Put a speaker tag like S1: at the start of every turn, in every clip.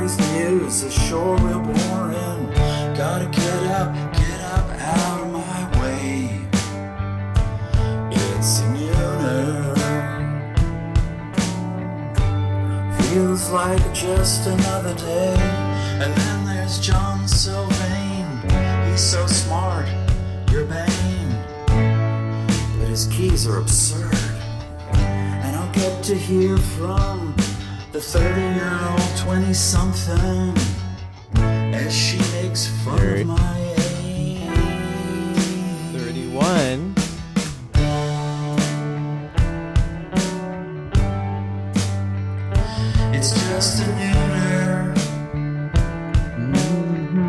S1: is a shore real boring. Gotta get up, get up out of my way. It's a new Feels like just another day. And then there's John Sylvain. He's so smart, you're Bane. But his keys are absurd. And I'll get to hear from the 30 year old 20 something as she makes fun
S2: Nerd.
S1: of my age.
S2: 31.
S1: It's just a dinner. Mm-hmm.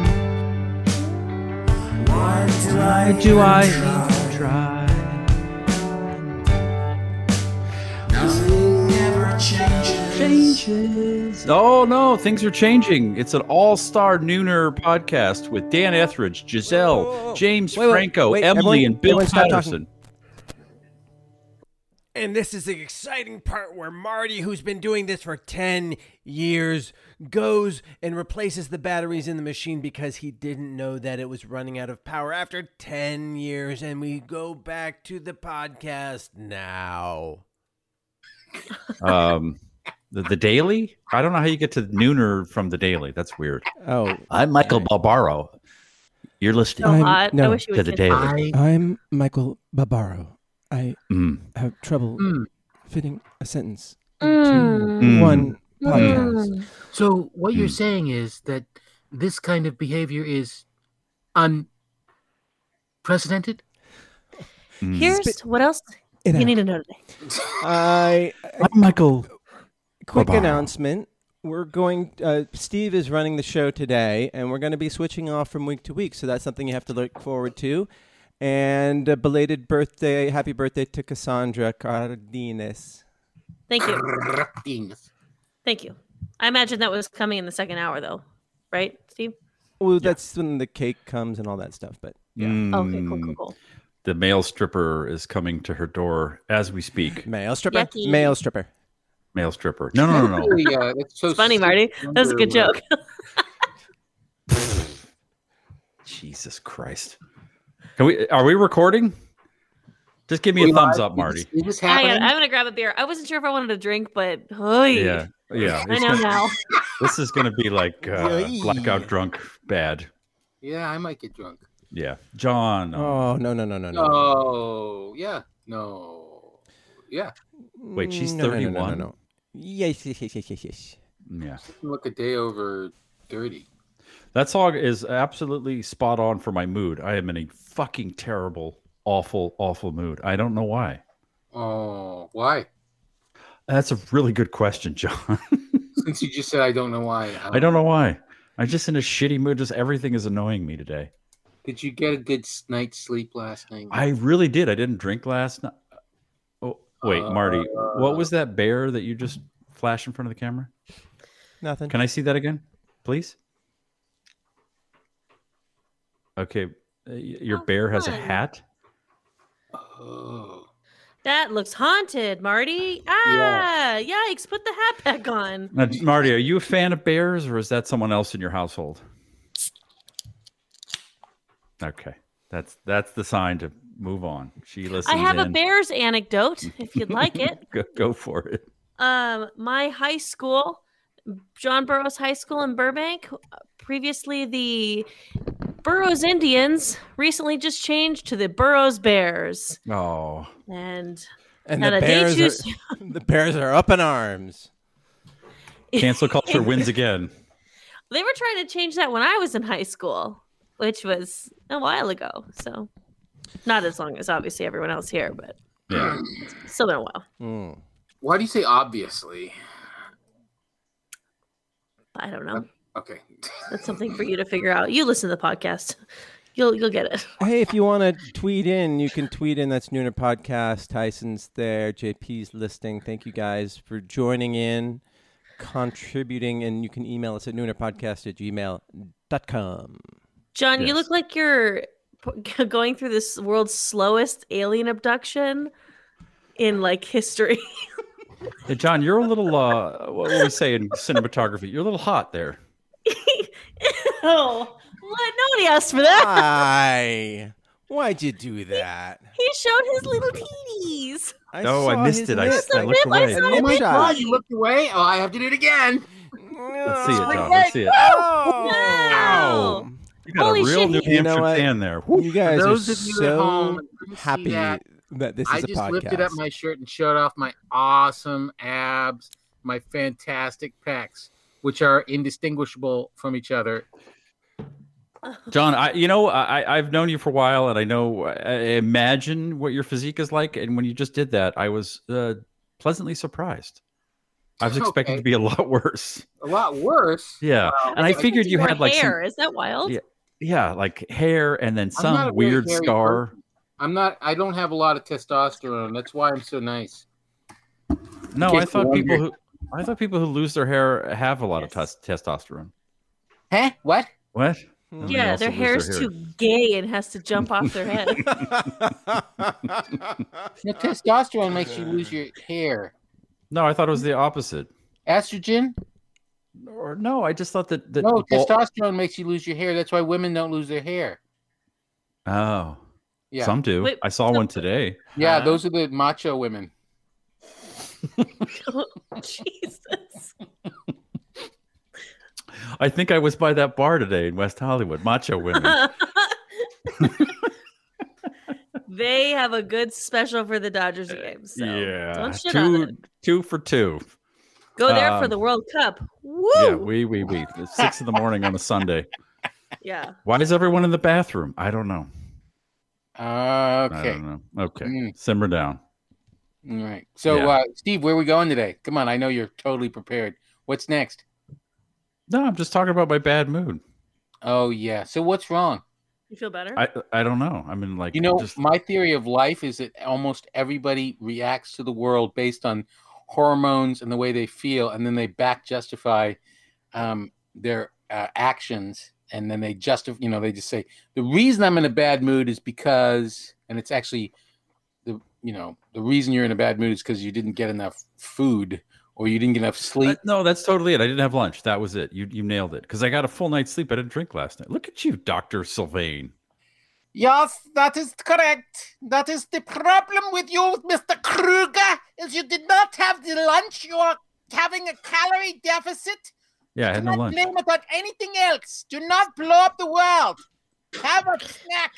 S1: Why do I,
S2: Do
S1: even
S2: I
S1: try?
S2: even try?
S1: Nothing ever changes.
S2: Changes. Oh no, things are changing. It's an all-star nooner podcast with Dan Etheridge, Giselle, James
S3: Wait, wait,
S2: Franco,
S3: wait,
S2: Emily,
S3: everyone-
S2: and Bill
S3: everyone stop
S2: Patterson.
S3: And this is the exciting part where Marty, who's been doing this for 10 years, goes and replaces the batteries in the machine because he didn't know that it was running out of power after 10 years. And we go back to the podcast now.
S2: Um, the, the Daily. I don't know how you get to nooner from the Daily. That's weird.
S4: Oh,
S2: I'm Michael Barbaro. You're listening.
S4: No,
S5: So
S4: I'm-
S5: hot. Oh, I
S4: no.
S5: wish you
S2: To
S5: would
S2: the
S5: say
S2: daily.
S5: hot.
S4: I'm Michael Barbaro. I
S2: Mm.
S4: have trouble
S6: Mm.
S4: fitting a sentence into
S5: Mm.
S4: one
S5: Mm.
S4: podcast.
S6: So what you're
S2: Hmm.
S6: saying is that this kind of behavior is unprecedented.
S2: Mm.
S5: Here's what else
S4: It
S5: you
S4: out.
S5: need to know today.
S4: I
S2: I'm Michael.
S4: quick
S2: Barbaro.
S4: announcement. We're going. Uh, Steve is running the show today, and we're going to be switching off from week to week. So that's something you have to look forward to. And a belated birthday, happy birthday to Cassandra Cardenas.
S5: Thank you.
S6: Genius.
S5: Thank you. I imagine that was coming in the second hour, though, right, Steve?
S4: Well, that's when the cake comes and all that stuff. But yeah,
S5: Oh, Okay, cool, cool,
S2: Mm.
S5: cool.
S2: The male stripper is coming to her door as we speak.
S4: male stripper,
S5: Yucky.
S4: male stripper.
S2: Male stripper. No, no, no, no.
S6: Really, uh, that's so
S5: It's funny,
S6: sick.
S5: Marty. That was a good
S6: Wonder, uh,
S5: joke.
S2: Jesus Christ. Can we? Are we recording? Just give me
S6: we
S2: a thumbs
S6: live?
S2: up, Marty.
S6: Is this, is this
S5: I
S6: happening?
S5: am gonna grab a beer. I wasn't sure if I wanted to drink, but oy,
S2: Yeah, yeah.
S5: I
S2: it's
S5: know
S2: gonna-
S5: now.
S2: This is going to be like uh, blackout drunk bad.
S6: yeah, I might get drunk.
S2: Yeah, John. um,
S4: Oh no no no no no!
S6: No. Oh, Yeah. No. Yeah.
S2: Wait, she's
S4: No, no, no, no, no,
S2: 31?
S4: no. Yes, yes, yes, yes, yes, yes.
S2: Yeah,
S6: Look a day over thirty.
S2: that song is absolutely spot on for my mood. I am in a fucking terrible, awful, awful mood. I don't know why.
S6: Oh, why?
S2: That's a really good question, John.
S6: Since you just said I don't know why.
S2: I don't know why. I'm just in a shitty mood. Just everything is annoying me today.
S6: Did you get a good s- night's sleep last night?
S2: I really did. I didn't drink last night. Oh, wait, Marty, what was that bear that you just flashed in front of the camera?
S4: Nothing.
S2: Can I see that again, please? Okay, uh, y- your
S5: Oh,
S2: bear has a
S5: fun.
S2: hat.
S6: Oh.
S5: That looks haunted, Marty. Ah, yikes! Put the hat back on.
S2: Now, Marty, are you a fan of bears, or is that someone else in your household? Okay, that's that's the sign to move on. She listens.
S5: I have a
S2: in.
S5: bears anecdote if you'd like it.
S2: Go, go for it.
S5: um, my high school, John Burroughs High School in Burbank, previously the Burroughs Indians, recently just changed to the Burroughs Bears.
S2: Oh,
S5: And
S4: And
S5: not
S4: the
S5: a day
S4: bears,
S5: too
S4: are, the bears are up in arms.
S2: cancel culture wins again.
S5: they were trying to change that when I was in high school, which was a while ago. So not as long as obviously everyone else here, but
S2: Yeah.
S5: still been a while.
S4: Mm.
S6: Why do you say obviously?
S5: I don't know.
S6: Okay.
S2: Oh
S5: That's something for you to figure out. You listen to the podcast. You'll you'll get it.
S4: Hey, if you want to tweet in, you can tweet in. That's Nooner Podcast. Tyson's there. JP's listening. Thank you guys for joining in, contributing, and you can email us at noonerpodcast at gmail.com.
S5: John, you
S2: Yes.
S5: look like you're p- going through this world's slowest alien abduction in like history.
S2: Hey, John, you're a little uh, what do we say in cinematography? You're a little hot there.
S5: No, Oh, what? Nobody asked for that.
S4: Why? Why'd you do that?
S5: He showed his little teenies.
S4: I
S2: No, I
S4: saw
S2: missed
S4: his
S2: it. I,
S4: lip.
S2: s- I
S5: It's a
S2: looked
S5: bit- I
S2: away.
S5: saw-
S6: Oh my
S4: Josh.
S6: god, you looked away. Oh, I have to do it again.
S2: Let's see it,
S5: Like
S2: John.
S5: that.
S2: Let's see it.
S4: Oh.
S5: Ow.
S2: You got
S5: Holy
S2: a real
S5: shit,
S2: New
S5: he-
S4: You know
S2: Hampshire
S4: what?
S2: tan there. Whew.
S4: You guys
S6: Those
S4: are
S6: of you
S4: so
S6: at home who see
S4: happy
S6: that,
S4: that, this
S6: I
S4: is a
S6: just
S4: podcast.
S6: lifted up my shirt and showed off my awesome abs, my fantastic pecs, which are indistinguishable from each other.
S2: John, I, you know, I, I- I've known you for a while, and I know, I I imagine what your physique is like. And when you just did that, I was uh, pleasantly surprised. I was expecting
S6: Okay.
S2: to be a lot worse.
S6: A lot worse.
S2: Yeah,
S6: Wow.
S2: and I figured you
S5: Your
S2: had like some,
S5: hair. Is that wild?
S2: Yeah. yeah, like hair, and then
S6: not a
S2: some
S6: very
S2: weird
S6: hairy
S2: scar.
S6: person. I'm not. I don't have a lot of testosterone. That's why I'm so nice.
S2: No,
S6: Case
S2: I
S6: you
S2: thought people
S6: wondered.
S2: who I thought people who lose their hair have a lot of
S5: Yes.
S2: tes- testosterone.
S6: Huh? What?
S2: What?
S4: Hmm.
S2: Yeah,
S5: Yeah,
S2: also
S5: their
S2: lose their
S5: hair's
S2: hair.
S5: too gay and has to jump off their head.
S6: No, testosterone makes you lose your hair.
S2: No, I thought it was the opposite.
S6: Estrogen?
S2: Or no, I just thought that that
S6: No,
S2: the bal-
S6: testosterone makes you lose your hair. That's why women don't lose their hair.
S2: Oh,
S6: Yeah.
S2: some do.
S5: Wait,
S2: I saw
S5: some-
S2: one today.
S6: yeah, those are the macho women.
S5: Oh, Jesus.
S2: I think I was by that bar today in West Hollywood. Macho women.
S5: they have a good special for the Dodgers
S2: Uh,
S5: games. So
S2: yeah,
S5: Don't shit on
S2: two
S5: it.
S2: two for two.
S5: Go there for
S2: um,
S5: the World Cup. Woo!
S2: Yeah,
S5: Yeah.
S2: we we we. It's six in the morning on a Sunday.
S5: yeah.
S2: Why is everyone in the bathroom? I don't know. I
S6: Okay.
S2: don't know. Okay,
S6: Mm.
S2: simmer down.
S6: All right. So,
S2: Yeah.
S6: uh, Steve, where are we going today? Come on. I know you're totally prepared. What's next?
S2: No, I'm just talking about my bad mood.
S6: Oh, yeah. So, what's wrong?
S5: You feel better?
S2: I I don't know. I mean, like
S6: You know,
S2: just,
S6: my theory of life is that almost everybody reacts to the world based on hormones and the way they feel, and then they back justify um, their uh, actions, and then they justify. You know, they just say the reason I'm in a bad mood is because, and it's actually the you know the reason you're in a bad mood is because you didn't get enough food or you didn't get enough
S2: Uh,
S6: sleep.
S2: no, that's totally it. I didn't have lunch. That was it. You you nailed it. Because I got a full night's sleep. I didn't drink last night. Look at you, Doctor Sylvain.
S6: Yes, that is correct. That is the problem with you, Mr. Kruger, is you did not have the lunch. You are having a calorie deficit.
S2: Yeah, I had no lunch.
S6: it on anything else. Do not blow up the world. Have a snack.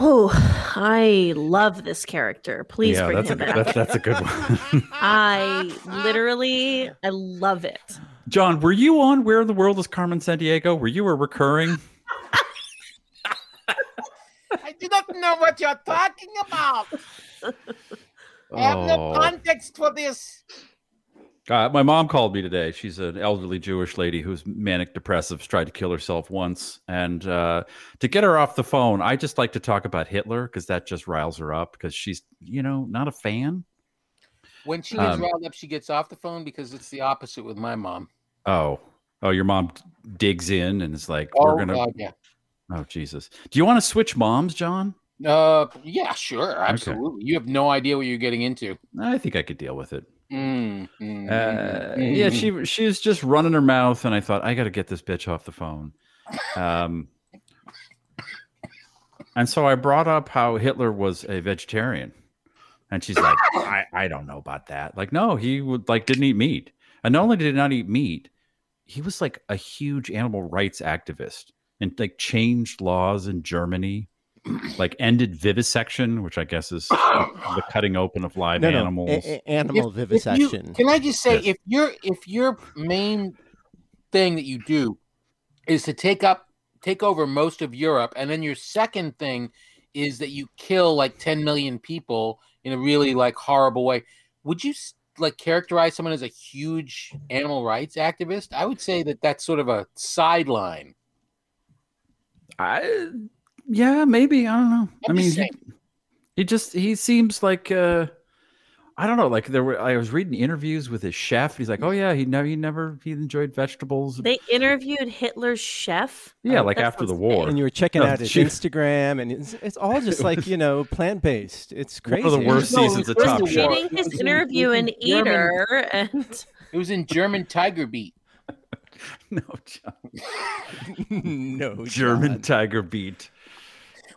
S5: oh, I love this character. Please
S2: yeah,
S5: bring
S2: that's a
S5: him
S2: good,
S5: back.
S2: that's, that's a good one.
S5: I literally, I love it.
S2: John, were you on Where in the World is Carmen San Diego? Were you a recurring?
S6: I do not know what you're talking about. I have no context for this.
S2: Uh, Oh, my mom called me today. She's an elderly Jewish lady who's manic depressive, tried to kill herself once. And uh, to get her off the phone, I just like to talk about Hitler because that just riles her up because she's, you know, not a fan.
S6: When she gets
S2: Um,
S6: riled up, she gets off the phone because it's the opposite with my mom.
S2: Oh, oh, your mom d- digs in and is like,
S6: Oh,
S2: we're gonna.
S6: God, yeah.
S2: Oh, Jesus. Do you want to switch moms, John?
S6: Uh, yeah, sure, absolutely. You have no idea what you're getting into.
S2: I think I could deal with it.
S6: Mm, mm,
S2: Uh,
S6: mm,
S2: yeah,
S6: mm.
S2: she she was just running her mouth, and I thought I got to get this bitch off the phone. Um, and so I brought up how Hitler was a vegetarian, and she's like, I, I don't know about that. Like, no, he would like didn't eat meat, and not only did he not eat meat, he was like a huge animal rights activist and like changed laws in Germany, like ended vivisection, which I guess is the cutting open of live
S4: no, no.
S2: animals.
S4: A- a- animal
S6: If- if you-
S4: vivisection.
S6: can I just say
S2: Yes.
S6: if your if your main thing that you do is to take up take over most of Europe, and then your second thing is that you kill like 10 million people in a really like horrible way. Would you s- like characterize someone as a huge animal rights activist? I would say that that's sort of a sideline.
S2: I yeah, maybe I don't know. i
S6: I'm
S2: mean,
S6: just
S2: he, he just he seems like uh I don't know. Like there were, I was reading interviews with his chef. He's like, oh yeah, he never he never he enjoyed vegetables.
S5: They interviewed Hitler's chef.
S2: yeah, like
S5: that
S2: after the
S5: sounds
S2: war.
S4: and you were checking
S2: No,
S4: out his
S2: shoot.
S4: Instagram, and it's, it's all just like you know, plant based. It's
S2: One
S4: crazy.
S2: of the worst
S6: No, it was
S2: seasons of
S6: during
S2: Top
S6: the war.
S2: Chef.
S5: Reading
S6: It
S5: his
S6: was in-
S5: interview
S6: it was
S5: in
S6: in German.
S5: Eater and
S6: It was in German Tiger Beat.
S2: no,
S4: Oh,
S2: John.
S4: no
S2: German Tiger beat.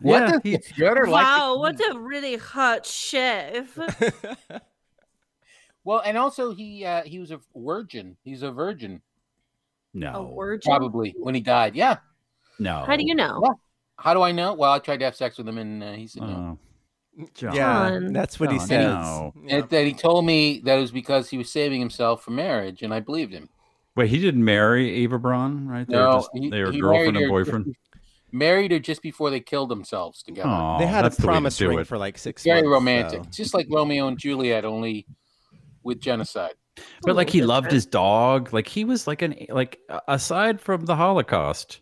S6: What
S2: yeah,
S6: does
S2: he-
S6: Yoder like? to
S5: Wow, what's a really hot chef.
S2: Oh,
S6: Well, and also he uh, he was a virgin. He's a virgin
S5: a
S2: no,
S5: word.
S6: probably when he died. Yeah.
S2: no.
S5: How do you know?
S6: What? How do I know? Well, I tried to have sex with him, and uh, he said no.
S2: Oh, John.
S4: Yeah,
S5: John.
S4: that's what he
S2: John,
S4: says.
S2: no.
S4: Yeah.
S6: And that he told me that it was because he was saving himself for marriage, and I believed him.
S2: Wait, he didn't marry Eva Braun, right? They were,
S6: No,
S2: just,
S6: he-
S2: they were
S6: he
S2: girlfriend and
S6: married her just
S2: boyfriend.
S6: Married her just before they killed themselves together.
S2: Oh,
S4: they had a
S2: that's the way to
S4: promise
S2: do
S4: ring
S2: it.
S4: for like six.
S6: Very
S4: months,
S6: romantic.
S4: so-
S6: It's just like Romeo and Juliet, only with genocide.
S2: but like he loved
S5: different.
S2: his dog like he was like an like a- aside from the holocaust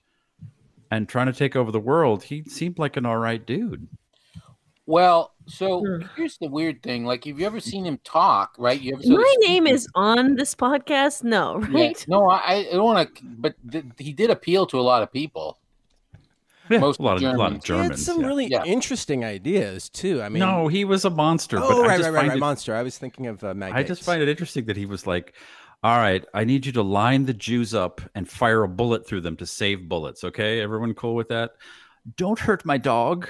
S2: and trying to take over the world he seemed like an all right dude
S6: Well, so
S5: Sure.
S6: here's the weird thing: like, have you ever seen him talk? Right? You ever saw the
S5: My
S6: speech-
S5: name is on this podcast? No,
S6: Yeah.
S5: right?
S6: No, I, I don't want to. But th- he did appeal to a lot of people.
S2: yeah,
S6: Most
S2: a lot of a lot of
S4: He had
S2: germans
S4: some
S2: yeah.
S4: really
S6: Yeah.
S4: interesting ideas too. I mean,
S2: no he was a monster but
S4: oh
S2: I,
S4: right,
S2: just
S4: right, right,
S2: find
S4: right,
S2: it,
S4: monster. I was thinking of uh, Matt
S2: I just find it interesting that he was like all right i need you to line the jews up and fire a bullet through them to save bullets okay everyone cool with that don't hurt my dog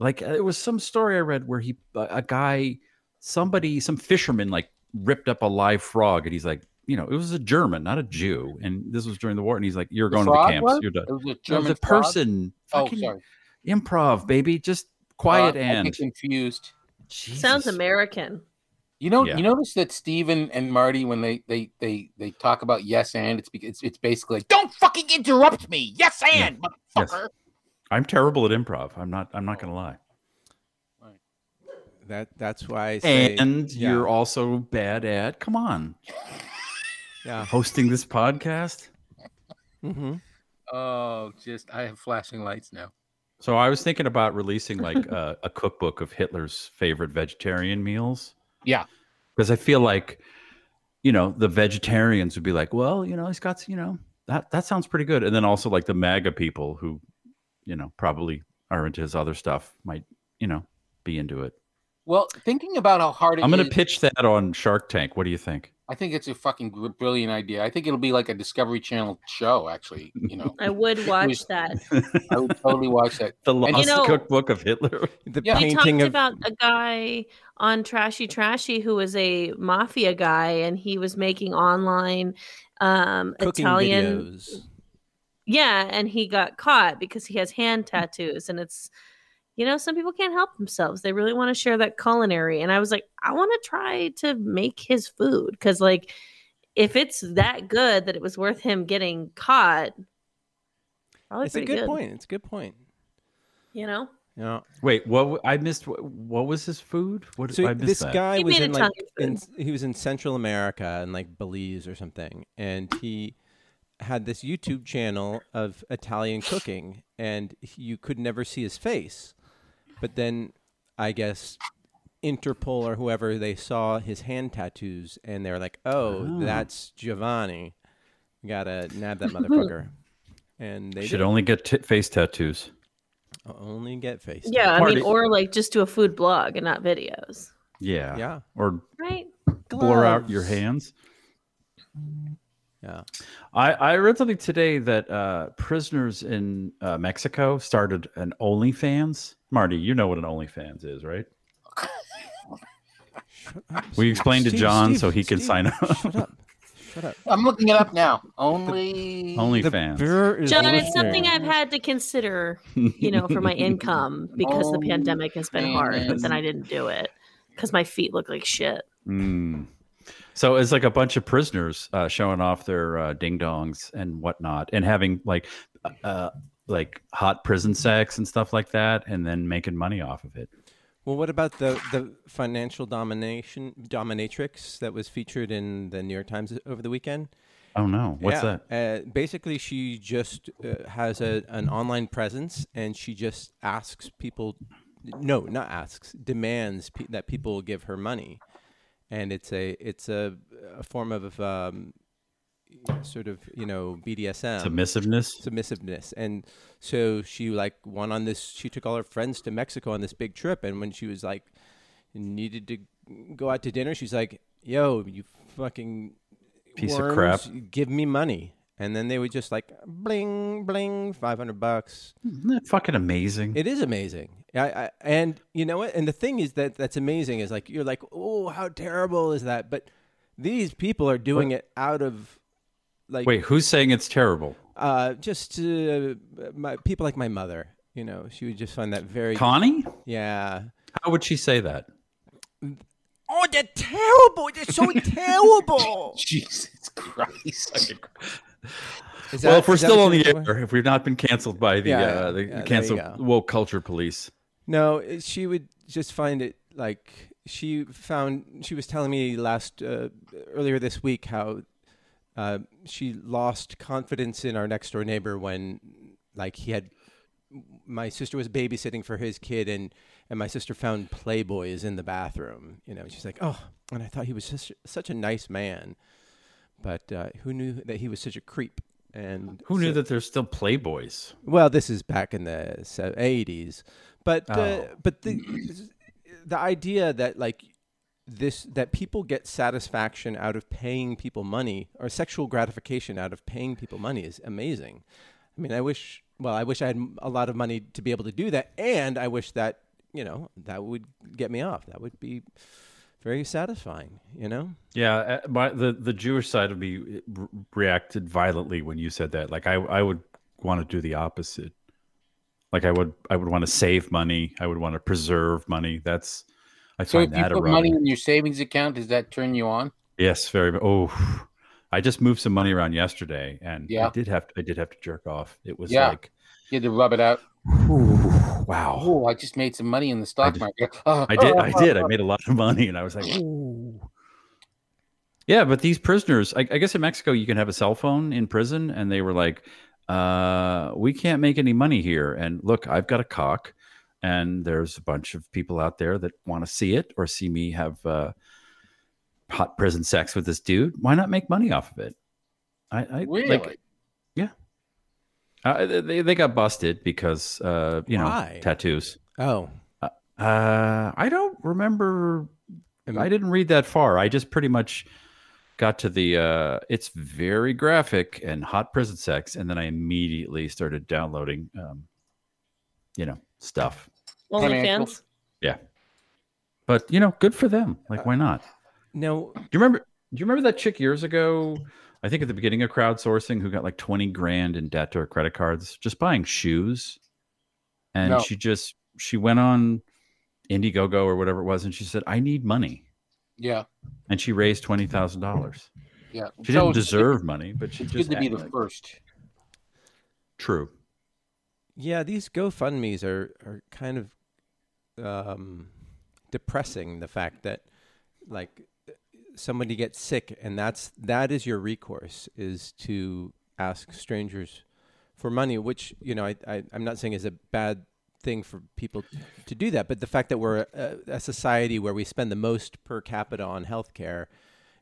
S2: like uh, it was some story i read where he a a guy somebody some fisherman like ripped up a live frog and he's like you know it was a german not a jew and this was during the war and he's like you're going to the
S6: frog
S2: camps
S6: was?
S2: you're done
S6: It was a
S2: no,
S6: German
S2: the
S6: frog?
S2: person
S6: Oh,
S2: Fucking
S6: sorry.
S2: improv baby just quiet
S6: Uh, I
S2: and
S6: get confused.
S5: Sounds
S2: Jesus.
S5: American.
S6: You know,
S2: Yeah.
S6: you notice that Steven and Marty, when they they they they talk about yes and, it's bec- it's it's basically like, don't fucking interrupt me, yes and, motherfucker.
S2: i'm terrible at improv i'm not i'm
S6: Oh.
S2: not gonna lie
S4: that. That's why. I say,
S2: and
S4: yeah,
S2: you're also bad at come on
S4: yeah.
S2: hosting this podcast
S4: hmm
S6: Oh, just I have flashing lights now.
S2: so i was thinking about releasing like a, a cookbook of hitler's favorite vegetarian meals
S6: Yeah.
S2: because i feel like you know the vegetarians would be like well you know he's got you know that that sounds pretty good and then also like the maga people who you know probably are into his other stuff might you know be into it
S6: Well, thinking about how hard it
S2: i'm gonna
S6: is-
S2: pitch that on shark tank what do you think
S6: I think it's a fucking gr- brilliant idea. I think it'll be like a Discovery Channel show. Actually, you know,
S5: I would watch that.
S6: I would totally watch that.
S2: the lost
S5: know-
S2: cookbook of hitler
S4: The
S6: Yeah.
S5: We
S4: painting
S5: talked
S4: of
S5: about a guy on Trashy Trashy who was a mafia guy and he was making online um
S4: cooking
S5: Italian
S4: videos.
S5: Yeah, and he got caught because he has hand
S4: Mm.
S5: tattoos and it's you know, some people can't help themselves. They really want to share that culinary and I was like, I want to try to make his food cuz like if it's that good that it was worth him getting caught probably
S4: It's a
S5: pretty
S4: good, point. It's a good point.
S5: you know.
S4: Yeah.
S2: Wait, what? w- I missed. wh- What was his food? What
S4: So
S2: I missed
S4: this
S2: that.
S4: guy
S5: He
S4: was
S5: made
S4: in like in,
S5: Italian
S4: he was in Central America in like Belize or something, and he had this YouTube channel of Italian cooking, and he- you could never see his face. But then, I guess Interpol or whoever they saw his hand tattoos, and they were like, "Oh, that's Giovanni. We gotta nab that motherfucker." And they
S2: should
S4: did.
S2: only get t- face tattoos.
S4: only get face.
S5: Yeah, I
S2: Party.
S5: mean or like just do a food blog and not videos.
S2: Yeah.
S4: Yeah.
S2: Or
S5: Right?
S2: blur out your
S4: Gloves.
S2: hands.
S4: Yeah.
S2: I, I read something today that uh, prisoners in uh, Mexico started an OnlyFans. Marty, you know what an OnlyFans is, right? We explained to
S4: Steve,
S2: John
S4: Steve,
S2: so he can
S4: Steve,
S2: sign up.
S4: Shut up. Shut up.
S6: I'm looking it up now. Only
S2: OnlyFans.
S5: John, it's something I've had to consider, you know, for my income because the pandemic has been hard, but then I didn't do it because my feet look like shit.
S2: Mm. So it's like a bunch of prisoners uh, showing off their uh, ding dongs and whatnot, and having like uh, like hot prison sex and stuff like that, and then making money off of it.
S4: Well, what about the the financial domination dominatrix that was featured in the New York Times over the weekend?
S2: Oh no, what's that?
S4: that? Uh, basically, she just uh, has a, an online presence, and she just asks people, no, not asks, demands pe- that people give her money, and it's a it's a, a form of um, sort of you know BDSM
S2: Submissiveness.
S4: submissiveness. And so she like went on this. She took all her friends to Mexico on this big trip, and when she was like needed to go out to dinner, she's like, "Yo, you fucking
S2: Piece of
S4: worms,
S2: crap."
S4: give me money." and then they would just like bling bling 500 bucks
S2: Isn't that fucking amazing?
S4: it is amazing. I, I and you know what? And the thing is that that's amazing is like you're like, oh, how terrible is that? But these people are doing it out of like
S2: Wait, who's saying it's terrible?
S4: uh, just uh, my, people like my mother. You know, she would just find that very
S2: Connie?
S4: yeah.
S2: How would she say that?
S3: Oh, they're terrible. They're so terrible.
S6: Jesus Christ.
S4: Is
S2: well,
S4: that-
S2: if we're
S4: is that
S2: still
S4: what
S2: on
S4: you're
S2: the
S4: looking for?
S2: air, if we've not been canceled by the
S4: Yeah,
S2: uh, the
S4: yeah, there you go.
S2: cancel woke culture police,
S4: No, it- she would just find it like she found. She was telling me last uh, earlier this week how uh, she lost confidence in our next door neighbor when, like, he had. My sister was babysitting for his kid, and and my sister found Playboys in the bathroom. You know, she's like, oh, and I thought he was such such a nice man, but uh, who knew that he was such a creep? And
S2: who
S4: so-
S2: knew that there's still playboys?
S4: well, this is back in the se- 80s, but uh,
S2: Oh.
S4: but the the idea that like this that people get satisfaction out of paying people money or sexual gratification out of paying people money is amazing. I mean, I wish well, I wish I had m- a lot of money to be able to do that, and I wish that you know that would get me off. That would be very satisfying, you know.
S2: Yeah, uh, my, the the Jewish side of me re- reacted violently when you said that. Like I I would want to do the opposite. Like I would I would want to save money. I would want to preserve money. That's I
S6: So
S2: find
S6: if you
S2: that
S6: put
S2: erotic.
S6: money in your savings account, does that turn you on?
S2: Yes, very. mu- Oh, I just moved some money around yesterday, and I
S6: Yeah.
S2: did have I did have to jerk off. It was
S6: Yeah.
S2: like,
S6: You had to rub it out.
S2: ooh, wow.
S6: Oh, I just made some money in the stock
S2: did-
S6: market.
S2: I did, I did, I made a lot of money, and I was like, ooh. Yeah, but these prisoners, I, I guess in Mexico, you can have a cell phone in prison, and they were like, uh, we can't make any money here. And look, I've got a cock, and there's a bunch of people out there that want to see it or see me have uh, hot prison sex with this dude. Why not make money off of it? I, I
S6: Really?
S2: like Uh, they, they got busted because uh, you
S4: Why?
S2: know tattoos.
S4: Oh,
S2: Uh, I don't remember. I didn't read that far. I just pretty much got to the. Uh, it's very graphic and hot prison sex, and then I immediately started downloading, um, you know, stuff.
S5: OnlyFans.
S2: But you know, good for them. Like, why not?
S4: no,
S2: Do you remember? Do you remember that chick years ago? I think at the beginning of crowdsourcing, who got like twenty grand in debt to her credit cards just buying shoes, and
S6: No.
S2: she just she went on Indiegogo or whatever it was, and she said, "I need money,"
S6: yeah.
S2: and she raised twenty thousand dollars.
S6: Yeah.
S2: She
S6: So
S2: didn't
S6: it's-
S2: deserve money, but she
S6: It's
S2: just
S6: good to be the
S2: acted like-
S6: first.
S2: True.
S4: Yeah, these GoFundmes are are kind of um, depressing. The fact that like somebody gets sick and that's that is your recourse is to ask strangers for money, which you know I, I I'm not saying is a bad thing for people to do that, but the fact that we're a, a society where we spend the most per capita on healthcare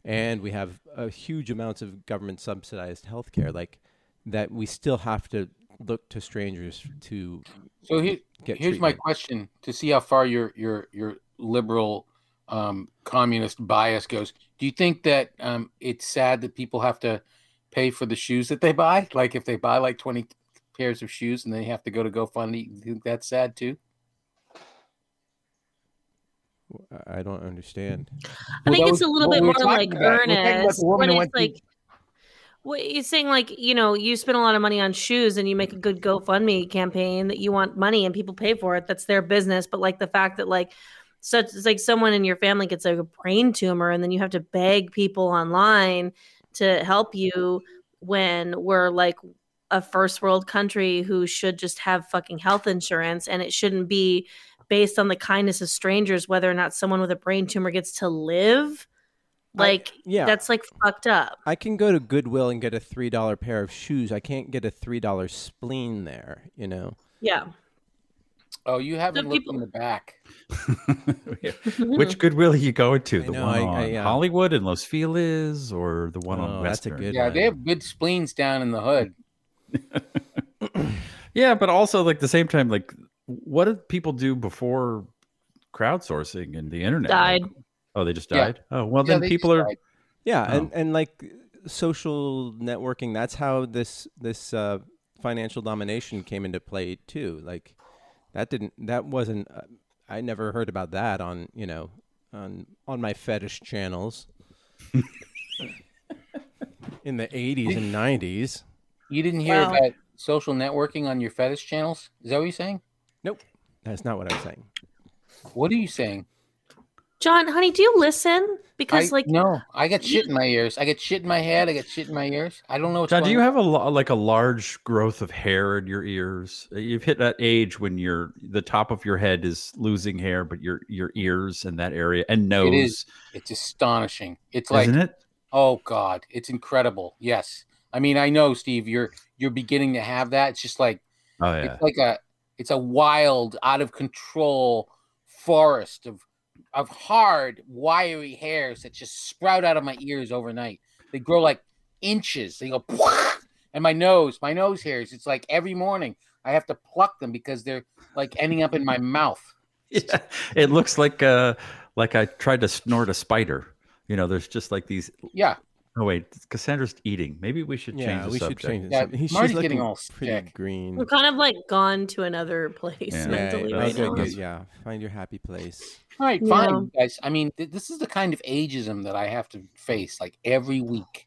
S4: and we have a huge amounts of government subsidized healthcare, like that we still have to look to strangers to
S6: So here,
S4: get
S6: here's my
S4: treatment.
S6: question to see how far your your your liberal um, communist bias goes. Do you think that um, it's sad that people have to pay for the shoes that they buy? Like if they buy like 20 pairs of shoes and they have to go to GoFundMe, you think that's sad too?
S4: I I don't understand.
S5: I
S6: Well,
S5: think
S6: that
S5: it's
S6: was
S5: a little
S6: what
S5: bit
S6: we
S5: more
S6: were
S5: like
S6: talking about. We're talking about
S5: earnest
S6: the
S5: when
S6: woman who
S5: it's
S6: went
S5: like what you're saying, like you know, you spend a lot of money on shoes and you make a good GoFundMe campaign that you want money and people pay for it. That's their business. But like the fact that like such it's like someone in your family gets like a brain tumor and then you have to beg people online to help you when we're like a first world country who should just have fucking health insurance and it shouldn't be based on the kindness of strangers whether or not someone with a brain tumor gets to live
S4: I-
S5: like
S4: Yeah,
S5: that's like fucked up
S4: I can go to Goodwill and get a three dollar pair of shoes. I can't get a three dollar spleen there. You know.
S5: yeah
S6: Oh, you haven't looked
S5: people-
S6: in the back.
S5: Mm-hmm.
S2: Which Goodwill are you going to?
S4: I
S2: The
S4: know,
S2: one
S4: I-
S2: on
S4: I, yeah.
S2: Hollywood and Los Feliz, or the one
S4: Oh,
S2: on
S4: that's a
S2: Western?
S4: good-
S6: Yeah,
S4: one.
S6: they have good spleens down in the hood.
S2: Yeah, but also like the same time, like what did people do before crowdsourcing and the internet? Like,
S5: died
S2: oh, they just
S6: Yeah.
S2: died. Oh, well,
S6: Yeah,
S2: then
S6: they
S2: people
S6: just
S2: are
S6: like-
S4: Yeah,
S2: Oh.
S4: and and like social networking. That's how this this uh, financial domination came into play too. Like that didn't that wasn't uh, I never heard about that on you know on on my fetish channels in the eighties and nineties.
S6: You didn't hear
S5: Wow.
S6: about social networking on your fetish channels? Is that what you're saying?
S4: That's not what I'm saying.
S6: What are you saying?
S5: John, honey, do you listen? Because
S6: I,
S5: like
S6: no, I got shit in my ears. I got shit in my head. I got shit in my ears. I don't know what's
S2: John, do
S6: going
S2: you have a lo- like a large growth of hair in your ears? You've hit that age when your the top of your head is losing hair, but your your ears and that area and nose,
S6: is. It's astonishing. It's like
S2: isn't it?
S6: Oh God, it's incredible. Yes, I mean I know, Steve. You're you're beginning to have that. It's just like
S2: Oh yeah,
S6: it's like a it's a wild, out of control forest of of hard, wiry hairs that just sprout out of my ears overnight. They grow like inches. They go, and my nose, my nose hairs. It's like every morning I have to pluck them because they're like ending up in my mouth.
S2: yeah. It looks like uh like I tried to snort a spider. You know, there's just like these.
S6: Yeah,
S2: Oh wait, Cassandra's eating. Maybe we should change
S4: Yeah,
S2: the
S4: we
S2: subject.
S4: should change it.
S6: Yeah,
S4: He's
S6: Marty's
S4: looking
S6: getting all
S4: pretty
S6: sick.
S4: green.
S5: we're kind of like gone to another place
S2: Yeah.
S5: mentally.
S2: Yeah,
S5: right
S4: find your-
S5: now.
S2: that's-
S4: yeah, find your happy place.
S6: All right,
S5: You
S6: fine,
S5: know?
S6: you guys. I mean, th- this is the kind of ageism that I have to face like every week.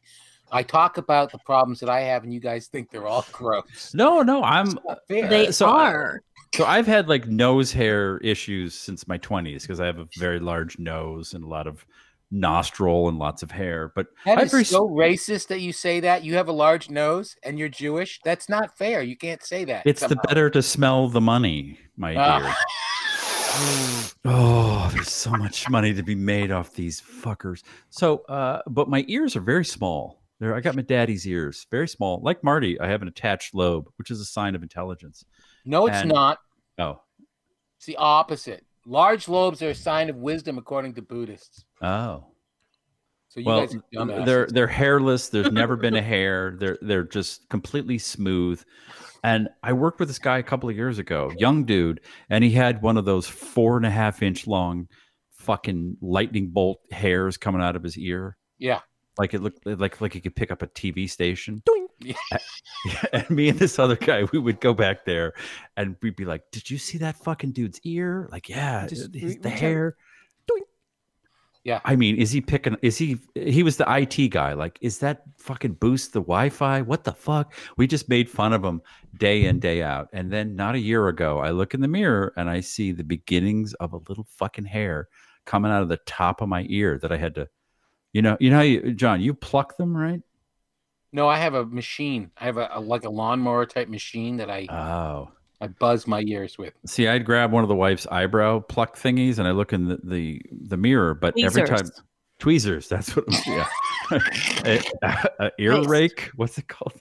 S6: I talk about the problems that I have, and you guys think they're all gross.
S2: No, no, I'm
S6: Not fair.
S5: They
S2: so I-
S5: are.
S2: So I've had like nose hair issues since my 20s because I have a very large nose and a lot of nostril and lots of hair. But
S6: That
S2: I've
S6: is
S2: rec-
S6: so racist that you say that. You have a large nose and you're Jewish. That's not fair. You can't say that.
S2: it's the
S6: somehow.
S2: better to smell the money, my
S6: Ah.
S2: dear. Oh, there's so much money to be made off these fuckers. So, uh, but my ears are very small. There, I got my daddy's ears, very small. Like Marty, I have an attached lobe, which is a sign of intelligence.
S6: No, it's
S2: and-
S6: not.
S2: Oh,
S6: It's the opposite. Large lobes are a sign of wisdom, according to Buddhists.
S2: oh.
S6: So you
S2: well, uh,
S6: guys are dumbasses.
S2: they're they're hairless. There's never been a hair. They're they're just completely smooth. And I worked with this guy a couple of years ago, young dude, and he had one of those four and a half inch long, fucking lightning bolt hairs coming out of his ear.
S6: Yeah.
S2: Like it looked like like he could pick up a TV station.
S4: Doink.
S6: Yeah.
S2: and me and this other guy, we would go back there, and we'd be like, "Did you see that fucking dude's ear? Like, yeah,
S4: Just
S2: his-
S4: re-
S2: the
S4: reach out.
S2: hair."
S6: Yeah.
S2: I mean, is he picking? Is he? He was the IT guy. Like, is that fucking boost the Wi-Fi? What the fuck? We just made fun of him day in day out. And then not a year ago, I look in the mirror and I see the beginnings of a little fucking hair coming out of the top of my ear that I had to, you know, you know, how you, John, you pluck them, right?
S6: No, I have a machine. I have a, a like a lawnmower type machine that I
S2: Oh.
S6: I buzz my ears with.
S2: See, I'd grab one of the wife's eyebrow pluck thingies, and I look in the the, the mirror. But every time, tweezers.
S5: Tweezers.
S2: That's what. I'm, yeah, a, a- a ear
S5: Nice.
S2: rake. What's it called?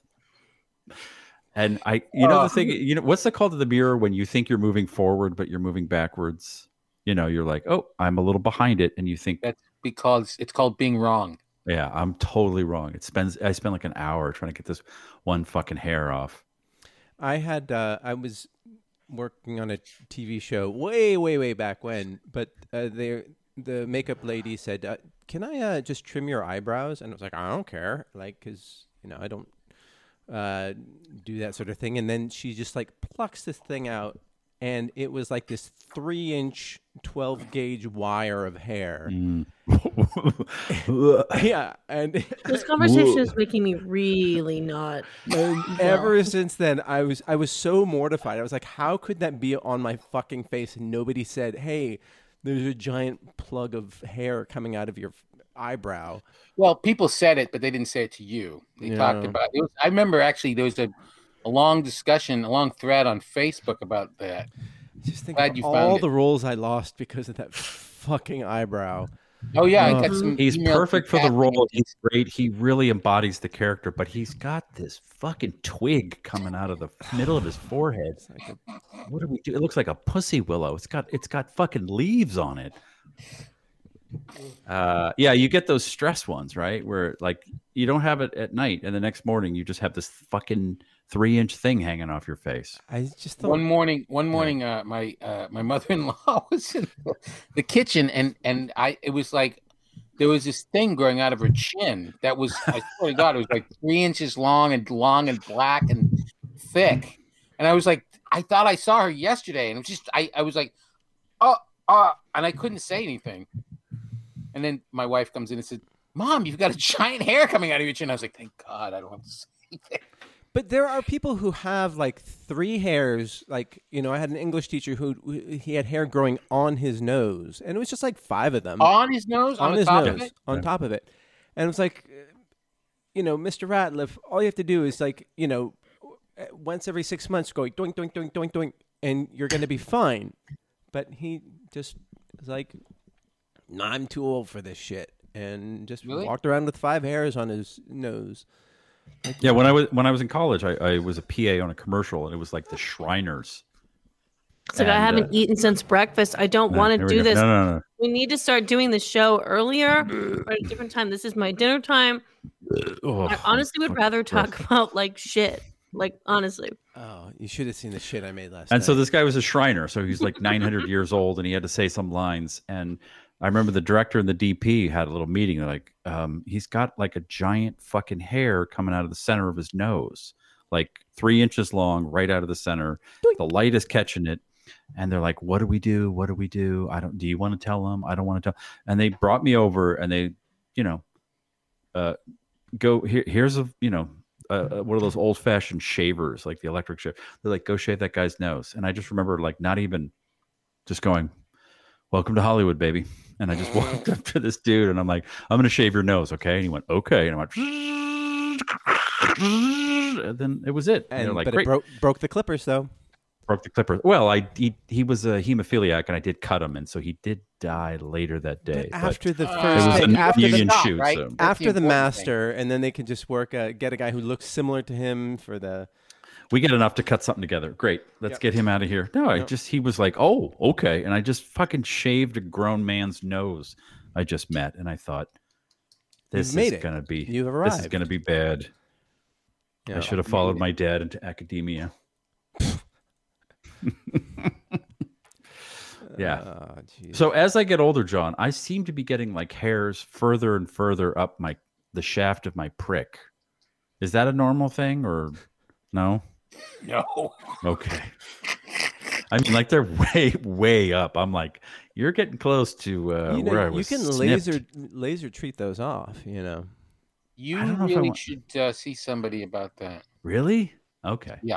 S2: And I, you know,
S6: Oh.
S2: the thing, you know, what's it called to the mirror when you think you're moving forward but you're moving backwards? You know, you're like, oh, I'm a little behind it, and you think,
S6: That- because it's called being wrong.
S2: yeah, I'm totally wrong. It spends. I spent like an hour trying to get this one fucking hair off.
S4: I had uh, I was working on a TV show way, way, way back when, but uh, they the makeup lady said, uh, "Can I uh, just trim your eyebrows?" And I was like, "I don't care," like because you know I don't uh, do that sort of thing. And then she just like plucks this thing out, and it was like this three inch, twelve gauge wire of hair.
S2: Mm.
S4: Yeah, and
S5: This conversation is making me really not.
S4: And ever since then, I was I was so mortified. I was like, "How could that be on my fucking face?" And nobody said, "Hey, there's a giant plug of hair coming out of your f- eyebrow."
S6: Well, people said it, but they didn't say it to you. They talked
S4: Yeah.
S6: about it. Was, I remember actually there was a, a long discussion, a long thread on Facebook about that.
S4: Just think
S6: Glad
S4: of
S6: you found
S4: all
S6: it.
S4: the roles I lost because of that fucking eyebrow.
S6: Oh yeah, I
S4: Oh.
S6: got some.
S2: He's
S6: emails from
S2: perfect for the
S6: Catherine.
S2: role. He's great. He really embodies the character, but he's got this fucking twig coming out of the middle of his forehead.
S4: It's like a-
S2: What do we do? It looks like a pussy willow. It's got it's got fucking leaves on it. Uh, yeah, you get those stress ones, right? Where like you don't have it at night, and the next morning you just have this fucking three inch thing hanging off your face.
S4: I just thought,
S6: One morning, one morning, uh, my uh, my mother in law was in the kitchen, and and I it was like there was this thing growing out of her chin that was, I swear to God, it was like three inches long and long and black and thick. And I was like, I thought I saw her yesterday. And it was just, I, I was like, oh, oh, and I couldn't say anything. And then my wife comes in and said, Mom, you've got a giant hair coming out of your chin. I was like, thank God I don't have to say anything.
S4: But there are people who have like three hairs. Like you know, I had an English teacher who who- he had hair growing on his nose, and it was just like five of them
S6: On his nose, on,
S4: on
S6: the
S4: his
S6: top
S4: nose,
S6: of it.
S4: on top of it. And it was like, uh, you know, Mr. Ratliff, all you have to do is like, you know, uh, once every six months, go doink doink doink doink doink, and you're going to be fine. But he just was like, "Nah, I'm too old for this shit, and just
S6: Really?
S4: walked around with five hairs on his nose.
S2: Yeah, when I was when I was in college, I, I was a PA on a commercial, and it was like the Shriners.
S5: So I
S2: And,
S5: haven't
S2: uh,
S5: eaten since breakfast. I don't want
S2: Here
S5: to
S2: we
S5: do
S2: go.
S5: this.
S2: No, no, no.
S5: We need to start doing the show earlier or at a different time. This is my dinner time. I
S2: Ugh.
S5: honestly would rather
S2: gross.
S5: talk about like shit. Like honestly,
S4: Oh, you should have seen the shit I made last
S2: And so this guy was a Shriner, so he's like 900 years old, and he had to say some lines. And I remember the director and the DP had a little meeting. They're like, um, he's got like a giant fucking hair coming out of the center of his nose, like three inches long, right out of the center. The light is catching it, and they're like, "What do we do? What do we do? I don't. Do you want to tell him? I don't want to tell." And they brought me over, and they, you know, uh, go here. Here's a, you know.
S4: Mm-hmm.
S2: Uh, one of those old-fashioned shavers, like the electric shave they're like, go shave that guy's nose. And I just remember like not even just going, Welcome to Hollywood, baby. And I just walked up to this dude and I'm like, I'm gonna shave your nose, okay? And he went, Okay. And I went, and then it was it. And,
S4: and
S2: they're like,
S4: but
S2: Great.
S4: it broke broke the Clippers though.
S2: broke the clipper. Well, I he, he was a hemophiliac and I did cut him, and so he did die later that day.
S4: But
S2: But
S4: after the
S6: Uh,
S2: it
S4: first,
S2: was
S4: pick,
S2: a
S4: after the
S2: union
S6: top,
S2: shoot,
S6: right?
S2: so
S6: That's the
S4: after the
S6: important thing.
S4: master, and then they could just work a, get a guy who looks similar to him for the.
S2: we get enough to cut something together. Great. Let's
S4: Yep.
S2: get him out of here. No, I
S4: Yep.
S2: just he was like, "Oh, okay." And I just fucking shaved a grown man's nose I just met and I thought this
S4: made
S2: is
S4: it.
S2: going to be
S4: You've
S2: this is
S4: arrived."
S2: going to be bad. I
S4: Yeah.
S2: should have followed my dad into academia. yeah.
S4: Oh, geez.
S2: So as I get older, John, I seem to be getting like hairs further and further up my the shaft of my prick. Is that a normal thing or no?
S6: No.
S2: Okay. I mean, like they're way, way up. I'm like, you're getting close to uh,
S4: you, know,
S2: where I
S4: you
S2: was.
S4: can
S2: snipped.
S4: laser laser treat those off. You know,
S2: I
S6: You
S2: don't know if I
S6: really
S2: want-
S6: should uh, see somebody about that.
S2: Really? Okay.
S4: no,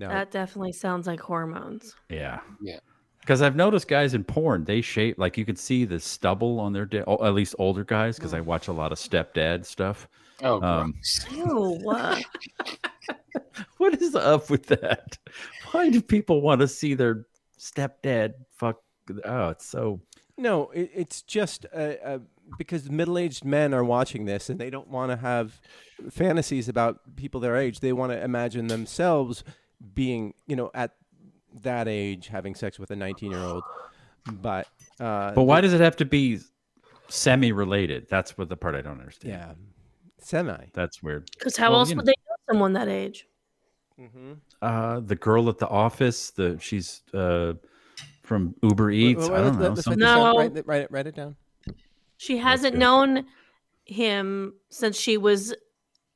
S6: Uh,
S5: that definitely sounds like hormones.
S2: Yeah.
S6: Yeah.
S2: Because I've noticed guys in porn, they shape like you can see the stubble on their da- oh, at least older guys,
S4: Mm.
S2: because I watch a lot of stepdad stuff.
S6: Oh,
S2: Um,
S6: gross.
S5: Ew, what?
S2: What is up with that? Why do people want to see their stepdad fuck? Oh, it's so
S4: no, it, it's just uh, uh, because middle aged men are watching this and they don't want to have fantasies about people their age. They want to imagine themselves being, you know, at that age having sex with a nineteen year old. But uh,
S2: But why does it have to be semi related? That's what the part I don't understand.
S4: yeah, semi.
S2: That's weird.
S5: Because how
S2: Well,
S5: else
S2: you
S5: would
S2: know.
S5: they know someone that age?
S6: Mm-hmm.
S2: Uh the girl at the office, the she's uh from Uber Eats.
S4: Wait, wait,
S2: I
S4: let's-
S2: don't know.
S4: let's write
S2: something-
S4: this down.
S5: No.
S4: Write it- write it- write it down.
S5: She hasn't known him since she was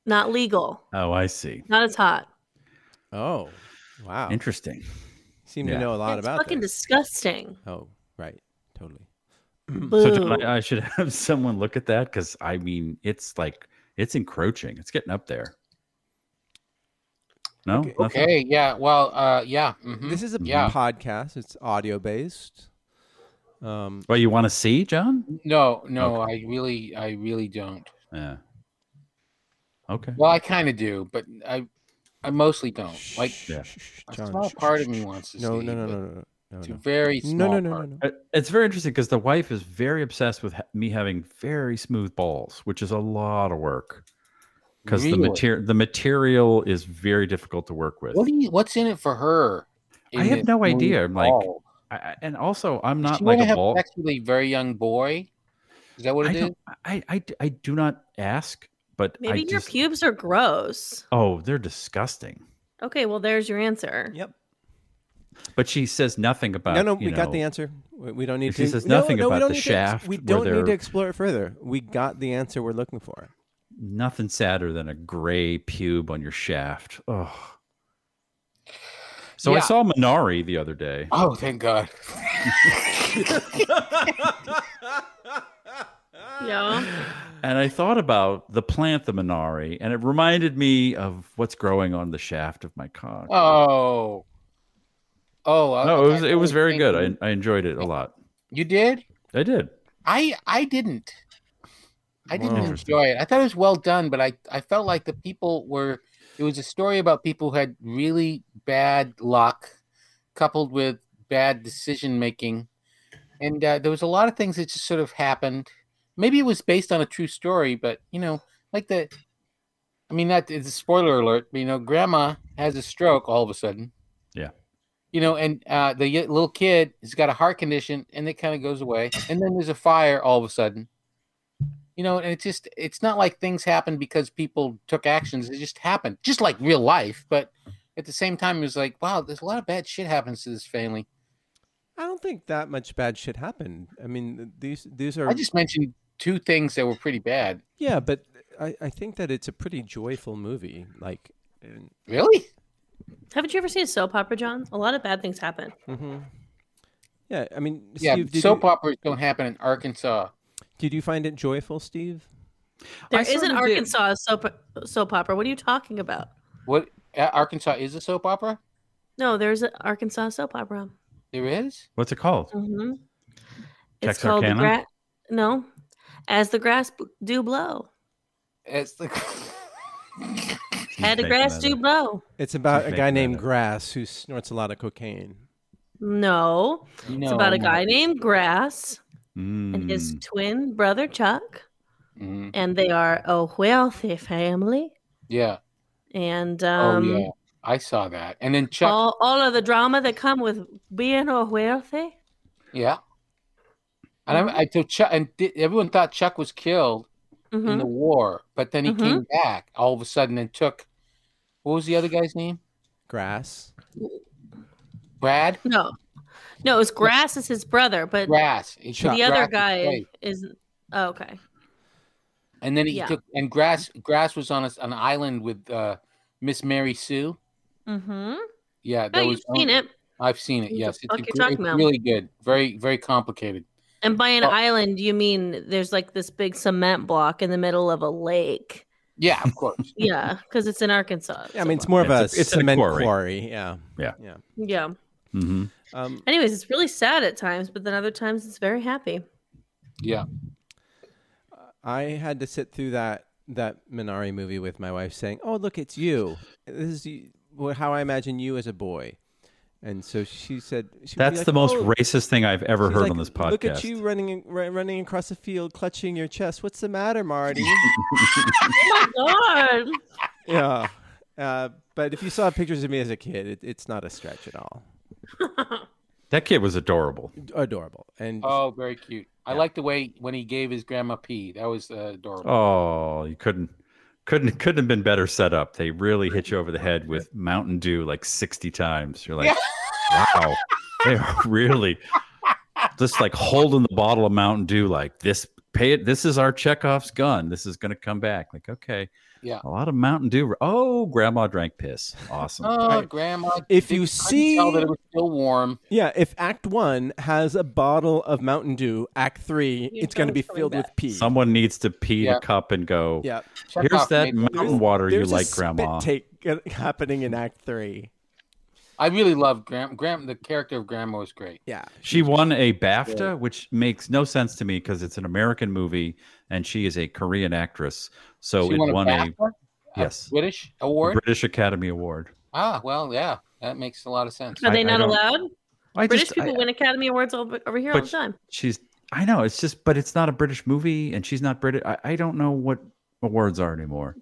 S5: not legal,
S2: Oh, I see.
S5: not as hot.
S4: Oh, wow.
S2: Interesting.
S4: Seem
S2: Yeah.
S4: to know a lot
S5: It's
S4: about
S5: fucking
S4: this.
S5: disgusting.
S4: oh, right. Totally.
S2: So
S5: Boo.
S2: John, I, I should have someone look at that because I mean it's like it's encroaching. It's getting up there. No?
S4: Okay.
S2: Nothing?
S6: okay. Yeah. Well, uh, yeah. mhm.
S4: This is a
S6: Yeah.
S4: podcast. It's audio based. Um,
S2: Well, you want to see, John?
S6: No, no, I really, I really don't.
S2: Yeah. Okay.
S6: Well, I kind of do, but I, I mostly don't. Oh, Like
S2: Yeah.
S4: shh, shh,
S6: a
S4: John,
S6: small
S4: shh,
S6: part
S4: shh,
S6: of me
S4: shh,
S6: wants to
S4: No,
S6: see,
S4: no, no,
S6: but
S4: no, no, no,
S6: It's a
S4: no,
S6: very
S4: no,
S6: small
S4: no, no, no,
S6: part.
S4: no.
S2: It- Uh, It's very interesting because the wife is very obsessed with ha- me having very smooth balls, which is a lot of work because the
S6: Really?
S2: material the material is very difficult to work with.
S6: What do you? What's in it for her?
S2: I
S6: in
S2: have
S6: it
S2: no
S6: when
S2: idea.
S6: you
S2: I'm like,
S6: fall?
S2: I- I, and also, I'm
S6: Does
S2: not
S6: she
S2: like
S6: wanna
S2: a
S6: have
S2: ball.
S6: sex with a very young boy. Is that what
S2: I,
S6: it is?
S2: don't, I, I d- I do not ask, but
S5: Maybe
S2: I
S5: your
S2: just,
S5: pubes are gross.
S2: oh, they're disgusting.
S5: Okay, well, there's your answer.
S4: Yep.
S2: But she says nothing about.
S4: No, no,
S2: you
S4: we got the
S2: know,
S4: answer. We We, we don't need
S2: If
S4: to.
S2: he says
S4: No,
S2: nothing
S4: no, we
S2: about
S4: don't
S2: the
S4: need to ex-
S2: shaft
S4: we
S2: where
S4: don't need to
S2: they're-
S4: explore it further. We got the answer we're looking for.
S2: Nothing sadder than a gray pube on your shaft. Oh. So I
S6: Yeah.
S2: saw Minari the other day.
S6: Oh, thank God.
S5: Yeah.
S2: And I thought about the plant, the Minari, and it reminded me of what's growing on the shaft of my cock.
S6: Oh. Oh. I-
S2: no, it was
S6: I
S2: it was very
S6: think-
S2: good. I, I enjoyed it a lot.
S6: you did?
S2: I did.
S6: I I didn't. I didn't
S2: Wow.
S6: enjoy it. I thought it was well done, but I I felt like the people were. It was a story about people who had really bad luck, coupled with bad decision making, and uh, there was a lot of things that just sort of happened. Maybe it was based on a true story, but you know, like the. I mean, that is a spoiler alert. But, you know, Grandma has a stroke all of a sudden.
S2: Yeah.
S6: You know, and uh, the y- little kid has got a heart condition, and it kind of goes away. And then there's a fire all of a sudden you know and it's just it's not like things happened because people took actions it just happened just like real life but at the same time it was like wow there's a lot of bad shit happens to this family
S4: I don't think that much bad shit happened. I mean, th- these these are
S6: i just mentioned two things that were pretty bad
S4: yeah, but I, I think that it's a pretty joyful movie. Like,
S6: really
S5: Haven't you ever seen a soap opera, John? A lot of bad things happen.
S4: mhm. yeah, I mean,
S6: yeah
S4: Steve, did,
S6: soap
S4: you,
S6: operas don't happen in arkansas
S4: did you find it joyful, Steve?
S5: There
S2: I
S5: isn't
S2: sorta did.
S5: Arkansas a soap soap opera. What are you talking about?
S6: what uh, arkansas is a soap opera
S5: No, there's an Arkansas soap opera.
S6: there is
S2: What's it called?
S5: hmm It's called the
S2: Texarkana?
S5: grass. No, as the grass b- do blow,
S6: it's the
S5: as the
S2: Making
S5: grass
S2: that
S5: do
S2: up.
S5: blow.
S4: It's about a
S2: Just
S4: guy
S2: making that
S4: named
S2: up.
S4: Grass who snorts a lot of cocaine.
S5: No,
S6: no,
S5: it's about a
S6: no.
S5: guy named Grass and his
S2: Mm.
S5: twin brother Chuck,
S6: Mhm.
S5: and they are a wealthy family.
S6: yeah
S5: And um,
S6: oh yeah i saw that and then chuck
S5: all, all of the drama that come with being a wealthy.
S6: yeah and
S5: Mm-hmm.
S6: I, I so chuck and di- everyone thought chuck was killed
S5: Mhm.
S6: in the war, but then he
S5: Mhm.
S6: came back all of a sudden and took what was the other guy's name?
S4: Grass.
S6: Brad
S5: No, no, it's Grass is his brother, but
S6: Grass. He
S4: Chuck.
S6: took
S5: the other
S6: Grass's
S5: guy
S6: place.
S5: is oh, okay.
S6: and then he
S5: yeah.
S6: took and Grass. Grass was on a, an island with uh, Miss Mary Sue.
S5: Mm-hmm.
S6: Yeah,
S5: Oh,
S6: there
S5: you've
S6: was.
S5: seen it.
S6: I've seen it.
S5: What the
S6: Yes,
S5: fuck
S6: a
S5: you
S6: gr-
S5: talking about?
S6: really good. Very very complicated.
S5: And by an
S6: Oh.
S5: island, you mean there's like this big cement block in the middle of a lake.
S6: Yeah, of course.
S5: Yeah, because it's in Arkansas.
S4: Yeah, I mean, it's
S5: so-
S4: more of a,
S2: It's a- it's a
S4: cement quarry.
S2: quarry.
S4: Yeah.
S2: Yeah.
S4: Yeah.
S5: yeah.
S2: Mhm.
S4: Um,
S5: Anyways, it's really sad at times, but then other times it's very happy.
S6: yeah.
S4: I had to sit through that that Minari movie with my wife saying, "Oh, look, it's you. This is you- wh- how I imagine you as a boy." And so she said, she would be
S2: That's
S4: like,
S2: the most
S4: "Oh,"
S2: racist thing I've ever
S4: she's
S2: heard
S4: like,
S2: on this podcast.
S4: Look at you running r- running across the field, clutching your chest. What's the matter, Marty?
S5: Oh my God.
S4: yeah. Uh, but if you saw pictures of me as a kid, it, it's not a stretch at all.
S2: That kid was adorable.
S4: Adorable. And
S6: Oh, very cute. I like the way when he gave his grandma pee. That was uh, adorable.
S2: Oh, you couldn't couldn't couldn't have been better set up. They really hit you over the head with Mountain Dew like 60 times. You're like, wow. They are really just like holding the bottle of Mountain Dew like this pay it this is our Chekhov's gun. This is going to come back. Like, okay.
S6: Yeah.
S2: A lot of Mountain Dew. Oh, grandma drank piss. Awesome.
S6: Oh, grandma!
S4: if
S6: did-
S4: you
S6: I could tell that
S4: see-
S6: it was still warm.
S4: yeah, if Act One has a bottle of Mountain Dew, Act Three,
S5: You
S4: it's
S5: know
S4: going to be
S5: it's coming
S4: filled with
S5: back.
S4: pee.
S2: Someone needs to pee
S6: Yeah.
S2: the cup and go,
S4: yeah.
S2: here's
S6: Chekhov
S2: that
S6: made one.
S2: mountain water you
S4: There's a
S2: like, grandma.
S4: Spit take uh, happening in Act Three.
S6: I really love Graham. Graham, the character of Grandma was great.
S4: Yeah,
S2: She won a BAFTA, which makes no sense to me because it's an American movie and she is a Korean actress. So
S6: she
S2: it
S6: won,
S2: won
S6: a,
S2: a,
S6: BAFTA, a
S2: yes,
S6: British award.
S2: British Academy Award.
S6: ah, well, yeah, that makes a lot of sense.
S5: Are
S2: I-
S5: they
S2: I
S5: not
S2: don't-
S5: allowed?
S2: I
S5: British
S2: just,
S5: people
S2: I-
S5: win Academy Awards over, over here all
S2: But
S5: the time.
S2: she's, I know it's just, but it's not a British movie and she's not British. I, I don't know what awards are anymore,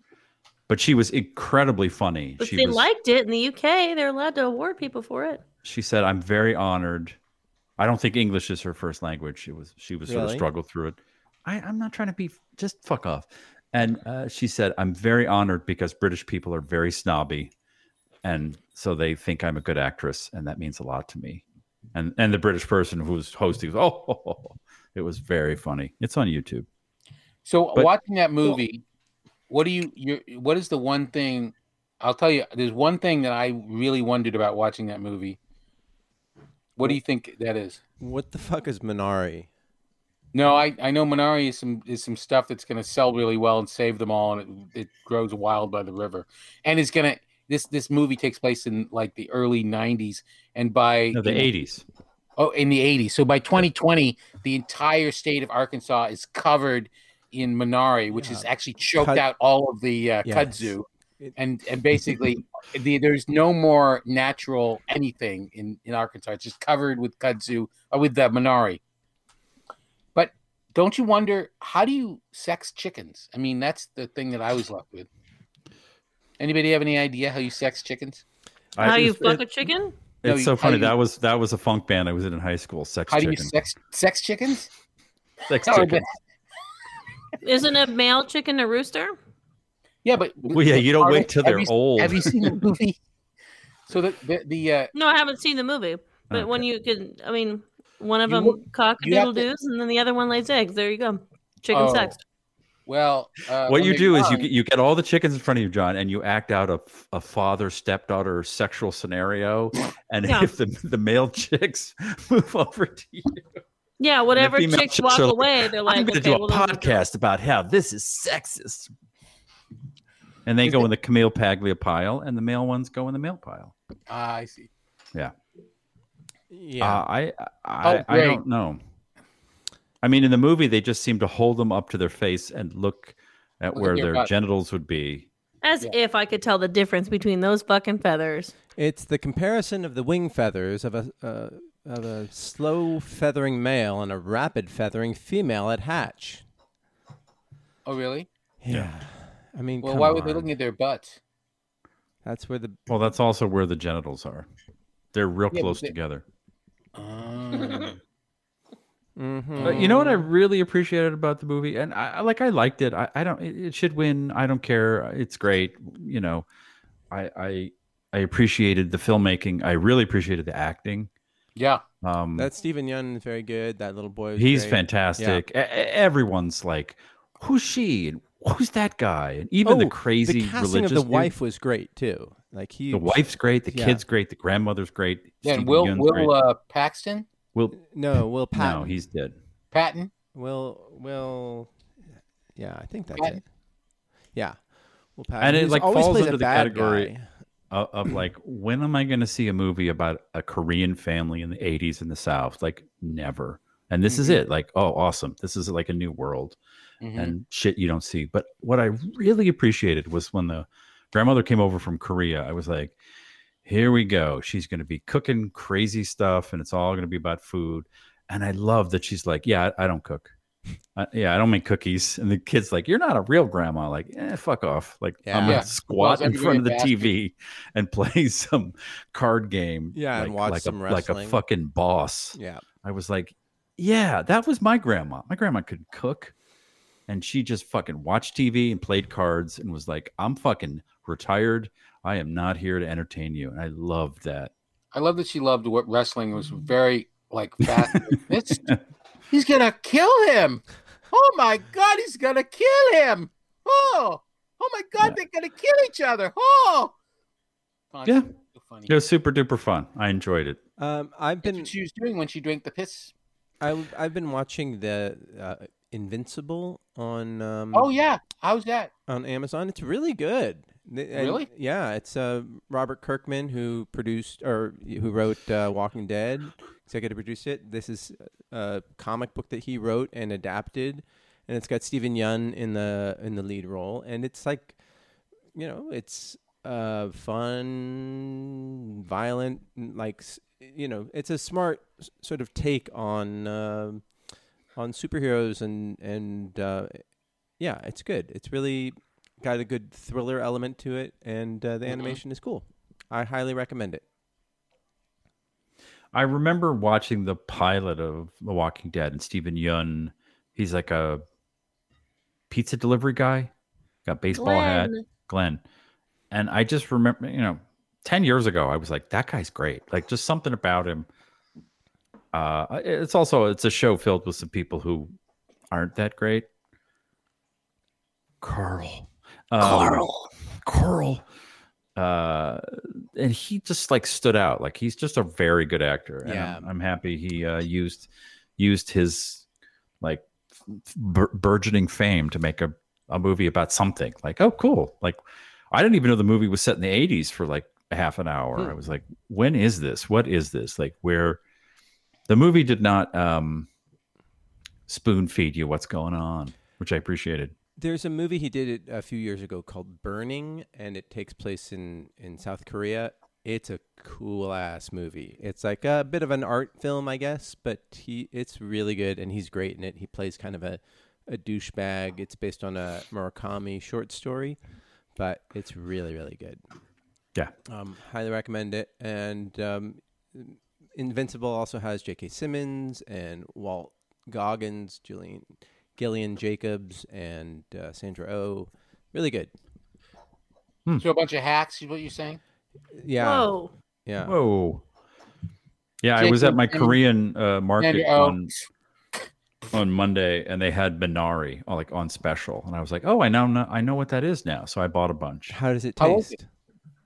S2: but she was incredibly funny.
S5: But
S2: she
S5: they
S2: was,
S5: liked it in the UK. They're allowed to award people for it.
S2: she said, I'm very honored. I don't think English is her first language. It was she was sort of
S4: Really?
S2: struggled through it. I, I'm not trying to be just fuck off. And uh, she said, I'm very honored because British people are very snobby, and so they think I'm a good actress, and that means a lot to me. and and the British person who was hosting. Oh, it was very funny. It's on YouTube.
S6: So
S2: But-
S6: watching that movie, what do you you what is the one thing I'll tell you there's one thing that I really wondered about watching that movie. What do you think that is?
S4: What the fuck is Minari?
S6: No, I, I know Minari is some is some stuff that's going to sell really well and save them all, and it, it grows wild by the river, and it's going to this this movie takes place in like the early '90s, and by
S2: No, the '80s.
S6: oh in the '80s, so by 2020, the entire state of Arkansas is covered in Minari, which is actually choked
S4: Cut-
S6: out all of the uh,
S4: Yes.
S6: kudzu,
S4: It-
S6: and and basically the, there's no more natural anything in in Arkansas. It's just covered with kudzu uh, with the Minari. But don't you wonder how do you sex chickens? I mean, that's the thing that I was left with. Anybody have any idea how you sex chickens?
S2: I-
S5: How you
S2: it's-
S5: fuck
S2: it-
S5: a chicken?
S6: No,
S2: It's
S6: you-
S2: so
S6: how
S2: funny.
S6: you-
S2: that was that was a funk band I was in in high school. Sex
S6: How do you
S2: chicken.
S6: sex sex chickens?
S2: sex
S6: Oh,
S2: chicken.
S5: Isn't a male chicken a rooster?
S6: Yeah, but
S2: Well, yeah, you don't wait till they're
S6: have you,
S2: old.
S6: Have you seen the movie? So the the, the uh,
S5: No, I haven't seen the movie. But when you can, I mean, one of
S6: You
S5: them
S6: look-
S5: cock a
S6: you have
S5: doodle
S6: to-
S5: doos, and then the other one lays eggs. There you go. Chicken
S6: Oh.
S5: sex.
S6: well, uh,
S2: what
S6: when
S2: you
S6: they're
S2: do is you
S6: young-
S2: get, you get all the chickens in front of you, John, and you act out a, a father stepdaughter sexual scenario. And
S5: Yeah.
S2: if the, the male chicks move over to you,
S5: Yeah, whatever
S2: female
S5: chicks
S2: chicks
S5: walk
S2: are like,
S5: away, they're like,
S2: I'm going to
S5: okay,
S2: do a
S5: well, then we'll do it."
S2: podcast about how this is sexist. And they
S6: Is
S2: go
S6: it-
S2: in the Camille Paglia pile, and the male ones go in the male pile.
S6: Ah, I see.
S4: Yeah.
S2: Uh, I I,
S6: Oh,
S2: I
S6: great.
S2: don't know. I mean, in the movie, they just seem to hold them up to their face and look at
S6: Look at
S2: where
S6: your
S2: their
S6: butt.
S2: genitals would be.
S5: As if I could tell the difference between those fucking feathers.
S4: It's the comparison of the wing feathers of a uh, of a slow feathering male and a rapid feathering female at hatch.
S6: Oh, really?
S2: Yeah.
S4: I mean,
S6: Well,
S4: come
S6: why were they
S4: on.
S6: looking at their butts?
S4: That's where the
S2: Well, that's also where the genitals are. They're real
S6: Yeah, but
S2: close
S6: they-
S2: together.
S6: Oh.
S4: Mhm.
S2: But Uh, you know what I really appreciated about the movie, and I I- like I liked it. I, I don't. It, it should win. I don't care. It's great. You know, I I I appreciated the filmmaking. I really appreciated the acting.
S6: yeah.
S2: Um,
S4: that Stephen Yun is very good. That little boy. Was
S2: he's
S4: great.
S2: fantastic. E- e- everyone's like, who's she and who's that guy? And even the
S4: Oh,
S2: crazy
S4: the casting
S2: religious
S4: of the
S2: dude-
S4: wife was great too. Like he,
S2: The wife's great. The
S4: Yeah.
S2: kid's great. The grandmother's great.
S6: Yeah, and
S2: Stephen
S6: Will
S2: Yeun's great.
S6: Will uh, Paxton
S2: Will-
S4: No, Will Patton.
S2: no, he's dead.
S6: Patton.
S4: Will Will. Yeah, I think that's
S6: Patton.
S4: it. Yeah, Will Patton.
S2: And it,
S4: who's
S2: like,
S4: always
S2: falls
S4: plays a
S2: under the
S4: bad
S2: category-
S4: guy.
S2: Of, of like, when am I going to see a movie about a Korean family in the '80s in the South? Like, never. And this is it. Like, oh, awesome. This is like a new world.
S6: Mhm.
S2: and shit you don't see. But what I really appreciated was when the grandmother came over from Korea, I was like, here we go. She's going to be cooking crazy stuff and it's all going to be about food. And I love that she's like, yeah, I, I don't cook. I, yeah, I don't make cookies. And the kid's like, you're not a real grandma. Like, eh, fuck off. Like, I'm
S4: Yeah.
S2: going
S6: Yeah.
S2: to squat in
S6: everybody
S2: front of the
S6: has to.
S2: TV and play some card game.
S4: Yeah, and
S2: like-
S4: watch
S2: like
S4: some
S2: a, Like a
S4: wrestling.
S2: fucking boss.
S4: Yeah,
S2: I was like, yeah, that was my grandma. My grandma could cook and she just fucking watched TV and played cards and was like, I'm fucking retired. I am not here to entertain you. And I love that.
S6: I love that she loved what wrestling was very like fast. it's, he's gonna kill him. Oh my god, he's gonna kill him. Oh, oh my god,
S2: Yeah.
S6: they're gonna kill each other. Oh, Funny.
S2: Yeah.
S6: So funny.
S2: It was super duper fun. I enjoyed it.
S4: um, I've
S6: That's
S4: been
S6: what she was doing when she drank the piss.
S4: I, I've been watching the uh, Invincible on um,
S2: Hmm.
S6: Oh yeah, how's that?
S4: on Amazon. It's really good. Th- and-
S6: Really?
S4: Yeah, it's uh, Robert Kirkman who produced or who wrote uh, Walking Dead, executive produced it. This is uh, a comic book that he wrote and adapted, and it's got Stephen Yun in the in the lead role, and it's like, you know, it's uh, fun, violent, n- like s- you know, it's a smart s- sort of take on. um on superheroes and and uh, yeah, it's good. It's really got a good thriller element to it, and uh, the animation is cool. I highly recommend it.
S2: I remember watching the pilot of The Walking Dead and Stephen Yun. He's like a pizza delivery guy, got baseball hat.
S5: Glenn.
S2: Glenn. And I just remember, you know, 10 years ago, I was like, that guy's great. Like, just something about him. Uh, it's also it's a show filled with some people who aren't that great. Carl, um,
S5: Carl.
S2: Carl, uh, and he just like stood out. Like he's just a very good actor. And I'm- I'm, happy he uh, used used his like bur- burgeoning fame to make a a movie about something. Like oh cool. Like I didn't even know the movie was set in the 80s for like a half an hour.
S6: Hmm.
S2: I was like, when is this? What is this? Like where the movie did not um spoon feed you what's going on, which I appreciated.
S4: There's a movie he did it a few years ago called Burning, and it takes place in in South Korea. It's a cool ass movie. It's like a bit of an art film, I guess, but he it's really good, and he's great in it. He plays kind of a a douchebag. It's based on a Murakami short story, but it's really really good.
S2: Yeah.
S4: Um, highly recommend it. And um, Invincible also has J.K. Simmons and Walt Goggins, Julian Gillian Jacobs, and uh, Sandra Oh. Really good.
S6: So a bunch of hacks is what you're saying?
S4: Yeah.
S5: Whoa.
S4: Yeah.
S2: Whoa. Yeah, I was at my
S6: Jacob and-
S2: Korean uh, market
S6: Sandra Oh.
S2: on on Monday, and they had Minari uh, like on special, and I was like, "Oh, I now know, I know what that is now." So I bought a bunch.
S4: How does it
S6: I like
S4: taste?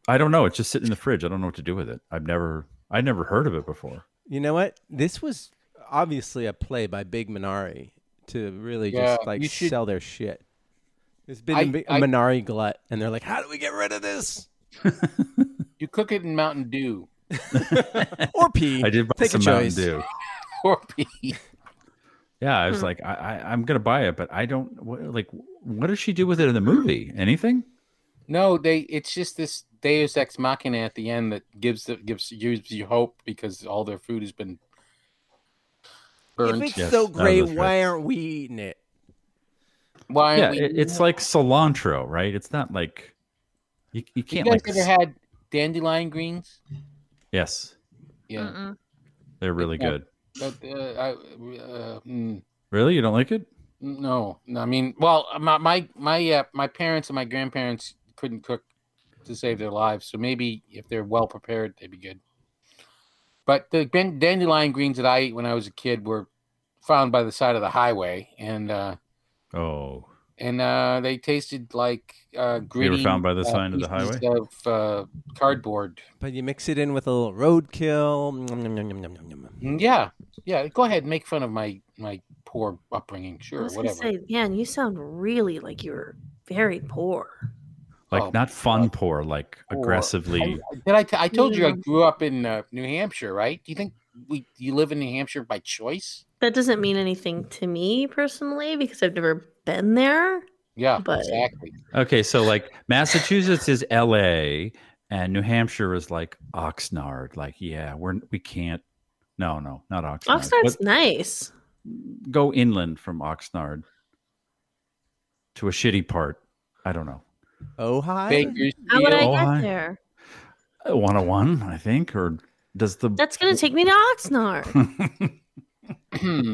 S2: I don't know; it's just sitting in the fridge. I don't know what to do with it. I've never, I never heard of it before.
S4: You know what? This was obviously a play by Big Minari to really
S6: Yeah,
S4: just like
S6: you should-
S4: sell their shit. It's been
S6: I-
S4: a big- a
S6: I-
S4: Minari glut, and they're like, "How do we get rid of this?"
S6: You cook it in Mountain Dew
S4: Or pee.
S2: I did buy
S4: Take
S2: some
S4: a
S2: Mountain
S4: choice.
S2: Dew.
S6: or pee.
S2: Yeah, I
S6: Hmm.
S2: was like, I, I, I'm gonna buy it, but I don't. What, like, what does she do with it in the movie? Anything?
S6: No, they. It's just this Deus ex machina at the end that gives the gives gives you hope because all their food has been
S4: If
S6: burnt.
S4: it's
S2: Yes,
S4: so
S2: that was
S4: great,
S2: right.
S4: why aren't we eating it?
S6: Why?
S2: Yeah,
S6: aren't we-
S2: it- it's like cilantro, right? It's not like you, you
S6: You
S2: can't
S6: guys
S2: like.
S6: ever
S2: s-
S6: had dandelion greens?
S2: yes,
S6: Yeah.
S5: Mm-mm.
S2: they're really
S6: Yeah.
S2: good.
S6: But, uh, I, uh, mm,
S2: Really, you don't like it?
S6: no, no, I mean, well, my my my, uh, my parents and my grandparents couldn't cook to save their lives, so maybe if they're well prepared, they'd be good. But the dan- dandelion greens that I ate when I was a kid were found by the side of the highway, and uh,
S2: Oh,
S6: and uh, they tasted like uh, gritty.
S2: found by the
S6: uh,
S2: side of the
S6: pieces
S2: highway?
S6: of uh, cardboard.
S4: But you mix it in with a little roadkill. Nom, nom, nom, nom, nom, nom, nom.
S6: Mm, Yeah, yeah. Go ahead, make fun of my my poor upbringing.
S5: I
S6: Sure,
S5: was going to
S6: whatever.
S5: say, man, you sound really like you were very poor.
S2: like
S6: Oh,
S2: not fun poor, like
S6: Poor.
S2: aggressively.
S6: I- Did I? T- I told you I
S5: Yeah.
S6: grew up in uh, New Hampshire, right? Do you think we you live in New Hampshire by choice?
S5: That doesn't mean anything to me personally because I've never been there.
S6: Yeah,
S5: But-
S6: exactly.
S2: Okay, so like Massachusetts is L.A. and New Hampshire is like Oxnard. Like, yeah, we're we can't. No, no, not Oxnard.
S5: Oxnard's
S2: What-
S5: nice.
S2: go inland from Oxnard to a shitty part. I don't know.
S4: Oh hi.
S6: Bakersfield.
S5: How would I
S2: Oh, I-
S5: get there?
S2: Uh, 101, I think, or does the
S5: That's going to take me to
S6: Hmm.
S5: Oxnard.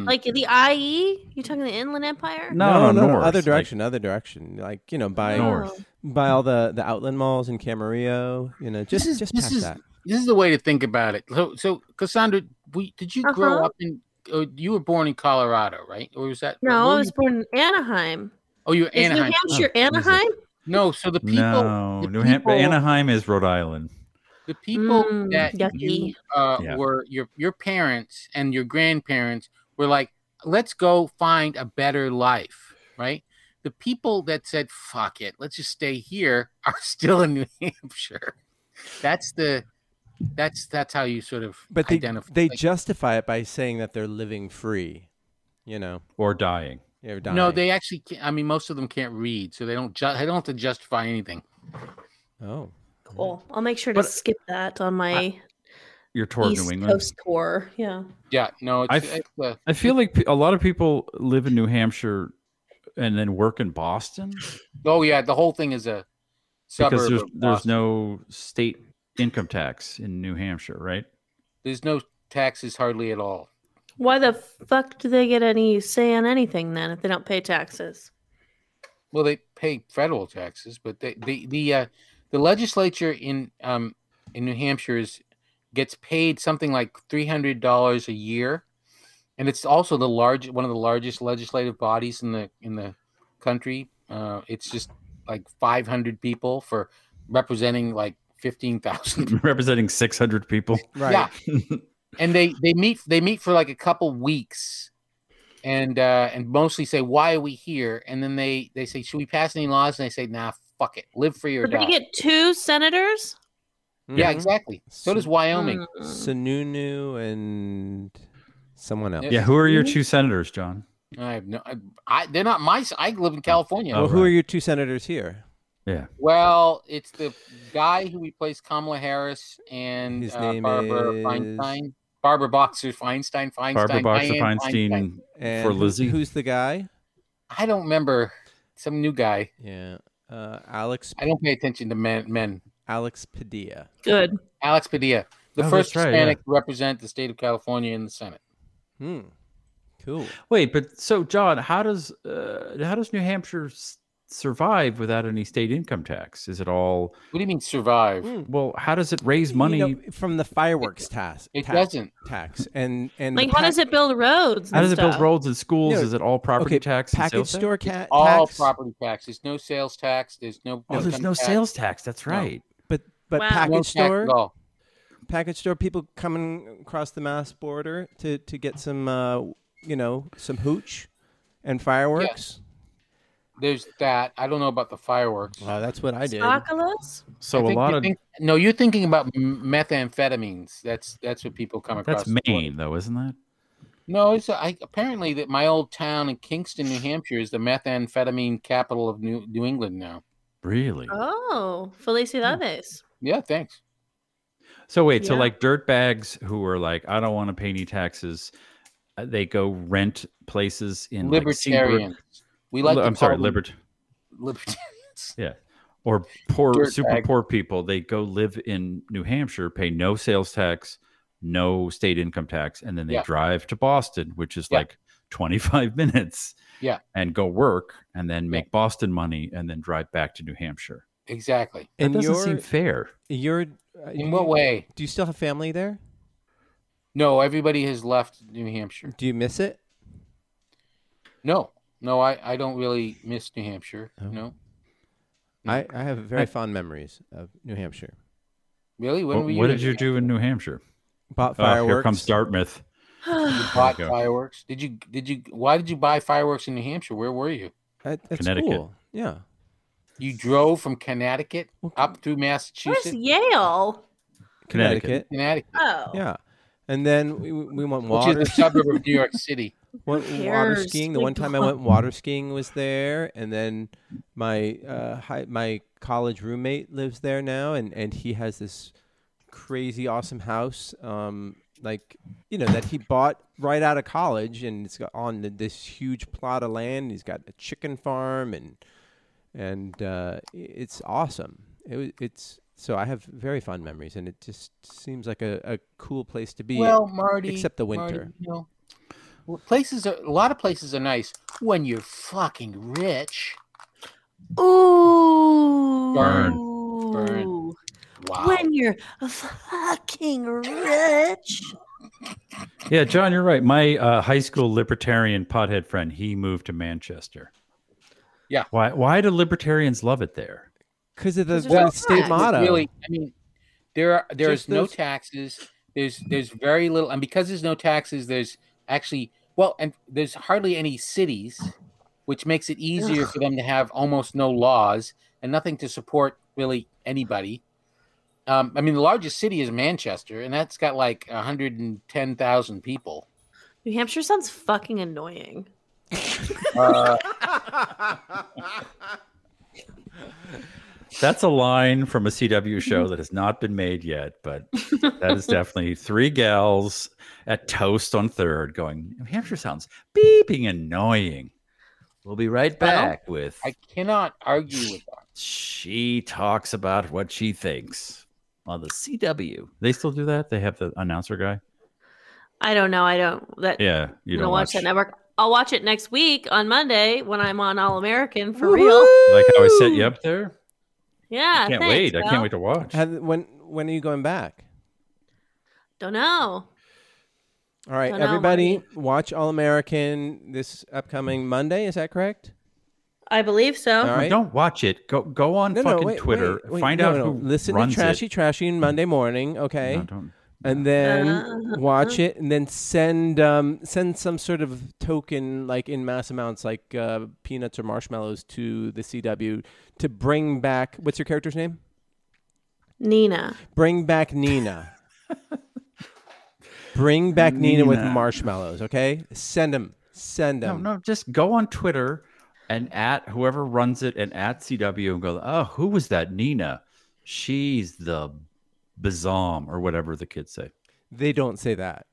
S5: like the IE? You talking the Inland Empire?
S2: no, no, north,
S4: other
S2: like-
S4: direction, other direction. Like you know, by
S2: North.
S4: by all the the outland malls in Camarillo. You know, just
S6: is-
S4: just
S6: this
S4: past
S6: is-
S4: that.
S6: This is the way to think about it. So, so Cassandra, we did you grow
S5: Uh-huh.
S6: up in? Oh, you were born in Colorado, right? Or was that?
S5: No,
S6: where
S5: I
S6: were
S5: was
S6: you-
S5: born in Anaheim.
S6: Oh, you were
S5: Is
S6: Anaheim.
S5: New Hampshire Anaheim?
S6: No, so the people.
S2: no,
S6: the
S2: New Hampshire.
S6: people-
S2: Anaheim is Rhode Island.
S6: the people
S5: Mm,
S6: that you
S5: yucky.
S6: uh,
S2: Yeah.
S6: were your your parents and your grandparents were like, let's go find a better life, right? The people that said fuck it, let's just stay here are still in New Hampshire. That's the that's that's how you sort of
S4: But they
S6: identify.
S4: they
S6: like,
S4: justify it by saying that they're living free. You know,
S2: Or dying.
S4: they're dying.
S6: no, they actually. Can't, I mean, most of them can't read, so they don't. Ju- they don't have to justify anything.
S4: Oh,
S5: Cool. I'll make sure to
S2: But-
S5: skip that on my
S2: You're toward
S5: East
S2: New England.
S5: Coast tour. Yeah.
S6: Yeah, no, it's,
S2: I f-
S6: it's uh,
S2: I feel like pe- a lot of people live in New Hampshire and then work in Boston
S6: oh yeah, the whole thing is a suburb.
S2: because there's
S6: of
S2: there's
S6: Boston.
S2: no state income tax in New Hampshire, right?
S6: there's no taxes hardly at all.
S5: Why the fuck do they get any say on anything then if they don't pay taxes?
S6: Well, they pay federal taxes, but they, the the uh, the legislature in um in New Hampshire is gets paid something like three hundred dollars a year, and it's also the large one of the largest legislative bodies in the in the country. Uh, it's just like five hundred people for representing like fifteen thousand
S2: representing 600 people.
S4: Right.
S6: yeah. and they they meet they meet for like a couple weeks, and uh, and mostly say why are we here, and then they they say should we pass any laws, and they say nah, fuck it, live free or
S5: Did they
S6: die.
S5: get two senators?
S6: Yeah,
S4: Mhm.
S6: exactly. So does
S4: Su-
S6: Wyoming.
S5: Mm.
S4: Sununu and someone else.
S2: Yeah, who are
S6: Mm-hmm.
S2: your two senators, John?
S6: I have no. I, I they're not my. s- I live in California.
S2: Oh.
S4: Well, who
S2: right.
S4: are your two senators here?
S6: Well, it's the guy who replaced Kamala Harris and
S4: His
S6: uh,
S4: name
S6: Barbara
S4: is-
S6: Feinstein. Barbara Boxer Feinstein. Feinstein.
S2: Barbara Boxer
S6: Dianne
S2: Feinstein.
S4: And
S2: For
S4: who-
S2: Lizzie?
S4: who's the guy?
S6: I don't remember. Some new guy.
S4: Yeah, uh, Alex
S6: I don't pay attention to men. men.
S4: Alex Padilla.
S5: Good.
S6: Alex Padilla, the
S2: Oh,
S6: first
S2: that's right, yeah.
S6: Hispanic to represent the state of California in the Senate.
S4: Hmm. Cool.
S2: Wait, but so John, how does uh, how does New Hampshire s- survive without any state income tax? Is it all
S6: What do you mean survive?
S4: Mm.
S2: well? How does it raise
S4: You
S2: money?
S4: know, from the fireworks tax.
S6: It
S4: tax,
S6: doesn't.
S4: tax and and
S5: Like,
S4: the
S5: how
S4: pack-
S5: does it build roads?
S2: how
S5: and
S2: does it build
S5: stuff?
S2: roads and schools?
S4: No,
S2: Is it all property
S4: okay,
S2: tax? and
S4: package
S2: sales tax?
S4: store ca-
S6: All
S4: tax?
S6: property tax. There's no sales tax. There's no.
S2: Oh, there's
S6: income
S2: no
S6: tax,
S2: sales tax. That's
S6: No.
S2: right.
S4: But but
S5: Wow.
S6: no
S4: package
S6: tax at
S4: store
S6: all.
S4: package store people coming across the mass border to to get some uh, you know some hooch and fireworks.
S6: There's that. I don't know about the fireworks.
S4: Wow, that's what I did.
S5: Sockolas?
S6: I
S2: So a
S6: think
S2: lot
S6: you
S2: of
S6: think- no, you're thinking about m- methamphetamines. That's that's what people come across.
S2: that's
S6: as well.
S2: Maine, though, isn't that?
S6: No, it's I, apparently that my old town in Kingston, New Hampshire, is the methamphetamine capital of New New England now.
S2: Really?
S5: Oh, felicidades.
S6: Yeah, thanks.
S2: So wait, so
S5: Yeah.
S2: like dirt bags who are like, I don't want to pay any taxes. uh, They go rent places in like, Seabrook-
S6: Libertarians. we like.
S2: Li-
S6: to
S2: I'm
S6: call
S2: sorry,
S6: them
S2: libert
S6: Libertarians.
S2: or poor,
S6: Dirt
S2: super
S6: bag.
S2: poor people. They go live in New Hampshire, pay no sales tax, no state income tax, and then they
S6: Yeah.
S2: drive to Boston, which is
S6: Yeah.
S2: like 25 minutes.
S6: Yeah.
S2: and go work, and then make Boston money, and then drive back to New Hampshire.
S6: Exactly.
S2: That
S4: and
S2: doesn't
S4: your
S2: seem fair.
S4: your uh,
S6: In what way?
S4: Do you still have family there?
S6: No, everybody has left New Hampshire.
S4: Do you miss it?
S6: No, no, I, I don't really miss New Hampshire.
S4: Oh.
S6: No,
S4: I,
S6: Mm-hmm.
S4: I have very
S2: I-
S4: fond memories of New Hampshire.
S6: really. When
S2: What,
S6: were you?
S2: what
S6: in
S2: did you
S6: New
S2: do in New Hampshire?
S4: Bought
S2: Oh,
S4: fireworks.
S2: here comes Dartmouth.
S6: You bought
S2: go.
S6: fireworks. Did you? Did you? Why did you buy fireworks in New Hampshire? Where were you?
S4: That- that's
S2: Connecticut.
S4: cool. Yeah.
S6: You drove from Connecticut up through
S5: Where's
S6: Massachusetts,
S5: Yale?
S2: Connecticut.
S6: Connecticut,
S5: Oh.
S4: Yeah. And then we, we went
S6: which is
S4: water,
S6: a suburb of New York City.
S4: went
S5: Who
S4: water
S5: cares?
S4: skiing. The
S5: Like,
S4: one time I went water skiing was there, and then my uh, hi, my college roommate lives there now, and, and he has this crazy awesome house, um, like you know that he bought right out of college, and it's got on the, this huge plot of land. He's got a chicken farm, and and uh, i- it's awesome. It, wa- it's so I have very fond memories, and it just seems like a, a cool place to be.
S6: Well, Marty,
S4: except the
S6: Marty,
S4: winter.
S6: you know, well, places are a lot of places are nice when you're fucking rich.
S5: Oh. Ooh.
S6: Burn. Burn. Wow.
S5: When you're fucking rich.
S2: Yeah, John, you're right. My uh, high school libertarian pothead friend, he moved to Manchester.
S6: Yeah.
S2: Why? Why do libertarians love it there?
S4: Because of the,
S5: 'Cause
S4: the
S5: there's no
S4: state
S5: tax.
S4: motto.
S6: Really, I mean, there are there's
S4: Just
S6: no
S4: those-
S6: taxes. There's there's very little, and because there's no taxes, there's actually well, and there's hardly any cities, which makes it easier for them to have almost no laws and nothing to support really anybody. Um, I mean, the largest city is Manchester, and that's got like 110,000 people.
S5: New Hampshire sounds fucking annoying.
S2: That's a line from a CW show that has not been made yet, but that is definitely three gals at Toast on Third going, New Hampshire sounds beeping annoying. We'll be right
S6: Well,
S2: back with
S6: I cannot argue with that.
S2: She Talks About What She Thinks on the CW. They still do that? They have the announcer guy?
S5: I don't know. I don't. That
S2: Yeah. You
S5: I
S2: don't watch
S5: that network. I'll watch it next week on Monday when I'm on All American for real.
S2: Like how I set you up there?
S5: Yeah.
S2: can't
S5: thanks,
S2: wait. I
S5: pal.
S2: can't wait to watch.
S4: Have, when when are you going back?
S5: Don't know.
S4: All right,
S5: Don't know,
S4: everybody, watch All American this upcoming Monday. Is that correct?
S5: I believe so.
S4: All right.
S2: Don't watch it. Go go on fucking
S4: wait,
S2: Twitter.
S4: wait, wait,
S2: find
S4: no,
S2: out
S4: no.
S2: who
S4: Listen
S2: runs
S4: to Trashy
S2: it.
S4: Trashy Monday morning, okay?
S2: No, don't.
S4: and then
S5: Uh-huh.
S4: watch it, and then send um, send some sort of token, like in mass amounts, like uh, peanuts or marshmallows, to the CW to bring back. What's your character's name?
S5: Nina.
S4: Bring back Nina. Bring back Nina. with
S2: Nina.
S4: marshmallows, okay? Send them. Send
S2: No,
S4: them.
S2: no, just go on Twitter and at whoever runs it and at CW and go, oh, who was that? Nina. She's the bazom or whatever the kids say.
S4: They don't say that.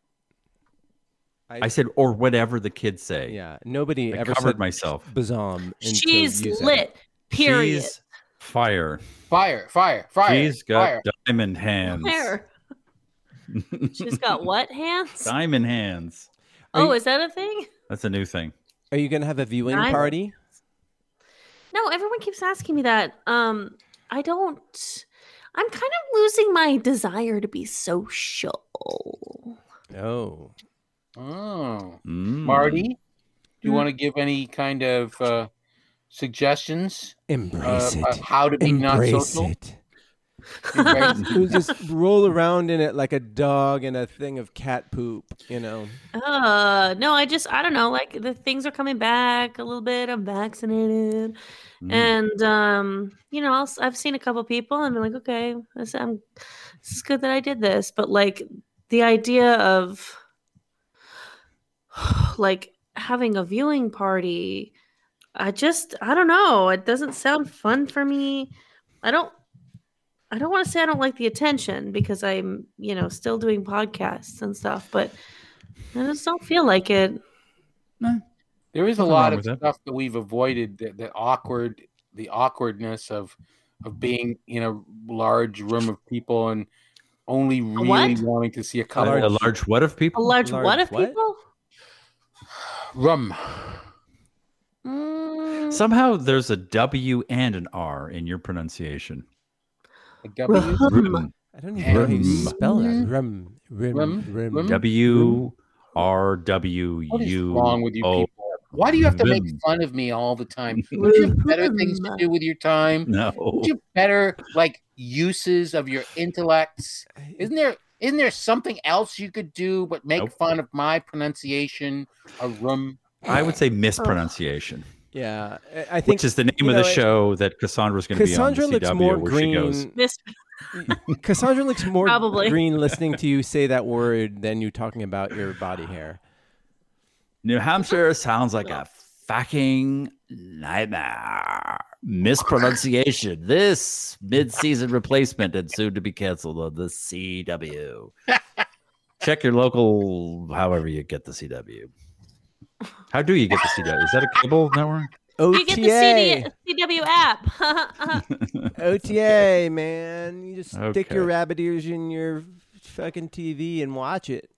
S2: I said, or whatever the kids say.
S4: Yeah. Nobody
S2: I
S4: ever
S2: covered
S4: said
S2: myself.
S4: bazom. until
S5: She's
S4: you said it.
S5: lit. Period.
S2: She's fire.
S6: Fire, fire, fire.
S2: She's got
S6: fire.
S2: diamond hands.
S5: Where? She's got what hands?
S2: Diamond hands.
S5: Oh, is that a thing?
S2: That's a new thing.
S4: Are you gonna have a viewing
S5: Diamond.
S4: party?
S5: No, everyone keeps asking me that. Um, I don't. I'm kind of losing my desire to be social.
S6: Uh,
S4: Oh.
S6: Oh,
S4: Hmm.
S2: Mm.
S6: Marty, do you
S5: Hmm.
S6: want to give any kind of uh, suggestions uh,
S4: Embrace
S6: of
S4: it.
S6: how to be not
S4: Embrace
S6: social?
S4: it.
S6: Embrace it.
S4: You just roll around in it like a dog in a thing of cat poop, you know.
S5: Uh, no, I just I don't know. Like the things are coming back a little bit. I'm vaccinated,
S2: Mm.
S5: and um, you know, I'll, s- I've seen a couple people and been like, okay, this, I'm, this is good that I did this. But like the idea of like having a viewing party, I just I don't know. It doesn't sound fun for me. I don't. I don't want to say I don't like the attention because I'm, you know, still doing podcasts and stuff, but I just don't feel like it.
S6: There is
S2: Nothing
S6: a
S2: wrong
S6: lot of
S2: with it.
S6: stuff that we've avoided that the awkward the awkwardness of of being in a large room of people and only really
S5: what?
S6: wanting to see a
S2: A,
S6: color
S2: a large what of
S5: A
S2: people?
S5: large,
S4: Large
S5: what of
S4: what?
S5: people?
S6: rum.
S5: Mm,
S2: Somehow there's a W and an R in your pronunciation.
S6: A W.
S4: Um,
S5: rum.
S4: I don't even know how you
S2: Rum.
S4: spell that. Rum, rim,
S6: Rum,
S4: rim.
S6: rum.
S2: W R W
S6: What is
S2: U Oh,
S6: wrong with you
S2: O.
S6: people? Why do you have to make
S2: Rum.
S6: fun of me all the time? Would you have better
S5: Rum.
S6: things to do with your time?
S2: No.
S6: Would you have better like uses of your intellects? Isn't there isn't there something else you could do but make
S2: Nope.
S6: fun of my pronunciation A rum?
S2: I would say mispronunciation,
S4: Yeah, I- I think
S2: which is the name
S4: you
S2: of the
S4: know, it-
S2: show that Cassandra's going to be on. The
S4: Cassandra
S2: CW
S4: looks more
S2: where
S4: green.
S2: she goes.
S5: Miss
S4: Cassandra looks more
S5: Probably.
S4: green listening to you say that word than you talking about your body hair.
S2: New Hampshire sounds like a fucking nightmare. Mispronunciation. This mid-season replacement and soon to be canceled on the CW. Check your local, however you get the CW. How do you get the CW? Is that a cable network?
S4: OTA,
S5: you get the CD, CW app.
S4: OTA, man. You just stick
S2: Okay.
S4: your rabbit ears in your fucking TV and watch it.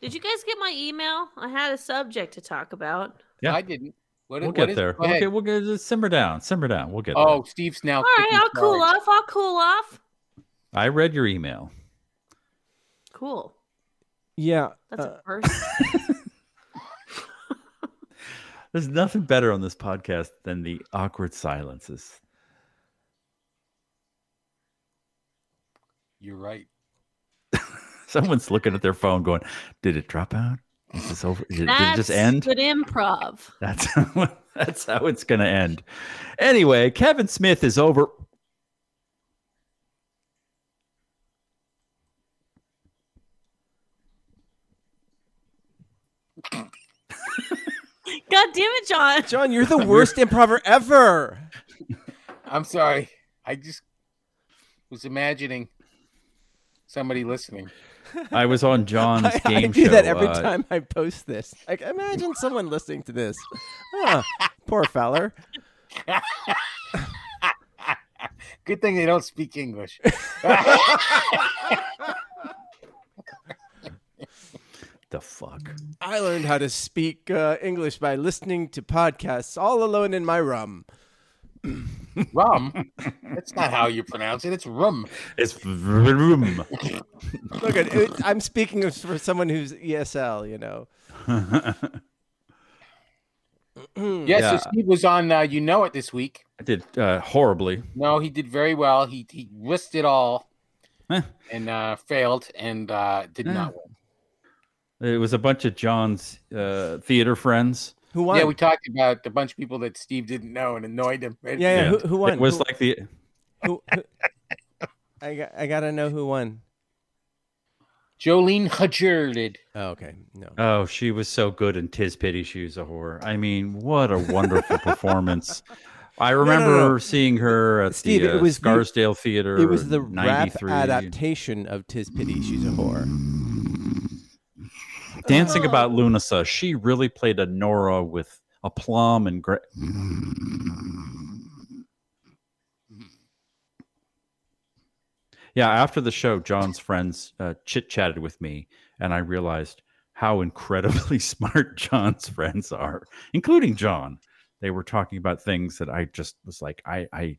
S5: Did you guys get my email? I had a subject to talk about.
S2: Yeah.
S6: I didn't. What,
S2: We'll
S6: what
S2: get
S6: is-
S2: there.
S6: go
S2: We'll
S6: ahead.
S2: get, we'll get simmer down. Simmer down. We'll get
S6: Oh, Steve's now.
S5: All right,
S6: taking
S5: I'll cool
S6: charge.
S5: off. I'll cool off.
S2: there. I read your email.
S5: Cool.
S4: Yeah.
S5: That's
S4: uh,
S5: a first.
S2: There's nothing better on this podcast than the awkward silences.
S6: You're right.
S2: Someone's looking at their phone going, Did it drop out? Is this over? Did, did it
S5: That's
S2: just end?
S5: good improv.
S2: That's how, that's how it's going to end. Anyway, Kevin Smith is over.
S5: God damn it, John.
S4: John, you're the worst improver ever.
S6: I'm sorry. I just was imagining somebody listening.
S2: I was on John's
S4: I, I
S2: game
S4: do
S2: show.
S4: that every
S2: uh,
S4: time I post this. Like, imagine someone listening to this. Huh, poor feller.
S6: Good thing they don't speak English.
S2: The fuck?
S4: I learned how to speak uh, English by listening to podcasts all alone in my room.
S6: Rum. That's not how you pronounce it. It's rum.
S2: It's vroom.
S4: Look, it, it, I'm speaking of for someone who's ESL, you know.
S2: I
S6: Yes,
S2: Yeah.
S6: so Steve was on uh, You Know It this week.
S2: did uh, horribly.
S6: No, he did very well. He he risked it all
S2: Huh.
S6: and uh, failed and uh, did
S2: Yeah.
S6: not win.
S2: It was a bunch of John's uh, theater friends.
S4: Who won?
S6: Yeah, we talked about a bunch of people that Steve didn't know and annoyed him.
S4: yeah, yeah,
S2: Yeah.
S4: Who, who won?
S2: It was
S4: Who-
S2: like the
S4: who- who- I got, I gotta know who won.
S6: Jolene Hajerlid.
S4: Oh, okay. No.
S2: oh, she was so good in Tis Pity She was a Whore. I mean, what a wonderful performance. I remember
S4: no.
S2: seeing her at
S4: Steve,
S2: the
S4: it
S2: uh,
S4: was the-
S2: Scarsdale Theater.
S4: It was the
S2: in
S4: rap
S2: 93.
S4: adaptation of Tis Pity She's a Whore.
S2: Dancing
S5: Oh.
S2: About Lunasa. She really played a Nora with aplomb and gra- Yeah, after the show, John's friends uh, chit chatted with me, and I realized how incredibly smart John's friends are, including John. They were talking about things that I just was like, I, I,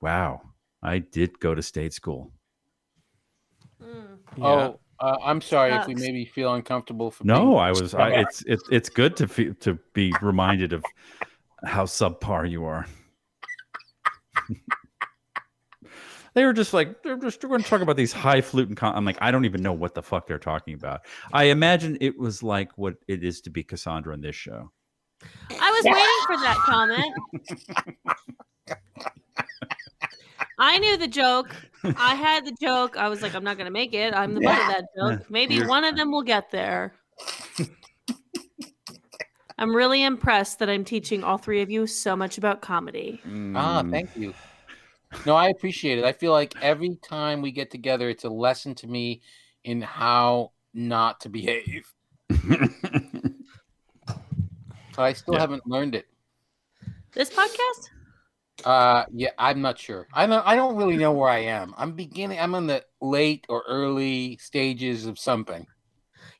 S2: wow, I did go to state school.
S5: Mm.
S4: Yeah.
S6: Oh, uh, I'm sorry if we
S5: Sucks.
S6: maybe feel uncomfortable for
S2: No,
S6: being-
S2: I was. I, it's it's it's good to feel, to be reminded of how subpar you are. they were just like they're just going to talk about these high flute and con- I'm like I don't even know what the fuck they're talking about. I imagine it was like what it is to be Cassandra in this show.
S5: I was waiting for that comment. I knew the joke. I had the joke. I was like, I'm not going to make it. I'm the butt of that joke. Maybe one of them will get there. I'm really impressed that I'm teaching all three of you so much about comedy.
S2: Mm.
S6: Ah, thank you. No, I appreciate it. I feel like every time we get together, it's a lesson to me in how not to behave. So I still
S2: Yeah.
S6: haven't learned it.
S5: This podcast?
S6: Uh, yeah, I'm not sure. I don't. I don't really know where I am. I'm beginning. I'm in the late or early stages of something.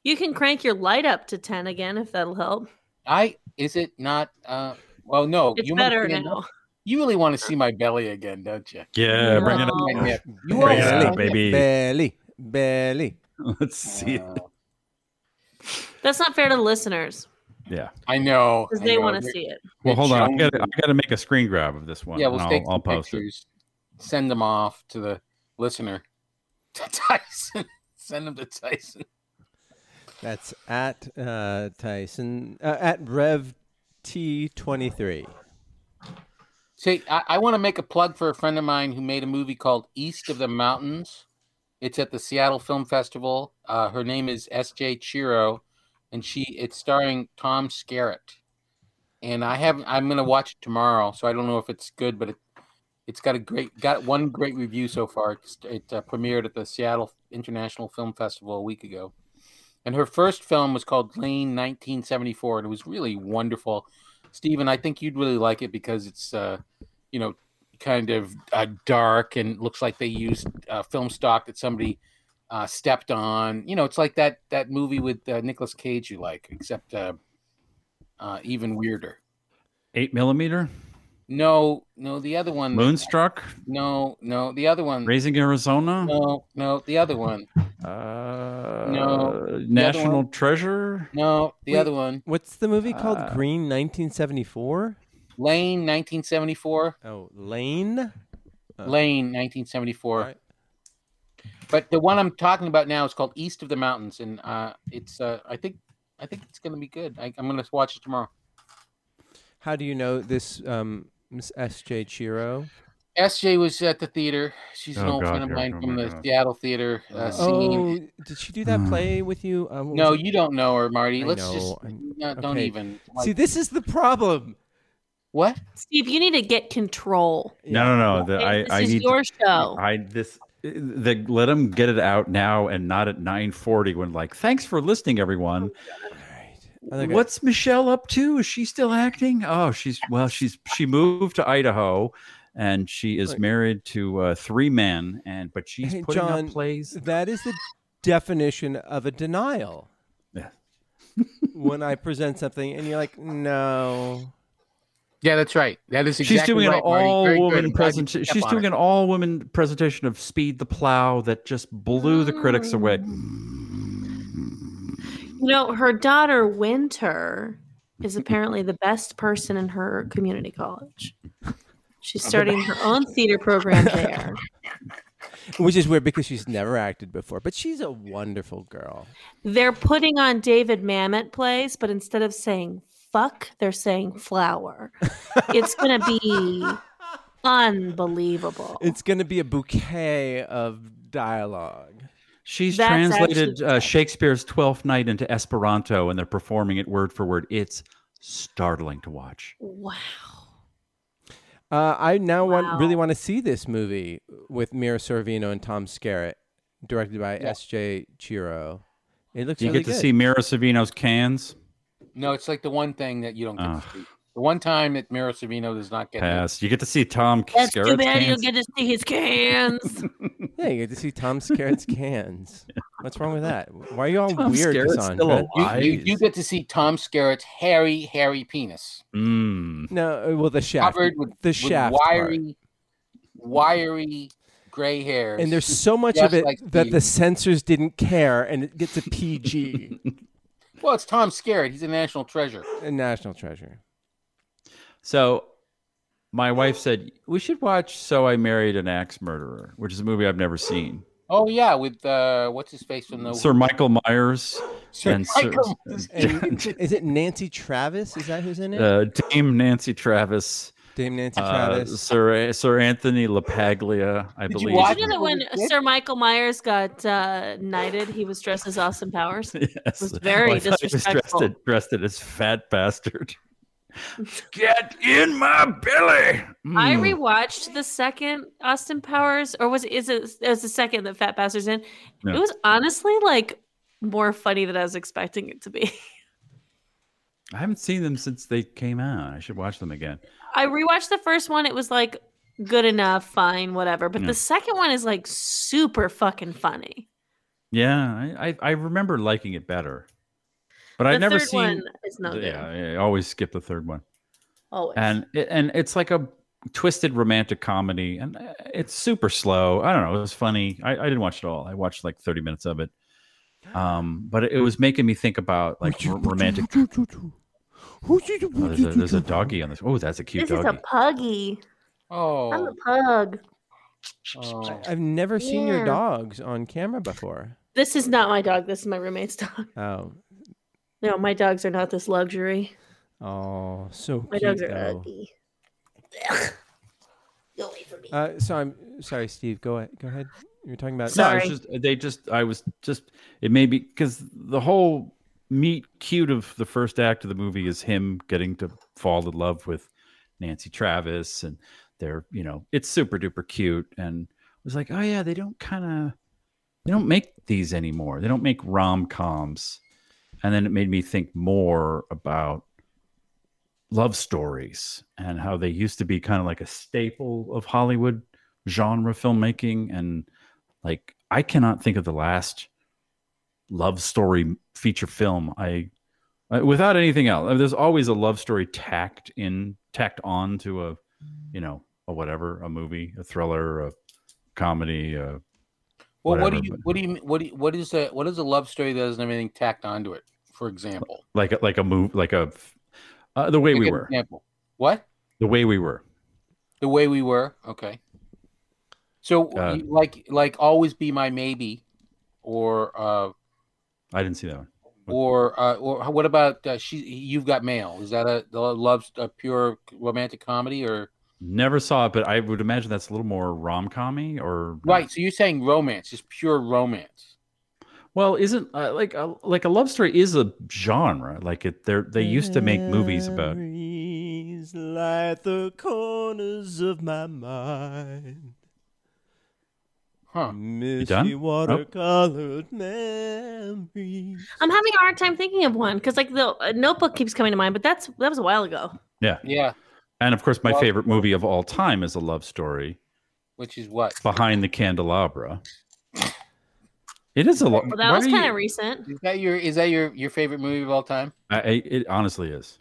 S5: You can crank your light up to 10 again if that'll help.
S6: I is it not? Uh, well, no.
S5: It's
S6: must
S5: better
S6: be in-
S5: now.
S6: You really want to see my belly again, don't you?
S2: yeah, bring it
S5: No.
S2: up.
S6: Yeah. You
S2: Bring
S6: are
S2: it
S4: Yeah,
S2: up,
S6: yeah.
S2: baby.
S4: Belly. Belly.
S2: Let's see. it.
S5: That's not fair to the listeners
S2: Yeah.
S6: I know.
S5: because
S6: I
S5: they
S6: know.
S5: want to
S6: They're-
S5: see it.
S2: Well, hold on. I
S6: Jones.
S2: gotta, I gotta make a screen grab of this one.
S6: Yeah, we'll
S2: and
S6: take
S2: I'll, I'll
S6: some
S2: post it.
S6: pictures. Send them off to the listener. To Tyson. Send them to Tyson.
S4: That's at uh, Tyson uh, at Rev T twenty three.
S6: See, I, I want to make a plug for a friend of mine who made a movie called East of the Mountains. It's at the Seattle Film Festival. Uh, her name is S.J. Chiro, and she it's starring Tom Skerritt. And I have I'm gonna watch it tomorrow, so I don't know if it's good, but it it's got a great got one great review so far. It's, it uh, premiered at the Seattle International Film Festival a week ago, and her first film was called Lane 1974, and it was really wonderful. Steven, I think you'd really like it because it's, uh, you know, kind of uh, dark and looks like they used uh, film stock that somebody uh, stepped on. You know, it's like that that movie with uh, Nicolas Cage you like, except uh, uh, even weirder.
S2: Eight millimeter,
S6: No, no, the other one.
S2: Moonstruck,
S6: No, no, the other one.
S2: Raising Arizona.
S6: No, no, the other one.
S2: Uh,
S6: No.
S2: National Treasure.
S6: No, the
S4: Wait.
S6: other one.
S4: What's the movie called?
S2: Uh,
S4: Green nineteen seventy four.
S6: Lane 1974.
S4: Oh, Lane. Uh,
S6: Lane 1974.
S4: Alright.
S6: But the one I'm talking about now is called East of the Mountains, and uh, it's uh, I think I think it's going to be good. I, I'm going to watch it tomorrow.
S4: How do you know this, um, Miss S J Chiro?
S6: SJ was at the theater. She's an
S2: Oh,
S6: old
S2: God,
S6: friend of
S2: yeah,
S6: mine
S2: oh
S6: from
S2: my
S6: the
S2: God.
S6: Seattle theater
S2: Oh.
S6: uh, scene.
S4: Oh, did she do that
S2: Hmm.
S4: play with you? Uh, what was
S6: No,
S4: it?
S6: you don't know her, Marty.
S4: I
S6: Let's
S4: know,
S6: just
S4: I'm-
S6: no, don't
S4: okay.
S6: even. Like,
S4: See, this is the problem.
S6: what?
S5: Steve, you need to get control.
S2: No, no, no. The,
S5: Okay?
S2: I,
S5: this
S2: I
S5: is
S2: need.
S5: your show.
S2: I this. The, let them get it out now and not at 9:40 when like thanks for listening everyone.
S4: Alright. Okay.
S2: What's Michelle up to? Is she still acting? Oh, she's well she's she moved to Idaho and she is
S4: Look.
S2: married to uh, three men and but she's
S4: Hey,
S2: putting
S4: John.
S2: up plays.
S4: That is the definition of a denial.
S2: Yeah.
S4: when I present something and you're like, no,
S6: Yeah, that's right. That is exactly
S2: she's doing an
S6: right, Marty. Very good. I'm
S2: all-woman
S6: glad you
S2: presentation.
S6: picked up
S2: She's
S6: on
S2: doing
S6: it.
S2: an all-woman presentation of Speed the Plow that just blew the critics away.
S5: You know, her daughter Winter is apparently the best person in her community college. She's starting her own theater program there.
S4: Which is weird because she's never acted before, but she's a wonderful girl.
S5: They're putting on David Mamet plays, but instead of saying fuck, they're saying flower. It's going to be unbelievable.
S4: It's going to be a bouquet of dialogue.
S2: She's
S5: That's
S2: translated
S5: actually
S2: uh, Shakespeare's Twelfth Night into Esperanto, and they're performing it word for word. It's startling to watch.
S5: wow.
S4: Uh, I now want really
S5: Wow.
S4: want to see this movie with Mira Sorvino and Tom Skerritt, directed by S.J. Chiro. It looks
S2: Do you
S4: really
S2: get to
S4: good.
S2: see Mira Savino's cans?
S6: No, it's like the one thing that you don't get
S2: Ugh.
S6: to see. The one time that Mira Savino does not get that.
S2: Pass. You get to see Tom
S5: That's too
S2: Skerritt's
S5: bad you
S2: cans.
S5: don't get to see his cans.
S4: Yeah, you get to see Tom Skerritt's cans. What's wrong with that? Why are you all
S2: Tom
S4: weird,
S2: Skerritt's
S4: Cassandra?
S2: still
S6: You, you,
S2: alive.
S6: you get to see Tom Skerritt's hairy, hairy penis
S2: Mm.
S4: No, uh, well, the shaft.
S6: covered with,
S4: the
S6: with
S4: shaft part.
S6: wiry, wiry gray hairs.
S4: And there's so much of
S6: Just
S4: it
S6: like
S4: that
S6: the-
S4: the censors didn't care, and it gets a PG,
S6: well, it's Tom Skerritt. He's a national treasure.
S4: a national treasure.
S2: So my wife said we should watch So I Married an Axe Murderer, which is a movie I've never seen.
S6: Oh yeah, with uh, what's his face
S4: Oh.
S6: from the
S2: Sir Michael Myers,
S6: Sir
S2: and Sir-
S6: Michael-
S4: And is it Nancy Travis? Is that who's in it?
S2: uh, Dame Nancy Travis,
S4: Dame Nancy
S2: uh,
S4: Travis.
S2: Sir Sir Anthony LaPaglia, I
S6: Did you
S2: believe.
S6: watch
S5: You know that when Sir Michael Myers got uh, knighted, he was dressed as Austin Powers?
S2: Yes.
S5: was very
S2: I thought he was
S5: disrespectful.
S2: dressed, it, dressed it as fat bastard. Get in my belly.
S5: I
S2: Mm.
S5: rewatched the second Austin Powers, or was it, is it, it was the second that Fat Bastard's in?
S2: Yeah.
S5: It was honestly like more funny than I was expecting it to be.
S2: I haven't seen them since they came out. I should watch them again.
S5: I rewatched the first one; it was like good enough, fine, whatever. But
S2: Yeah.
S5: the second one is like super fucking funny.
S2: Yeah, I, I, I remember liking it better, but
S5: The
S2: I've never
S5: third
S2: seen.
S5: one is no
S2: the-
S5: good.
S2: yeah, I always skip the third one,
S5: Always.
S2: and it, and it's like a twisted romantic comedy, and uh, it's super slow. I don't know. It was funny. I, I didn't watch it all. I watched like thirty minutes of it, um, but it, it was making me think about like r- romantic. Oh, there's, a, there's a doggy on this. Oh, that's a cute
S5: this is a
S2: doggy.
S5: puggy. I'm a
S6: Oh,
S5: pug.
S6: oh.
S4: I've never seen your
S5: Yeah.
S4: dogs on camera before.
S5: This is not my dog. This is my roommate's dog.
S4: Oh,
S5: No, my dogs are not this luxury.
S4: oh, so
S5: My
S4: cute.
S5: dogs are
S4: though.
S5: ugly. Go away from me.
S4: Uh, so I'm sorry, Steve. Go ahead. Go ahead. You're talking about.
S2: No, it's
S5: Sorry.
S2: just they just I was just it may be because the whole meet cute of the first act of the movie is him getting to fall in love with Nancy Travis and they're you know it's super duper cute and I was like oh yeah they don't kind of they don't make these anymore they don't make rom coms and then it made me think more about love stories and how they used to be kind of like a staple of Hollywood genre filmmaking and like i cannot think of the last love story feature film i uh, without anything else I mean, there's always a love story tacked in tacked on to a you know a whatever a movie a thriller a comedy a,
S6: Well,
S2: whatever,
S6: what do you
S2: but-
S6: what do you what do you, what is a what is a love story that doesn't have anything tacked onto it? For example,
S2: like a like a move like a uh, the way
S6: Pick
S2: we
S6: an
S2: were
S6: Example. What?
S2: the way we were
S6: The way we were. Okay. So,
S2: Uh,
S6: you- like, like always be my maybe, or uh,
S2: i didn't see that one
S6: or uh, or what about uh, she? You've got mail. Is that a, a love a pure romantic comedy or
S2: never saw it but i would imagine that's a little more rom-commy or
S6: right? So you're saying romance, just pure romance.
S2: Well, isn't uh, like a, like a love story is a genre. Like it, they they used to make movies about.
S4: Memories light the corners of my mind.
S6: Huh?
S2: done?
S4: Misty
S2: Nope.
S4: watercolored memories.
S5: I'm having a hard time thinking of one because like the uh, Notebook keeps coming to mind, but that's that was a while ago.
S2: Yeah,
S6: Yeah.
S2: and of course, my
S6: Love
S2: favorite movie of all time is a love story,
S6: Which is what?
S2: Behind the Candelabra. It is a. Lo-
S5: Well, that
S2: Why
S5: was
S2: do you-
S5: kind of recent.
S6: Is that your is that your your favorite movie of all time?
S2: I, I- it honestly is.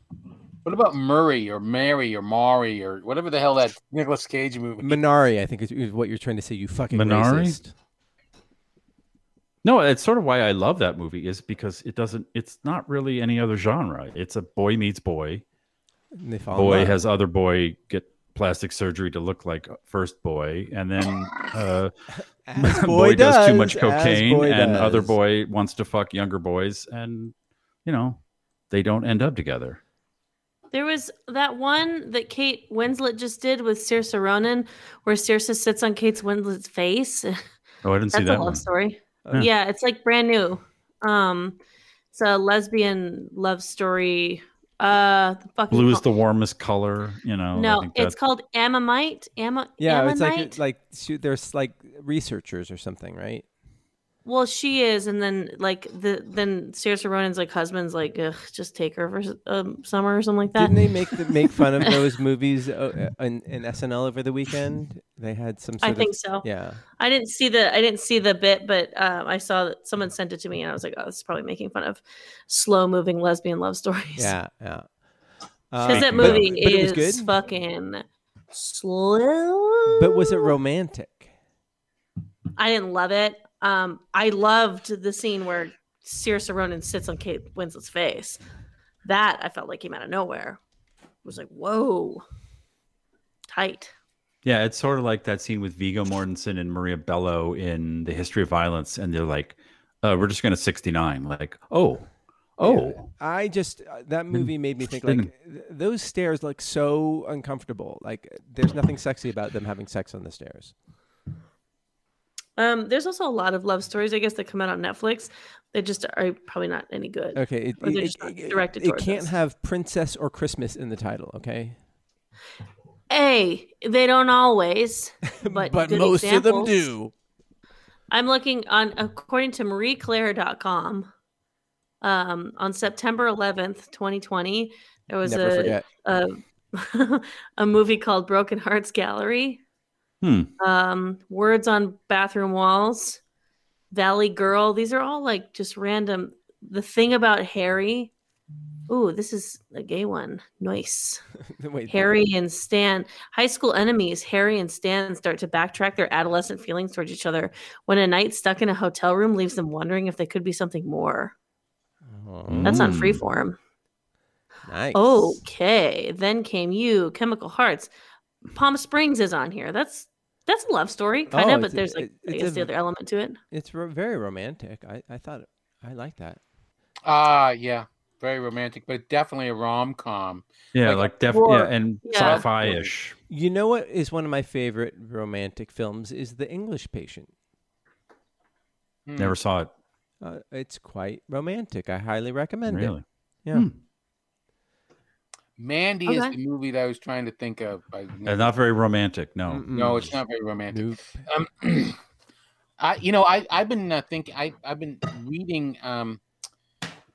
S6: What about Murray or Mary or Maury or whatever the hell that Nicolas Cage movie?
S4: Minari, I think is, is what you're trying to say. You fucking
S2: Minari?
S4: racist.
S2: No, it's sort of why I love that movie is because it doesn't. It's not really any other genre. It's a boy meets boy.
S4: And they fall in
S2: boy
S4: love.
S2: has other boy get plastic surgery to look like first boy, and then uh,
S4: As
S2: boy, does, too much
S4: as
S2: cocaine,
S4: boy
S2: and other
S4: does.
S2: boy wants to fuck younger boys, and you know they don't end up together.
S5: There was that one that Kate Winslet just did with Saoirse Ronan, where Saoirse sits on Kate Winslet's face.
S2: Oh, I didn't see
S5: That's
S2: that
S5: a
S2: one.
S5: love story.
S2: Yeah.
S5: Yeah. it's like brand new. Um, it's a lesbian love story. Uh, the fucking
S2: Blue is the warmest color, you know. I
S5: no,
S2: think
S5: it's
S2: that-
S5: called Ammonite. Amma,
S4: Yeah,
S5: Ammonite.
S4: it's like it's like shoot, there's like researchers or something, right?
S5: well, she is, and then like the then Saoirse Ronan's like husband's like, Ugh, just take her for s- um, summer or something like that.
S4: Didn't they make the, make fun of those movies uh, uh, in, in SNL over the weekend? They had some sort
S5: I
S4: of
S5: think so.
S4: yeah.
S5: I didn't see the I didn't see the bit, but um, I saw that someone sent it to me, and I was like, "Oh, this is probably making fun of slow-moving lesbian love stories."
S4: Yeah, yeah. Uh,
S5: because that
S4: but-
S5: movie
S4: but it was
S5: is
S4: good.
S5: fucking slow.
S4: But was it romantic?
S5: I didn't love it. Um, I loved the scene where Saoirse Ronan sits on Kate Winslet's face. That I felt like came out of nowhere. It was like, whoa, tight.
S2: Yeah, it's sort of like that scene with Vigo Mortensen and Maria Bello in The History of Violence, and they're like, uh, "We're just going to 69." Like, oh, oh,
S4: I just uh, that movie made me think like
S2: didn't-
S4: th- those stairs look so uncomfortable. Like there's nothing sexy about them having sex on the stairs.
S5: Um, there's also a lot of love stories, I guess, that come out on Netflix. They just are probably not any good.
S4: Okay, it,
S5: Or they're
S4: it,
S5: just not
S4: it-
S5: directed
S4: it
S5: towards
S4: can't
S5: us.
S4: have princess or Christmas in the title. Okay,
S5: A, they don't always, but, good
S4: most of them
S5: examples.
S4: do.
S5: I'm looking on according to MarieClaire.com. Um, on September 11th, 2020, there was
S4: Never
S5: a
S4: forget.
S5: a, a movie called Broken Hearts Gallery.
S2: Hmm.
S5: Um, Words on Bathroom Walls, Valley Girl. These are all like just random. The thing about Harry. Ooh, this is a gay one. Nice.
S4: Wait,
S5: Harry and Stan, high school enemies, Harry and Stan start to backtrack their adolescent feelings towards each other when a night stuck in a hotel room leaves them wondering if they could be something more.
S4: oh,
S5: That's on
S2: Mm.
S5: freeform.
S4: nice.
S5: Oh. Okay. Then came you, Chemical Hearts. Palm Springs is on here. That's that's a love story, kind
S4: Oh,
S5: of,
S4: it's
S5: but
S4: a-
S5: there's like
S4: it-
S5: I
S4: it's
S5: guess
S4: a-
S5: the other element to it.
S4: it's ro- very romantic. I I thought I like that.
S6: Ah, yeah, very romantic, but definitely a rom com.
S2: yeah,
S6: Like,
S2: like, def-
S6: or-
S2: yeah, and
S5: Yeah.
S2: sci-fi-ish.
S4: You know what is one of my favorite romantic films is The English Patient.
S2: Never saw it
S4: Uh, it's quite romantic. I highly recommend
S2: really.
S4: it. Yeah.
S2: Hmm.
S6: Mandy is
S5: Okay.
S6: the movie that I was trying to think of. I,
S2: Uh, not very romantic. No,
S6: no, it's not very romantic.
S4: Nope.
S6: Um, I, you know, I I've been uh, thinking. I I've been reading um,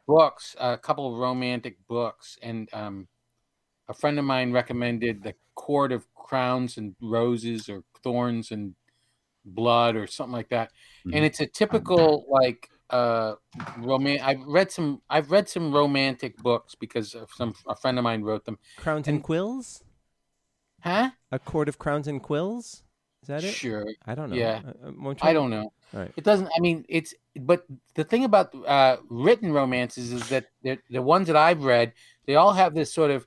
S6: books, a couple of romantic books, and um, a friend of mine recommended the Court of Crowns and Roses, or Thorns and Blood, or something like that.
S2: Mhm.
S4: Mm-hmm.
S6: And it's a typical like uh roman I've read some I've read some romantic books because of some a friend of mine wrote them.
S4: Crowns and Quills?
S6: Huh?
S4: A Court of Crowns and Quills? Is that it?
S6: Sure.
S4: I don't know. Uh,
S6: Yeah.
S4: I, I'm more
S6: I
S4: trying-
S6: don't know.
S4: Right.
S6: It doesn't. I mean, it's. But the thing about uh, written romances is that they're- the ones that I've read, they all have this sort of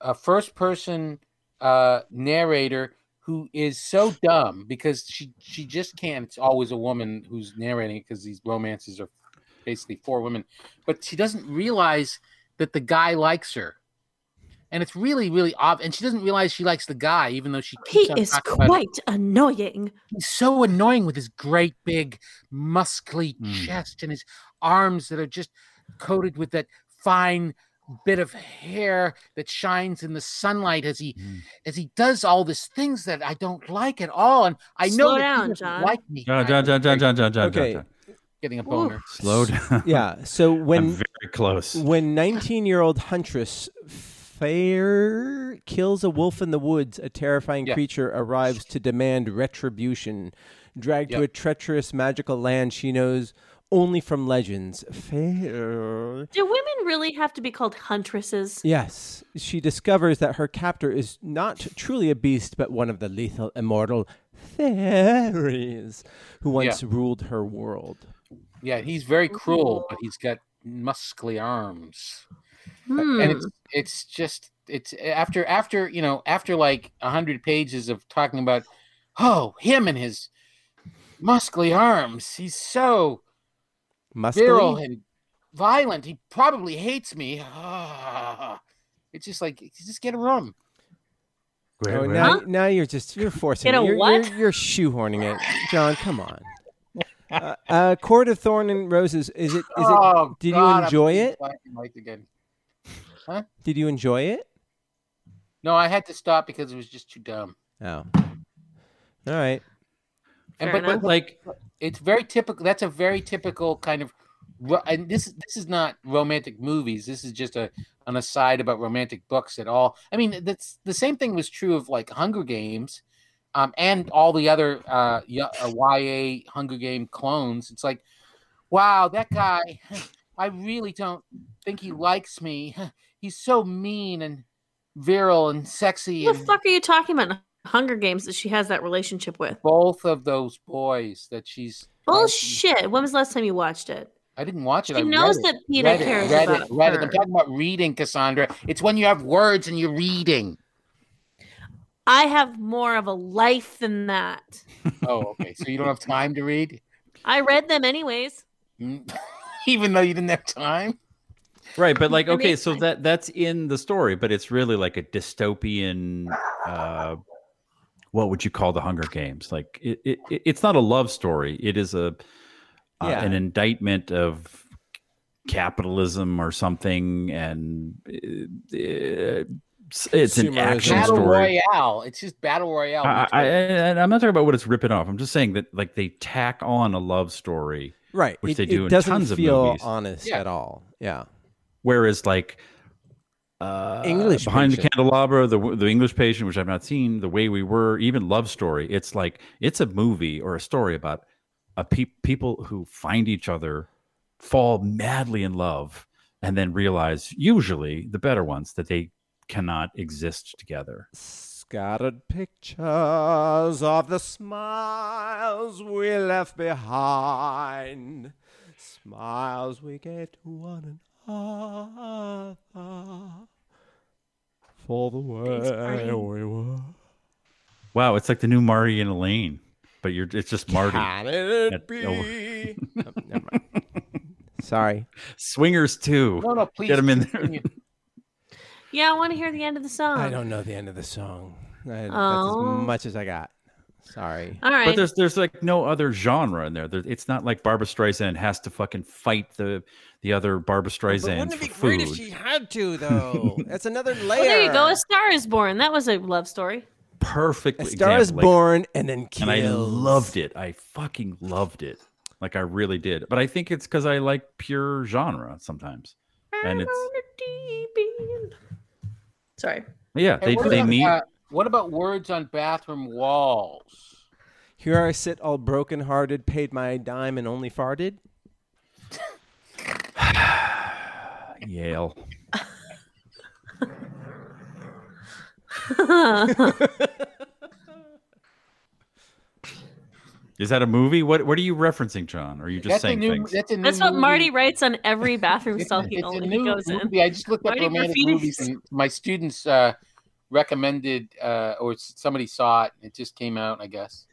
S6: uh, first-person uh, narrator who is so dumb because she she just can't. It's always a woman who's narrating it because these romances are basically for women, but she doesn't realize that the guy likes her. And it's really, really obvious. And she doesn't realize she likes the guy, even though she
S5: He
S6: keeps on
S5: is
S6: talking about it.
S5: quite annoying.
S6: He's so annoying with his great big muscly
S2: Mm.
S6: chest and his arms that are just coated with that fine bit of hair that shines in the sunlight as he
S2: Mm.
S6: as he does all these things that I don't like at all. And I know
S5: Slow
S6: that
S5: down,
S6: he doesn't
S5: John.
S6: like me.
S2: John, John, John, John, John, John, John,
S4: Okay.
S2: John.
S6: Getting a boner.
S2: Slow down.
S4: Yeah. So
S2: I'm
S4: when
S2: very close.
S4: when 19 year old huntress Fair kills a wolf in the woods, a terrifying
S6: Yeah.
S4: creature arrives to demand retribution. Dragged
S6: Yeah.
S4: to a treacherous magical land she knows only from legends. Fair.
S5: Do women really have to be called huntresses?
S4: Yes, she discovers that her captor is not truly a beast, but one of the lethal immortal fairies who once ruled her world.
S6: Yeah, he's very cruel, but
S5: Ooh.
S6: he's got muscly arms.
S5: Hmm.
S6: and it's it's just it's eh, after after you know after like a hundred pages of talking about oh him and his muscly arms he's so virile
S4: Muscly?
S6: and violent he probably hates me it's just like just get a room
S4: Oh,
S2: Wait, wait.
S4: now,
S5: Huh?
S4: now you're just you're forcing
S5: Get a
S4: it. You're,
S5: what?
S4: You're, you're shoehorning it, John. Come on. Uh, uh, Court of Thorn and Roses. Is it? Is it?
S6: oh
S4: did you
S6: God, I'm
S4: enjoy
S6: getting
S4: it?
S6: black and white again.
S4: Did you enjoy it?
S6: no i had to stop because it was just too dumb
S4: Oh. All right.
S6: and,
S5: Fair
S6: but, but
S5: enough.
S2: Like
S6: it's very typical that's a very typical kind of ro- and this this is not romantic movies this is just a an aside about romantic books at all i mean that's the same thing was true of like hunger games um, and all the other uh, y- uh, ya hunger game clones it's like wow that guy i really don't think he likes me he's so mean and virile and sexy
S5: Who the
S6: and
S5: fuck are you talking about? in Hunger Games that she has that relationship with.
S6: both of those boys that she's
S5: Bullshit. When was the last time you watched it?
S6: i didn't watch it
S5: She
S6: I read
S5: knows
S6: it.
S5: that Peter
S6: Read it,
S5: cares
S6: read
S5: about
S6: it, read it.
S5: her.
S6: I'm talking about reading, Cassandra. It's when you have words and you're reading.
S5: I have more of a life than that.
S6: Oh, okay. So you don't have time to read,
S5: I read them anyways.
S6: Mm. even though you didn't have time.
S2: right, but like
S5: I mean,
S2: okay, so
S5: I-
S2: that that's in the story, but it's really like a dystopian. uh What would you call the Hunger Games? Like it, it it- it's not a love story. It is a uh,
S4: Yeah.
S2: an indictment of capitalism or something, and uh, it's, it's an
S4: Consumerism.
S2: action
S6: Battle
S2: story.
S6: Royale. It's just Battle Royale.
S2: I,
S6: which
S2: I, I-
S6: was-
S2: and I'm not talking about what it's ripping off. I'm just saying that like they tack on a love story,
S4: Right.
S2: Which
S4: it,
S2: they do
S4: it
S2: in
S4: doesn't
S2: tons of
S4: feel
S2: movies.
S4: honest
S6: Yeah.
S4: at all. Yeah.
S2: whereas like uh,
S4: English
S2: behind
S4: Patient.
S2: the candelabra, the the English patient, which I've not seen, the way we were, even love story. It's like it's a movie or a story about a pe- people who find each other, fall madly in love, and then realize usually the better ones that they cannot exist together.
S4: Scattered pictures of the smiles we left behind, smiles we gave to one another for the way
S5: Marty.
S4: we were.
S2: Wow, it's like the new Marty and Elaine, but you're it's just Marty.
S4: Can it
S2: That's over.
S4: be? Oh, never mind. Sorry.
S2: Swingers too.
S6: no, no, please.
S2: Get him in there.
S6: continue.
S5: Yeah, I want to hear the end of the song.
S4: I don't know the end of the song. I- That's
S5: Oh.
S4: as much as I got. Sorry.
S5: All right.
S2: But there's there's like no other genre in there. there. It's not like Barbara Streisand has to fucking fight the the other Barbara
S4: But
S2: Streisand
S4: wouldn't it
S2: for
S4: be great if
S2: food.
S4: she had to, though? That's another layer.
S5: well, there you go. A Star is Born. That was a love story.
S2: Perfect
S4: A Star is
S2: example. Like,
S4: Born and then kills.
S2: and I loved it. I fucking loved it. Like I really did. But I think it's because I like pure genre sometimes. And
S5: I'm
S2: it's-
S5: on a D-beam. Sorry.
S2: Yeah,
S6: Hey,
S2: they
S6: what
S2: they
S6: about,
S2: meet.
S6: uh, what about words on bathroom walls?
S4: Here I sit, all broken-hearted, paid my dime and only farted.
S2: Yale. Is that a movie? What what are you referencing, John? Or are you just
S6: that's
S2: saying
S6: a new,
S2: things?
S6: That's, a new
S5: That's what
S6: movie.
S5: Marty writes on every bathroom
S6: It's,
S5: stall
S6: it's
S5: he
S6: a
S5: only
S6: new
S5: goes in.
S6: movie. I just looked up
S5: Marty
S6: romantic
S5: graffiti.
S6: movies, and my students uh, recommended, uh, or s- somebody saw it. It just came out, I guess.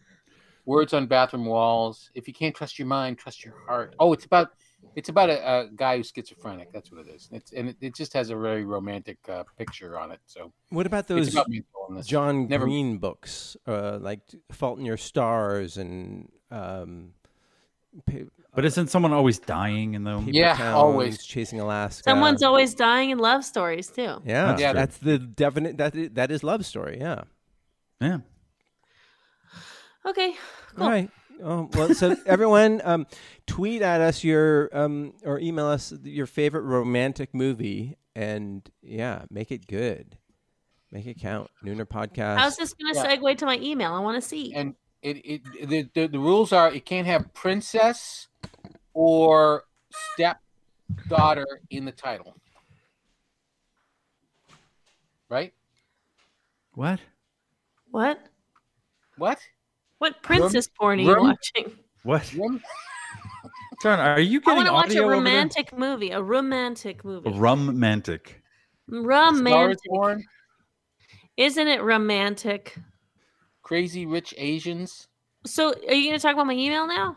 S6: Words on bathroom walls. If you can't trust your mind, trust your heart. Oh, it's about it's about a, a guy who's schizophrenic. That's what it is. It's and it, it just has a very romantic uh, picture on it. So
S4: What about
S6: it's
S4: those
S6: about mental illness.
S4: John
S6: Never-
S4: Green books, uh, like Fault in Your Stars and um, pa-
S2: But isn't someone always dying in them?
S4: Paper
S6: Yeah,
S4: Towns,
S6: always.
S4: Chasing Alaska?
S5: Someone's always dying in love stories too.
S4: yeah,
S2: That's
S4: yeah.
S6: true.
S4: That's the definite. That is, that is love story. Yeah.
S2: Yeah.
S5: Okay. Cool.
S4: All right. Oh, well, so everyone, um, tweet at us your um, or email us your favorite romantic movie, and yeah, make it good, make it count. Nooner podcast.
S5: How's this going to
S6: Yeah.
S5: segue to my email? I want to see.
S6: and it, it the, the the rules are it can't have princess, or stepdaughter in the title. Right?
S2: What?
S5: What?
S6: What?
S5: What princess porn are you
S6: Rum-
S5: watching?
S2: What?
S6: Rum-
S2: John, are you
S5: I
S2: getting
S5: want to watch
S2: audio
S5: a
S2: over there?
S5: romantic movie. A romantic movie.
S2: Romantic.
S6: Star is
S5: romantic.
S6: Born,
S5: Isn't it romantic?
S6: Crazy Rich Asians,
S5: So are you going to talk about my email now?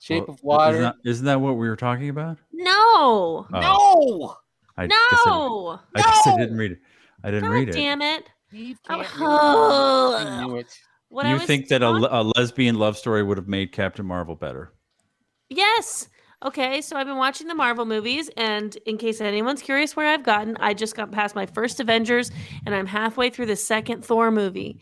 S6: Shape
S2: Well,
S6: of Water.
S2: Isn't that, isn't that what we were talking about?
S5: No.
S2: Oh,
S6: no!
S2: I guess I,
S5: no.
S2: I guess I
S6: No!
S2: didn't read it. I didn't
S5: God
S2: read it.
S5: damn it.
S6: Steve
S5: Oh,
S6: can't read it. I
S5: huh.
S6: knew it.
S5: What I
S2: you
S5: was
S2: think that a,
S5: talk-
S2: le- a lesbian love story would have made Captain Marvel better?
S5: Yes. Okay, so I've been watching the Marvel movies, and in case anyone's curious where I've gotten, I just got past my first Avengers, and I'm halfway through the second Thor movie,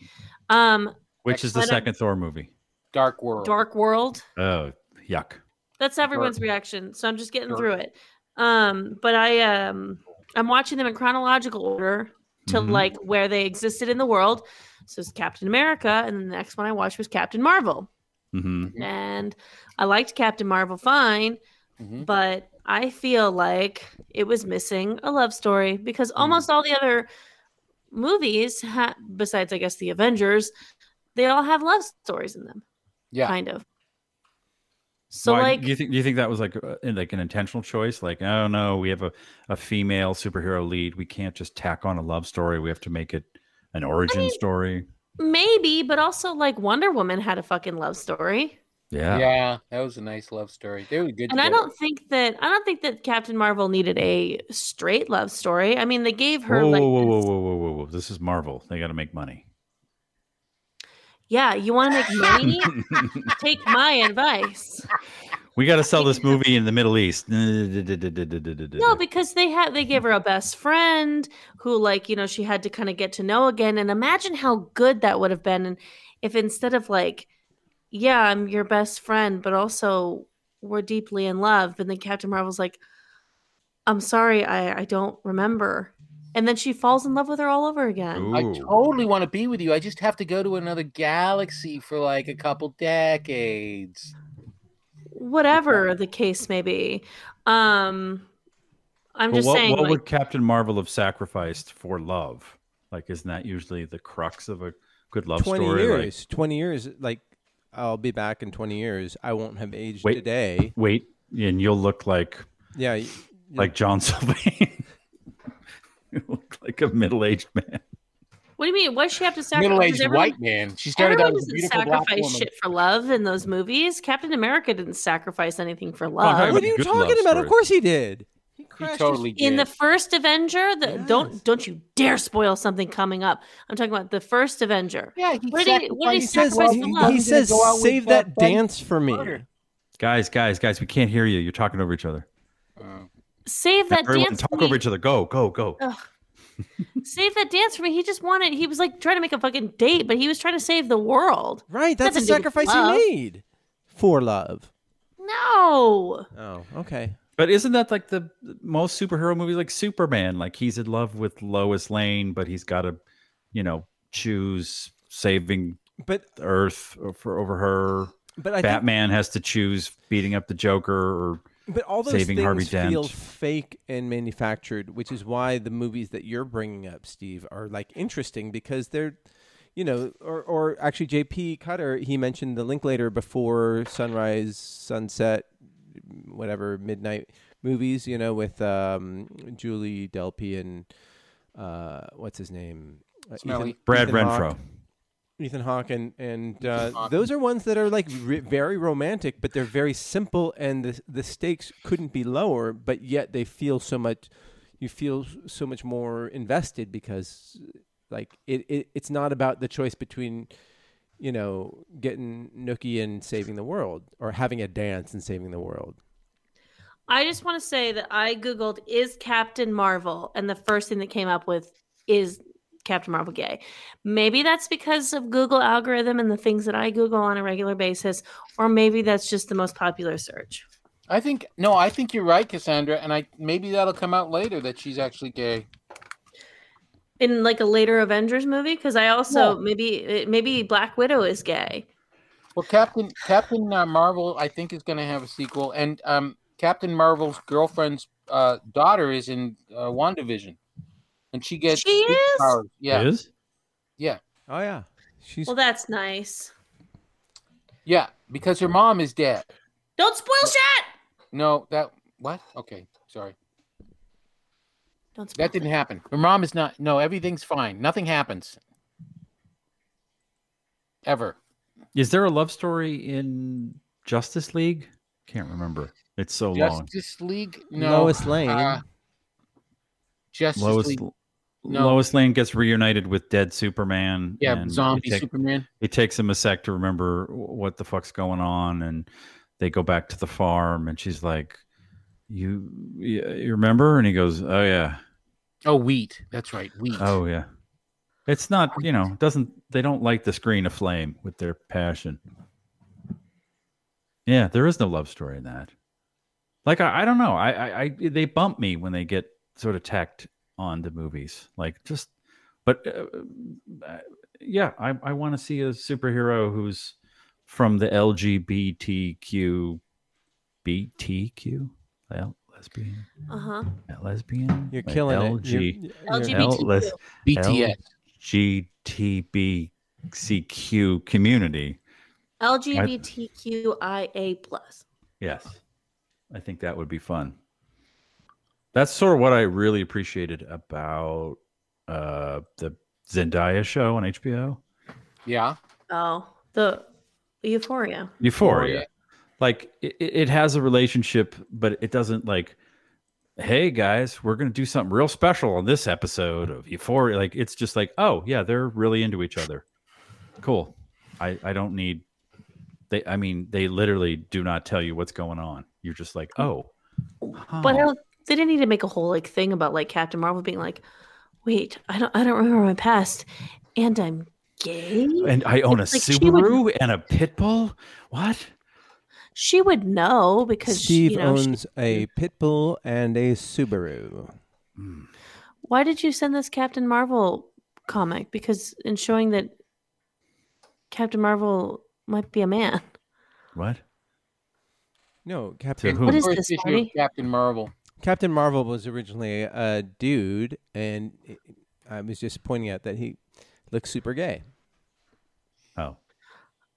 S5: um,
S2: Which is the
S5: Excellent.
S2: second Thor movie.
S6: Dark World.
S5: Dark World.
S2: Oh, yuck.
S5: That's everyone's
S6: Dark.
S5: reaction, so I'm just getting
S6: Dark.
S5: through it. Um, but I um, I'm watching them in chronological order to
S2: Mhm.
S5: like where they existed in the world. So it's Captain America, and the next one I watched was Captain Marvel,
S2: Mhm.
S6: Mhm.
S5: and I liked Captain Marvel fine.
S6: Mhm.
S5: but I feel like it was missing a love story because almost all the other movies, ha- besides I guess the Avengers, they all have love stories in them,
S6: Yeah.
S5: kind of. So
S2: Why-
S5: like,
S2: do you think do you think that was like a, like an intentional choice? Like, oh no, we have a, a female superhero lead. We can't just tack on a love story. We have to make it an origin
S5: mean-
S2: story.
S5: maybe, but also like Wonder Woman had a fucking love story,
S2: Yeah.
S6: yeah. that was a nice love story. They were good.
S5: and I
S6: together.
S5: don't think that I don't think that Captain Marvel needed a straight love story. I mean, they gave her
S2: Whoa,
S5: like,
S2: whoa, whoa,
S5: this-
S2: whoa, whoa, whoa, whoa, whoa! This is Marvel. They got to make money.
S5: yeah, you want to make money? Take my advice.
S2: we got to sell this
S5: Because-
S2: movie in the Middle East.
S5: No,
S2: No,
S5: because they had they gave her a best friend who like, you know, she had to kind of get to know again and imagine how good that would have been and if instead of like yeah, I'm your best friend, but also we're deeply in love, and then Captain Marvel's like I'm sorry, I I don't remember. And then she falls in love with her all over again.
S2: Ooh.
S6: I totally want to be with you. I just have to go to another galaxy for like a couple decades.
S5: Whatever the case may be. Um I'm
S2: But
S5: just
S2: what,
S5: saying
S2: what
S5: like,
S2: would Captain Marvel have sacrificed for love? Like, isn't that usually the crux of a good love
S4: 20
S2: story? Like,
S4: years. 20 years. Like, I'll be back in 20 years. I won't have aged
S2: Wait.
S4: a day.
S2: wait, and you'll look like
S4: Yeah. y-
S2: like John Sylvain. you look like a middle-aged man.
S5: what do you mean? What does she have to sacrifice?
S6: Middle aged
S5: Everyone-
S6: white man. She started out
S5: Everyone
S6: as a
S5: doesn't
S6: beautiful black
S5: sacrifice
S6: woman.
S5: shit for love in those movies. Captain America didn't sacrifice anything for
S2: Oh, I'm talking
S5: love.
S4: What are you
S2: Good
S4: talking
S2: love
S4: about? Of
S2: story.
S4: course he did. He
S6: He
S4: crashed. his-
S6: totally
S5: in the
S6: did.
S5: first Avenger, the,
S4: Yes.
S5: don't don't you dare spoil something coming up. I'm talking about the first Avenger.
S6: yeah, he
S5: What did he- what did
S4: he
S5: he
S6: sacrificed
S4: says,
S5: sacrifice
S6: his
S5: for
S4: he-
S5: love.
S6: love.
S4: he
S6: He's gonna
S4: says
S6: go out with
S4: save that
S6: friend."
S4: dance for me.
S6: Carter.
S2: Guys, guys, guys, we can't hear you. You're talking over each other.
S6: Oh.
S5: Save that
S2: Everyone
S5: dance.
S2: talk
S5: for
S2: over
S5: me.
S2: each other. Go, go, go.
S5: Save that dance for me. He just wanted. He was like trying to make a fucking date, but he was trying to save the world.
S4: Right. That's a
S5: Nothing to do with
S4: sacrifice
S5: love.
S4: he made
S2: Oh,
S4: for love.
S5: No,
S4: Oh, okay.
S2: But isn't that like the most superhero movie, like Superman? Like he's in love with Lois Lane, but he's got to, you know, choose saving
S4: But
S2: Earth o- for over her.
S4: but I think,
S2: Batman has to choose beating up the Joker or
S4: but all those
S2: saving
S4: things
S2: Harvey Dent.
S4: feel fake and manufactured, which is why the movies that you're bringing up, Steve, are like interesting because they're, you know, or or actually J.P. Cutter he mentioned the Linklater before sunrise, sunset, whatever midnight movies, you know, with um, Julie Delpy and uh, what's his name, Uh,
S6: Smelly.
S2: Brad
S4: Ethan Hawke.
S2: Renfro.
S4: Ethan Hawke and and uh,
S6: Hawke.
S4: those are ones that are like re- very romantic, but they're very simple, and the the stakes couldn't be lower, but yet they feel so much. You feel s- so much more invested because, like, it, it it's not about the choice between, you know, getting nookie and saving the world, or having a dance and saving the world.
S5: I just want to say that I googled is Captain Marvel, and the first thing that came up with is Captain Marvel gay. Maybe that's because of Google algorithm and the things that I Google on a regular basis, or maybe that's just the most popular search.
S6: I think no, I think you're right, Cassandra, and I maybe that'll come out later that she's actually gay.
S5: In like a later Avengers movie, because I also eh,
S6: Yeah.
S5: maybe maybe maybe Black Widow is gay.
S6: Well, Captain Captain uh, Marvel, I think, is going to have a sequel, and um, Captain Marvel's girlfriend's uh, daughter is in uh, WandaVision, and she gets
S5: She is?
S6: superpowers. Yeah,
S2: Is?
S4: Oh yeah, she's
S5: Well, that's nice.
S6: yeah, because her mom is dead.
S5: Don't spoil shit.
S6: No, that what? Okay, sorry,
S5: Don't spoil
S6: that didn't happen. Her mom is not. No, everything's fine. Nothing happens. Ever.
S2: Is there a love story in Justice League? Can't remember. It's so long.
S6: Justice League. No.
S4: Lois Lane.
S6: uh, Justice
S2: Lois
S6: League. No.
S2: Lois Lane gets reunited with dead Superman.
S6: Yeah,
S2: and it
S6: zombie
S2: take-
S6: Superman.
S2: it takes him a sec to remember wh- what the fuck's going on and they go back to the farm and she's like you you you remember and he goes oh yeah
S6: Oh, wheat. That's right, wheat.
S2: oh yeah it's not you know doesn't they don't like the screen aflame with their passion yeah there is no love story in that like i, I don't know I, I i they bump me when they get sort of tacked on the movies like just but uh, uh, yeah i, I want to see a superhero who's from the lgbtq btq L- lesbian
S5: Uh huh.
S2: lesbian
S4: You're
S2: Like,
S4: killing
S2: LG.
S4: it. You're- you're-
S5: LGBTQ.
S2: L- let's-
S6: BTS.
S2: LGBTQ community.
S5: LGBTQIA plus.
S2: Yes. I think that would be fun. That's sort of what I really appreciated about uh, the Zendaya show on HBO.
S6: Yeah.
S5: Oh, the Euphoria.
S2: Euphoria.
S6: Euphoria.
S2: Like it, it has a relationship, but it doesn't like, hey guys, we're gonna do something real special on this episode of Euphoria. Like it's just like, oh yeah, they're really into each other. Cool. I, I don't need they I mean, they literally do not tell you what's going on. You're just like, oh,
S5: But I
S4: Oh.
S2: huh.
S5: don't, they didn't need to make a whole like thing about like Captain Marvel being like, wait, I don't, I don't remember my past, and I'm gay.
S2: and I own a
S5: Like, she would-
S2: Subaru and a pit bull. What?
S5: She would know because
S4: Steve
S5: she, you know. she-
S4: owns a pit bull and a Subaru.
S5: why did you send this Captain Marvel comic? Because in showing that Captain Marvel might be a man.
S2: What?
S4: No, Captain.
S2: who?
S5: What is
S6: First
S5: this,
S6: issue of
S5: Marty?
S6: Captain Marvel.
S4: Captain Marvel was originally a dude, and it- I was just pointing out that he looks super gay.
S2: Oh.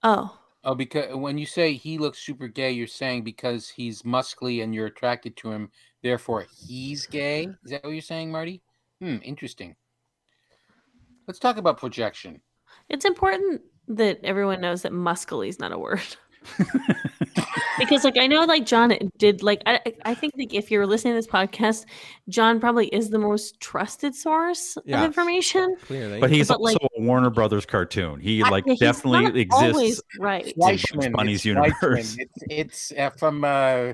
S5: Oh,
S6: Oh, because when you say he looks super gay, you're saying because he's muscly and you're attracted to him, therefore he's gay. Is that what you're saying, Marty? Hmm, interesting. Let's talk about projection.
S5: it's important that everyone knows that muscly is not a word. because like I know like John did like I I- I think like if you're listening to this podcast, John probably is the most trusted source
S4: Yeah.
S5: of information.
S4: Clearly,
S2: But he's
S5: But, like-
S2: also a Warner Brothers cartoon. He like
S5: He's not
S2: definitely exists
S5: always right.
S2: Bugs
S6: Fleischman, it's
S2: Bunny's
S6: Fleischman.
S2: universe.
S6: It's, it's uh, from uh,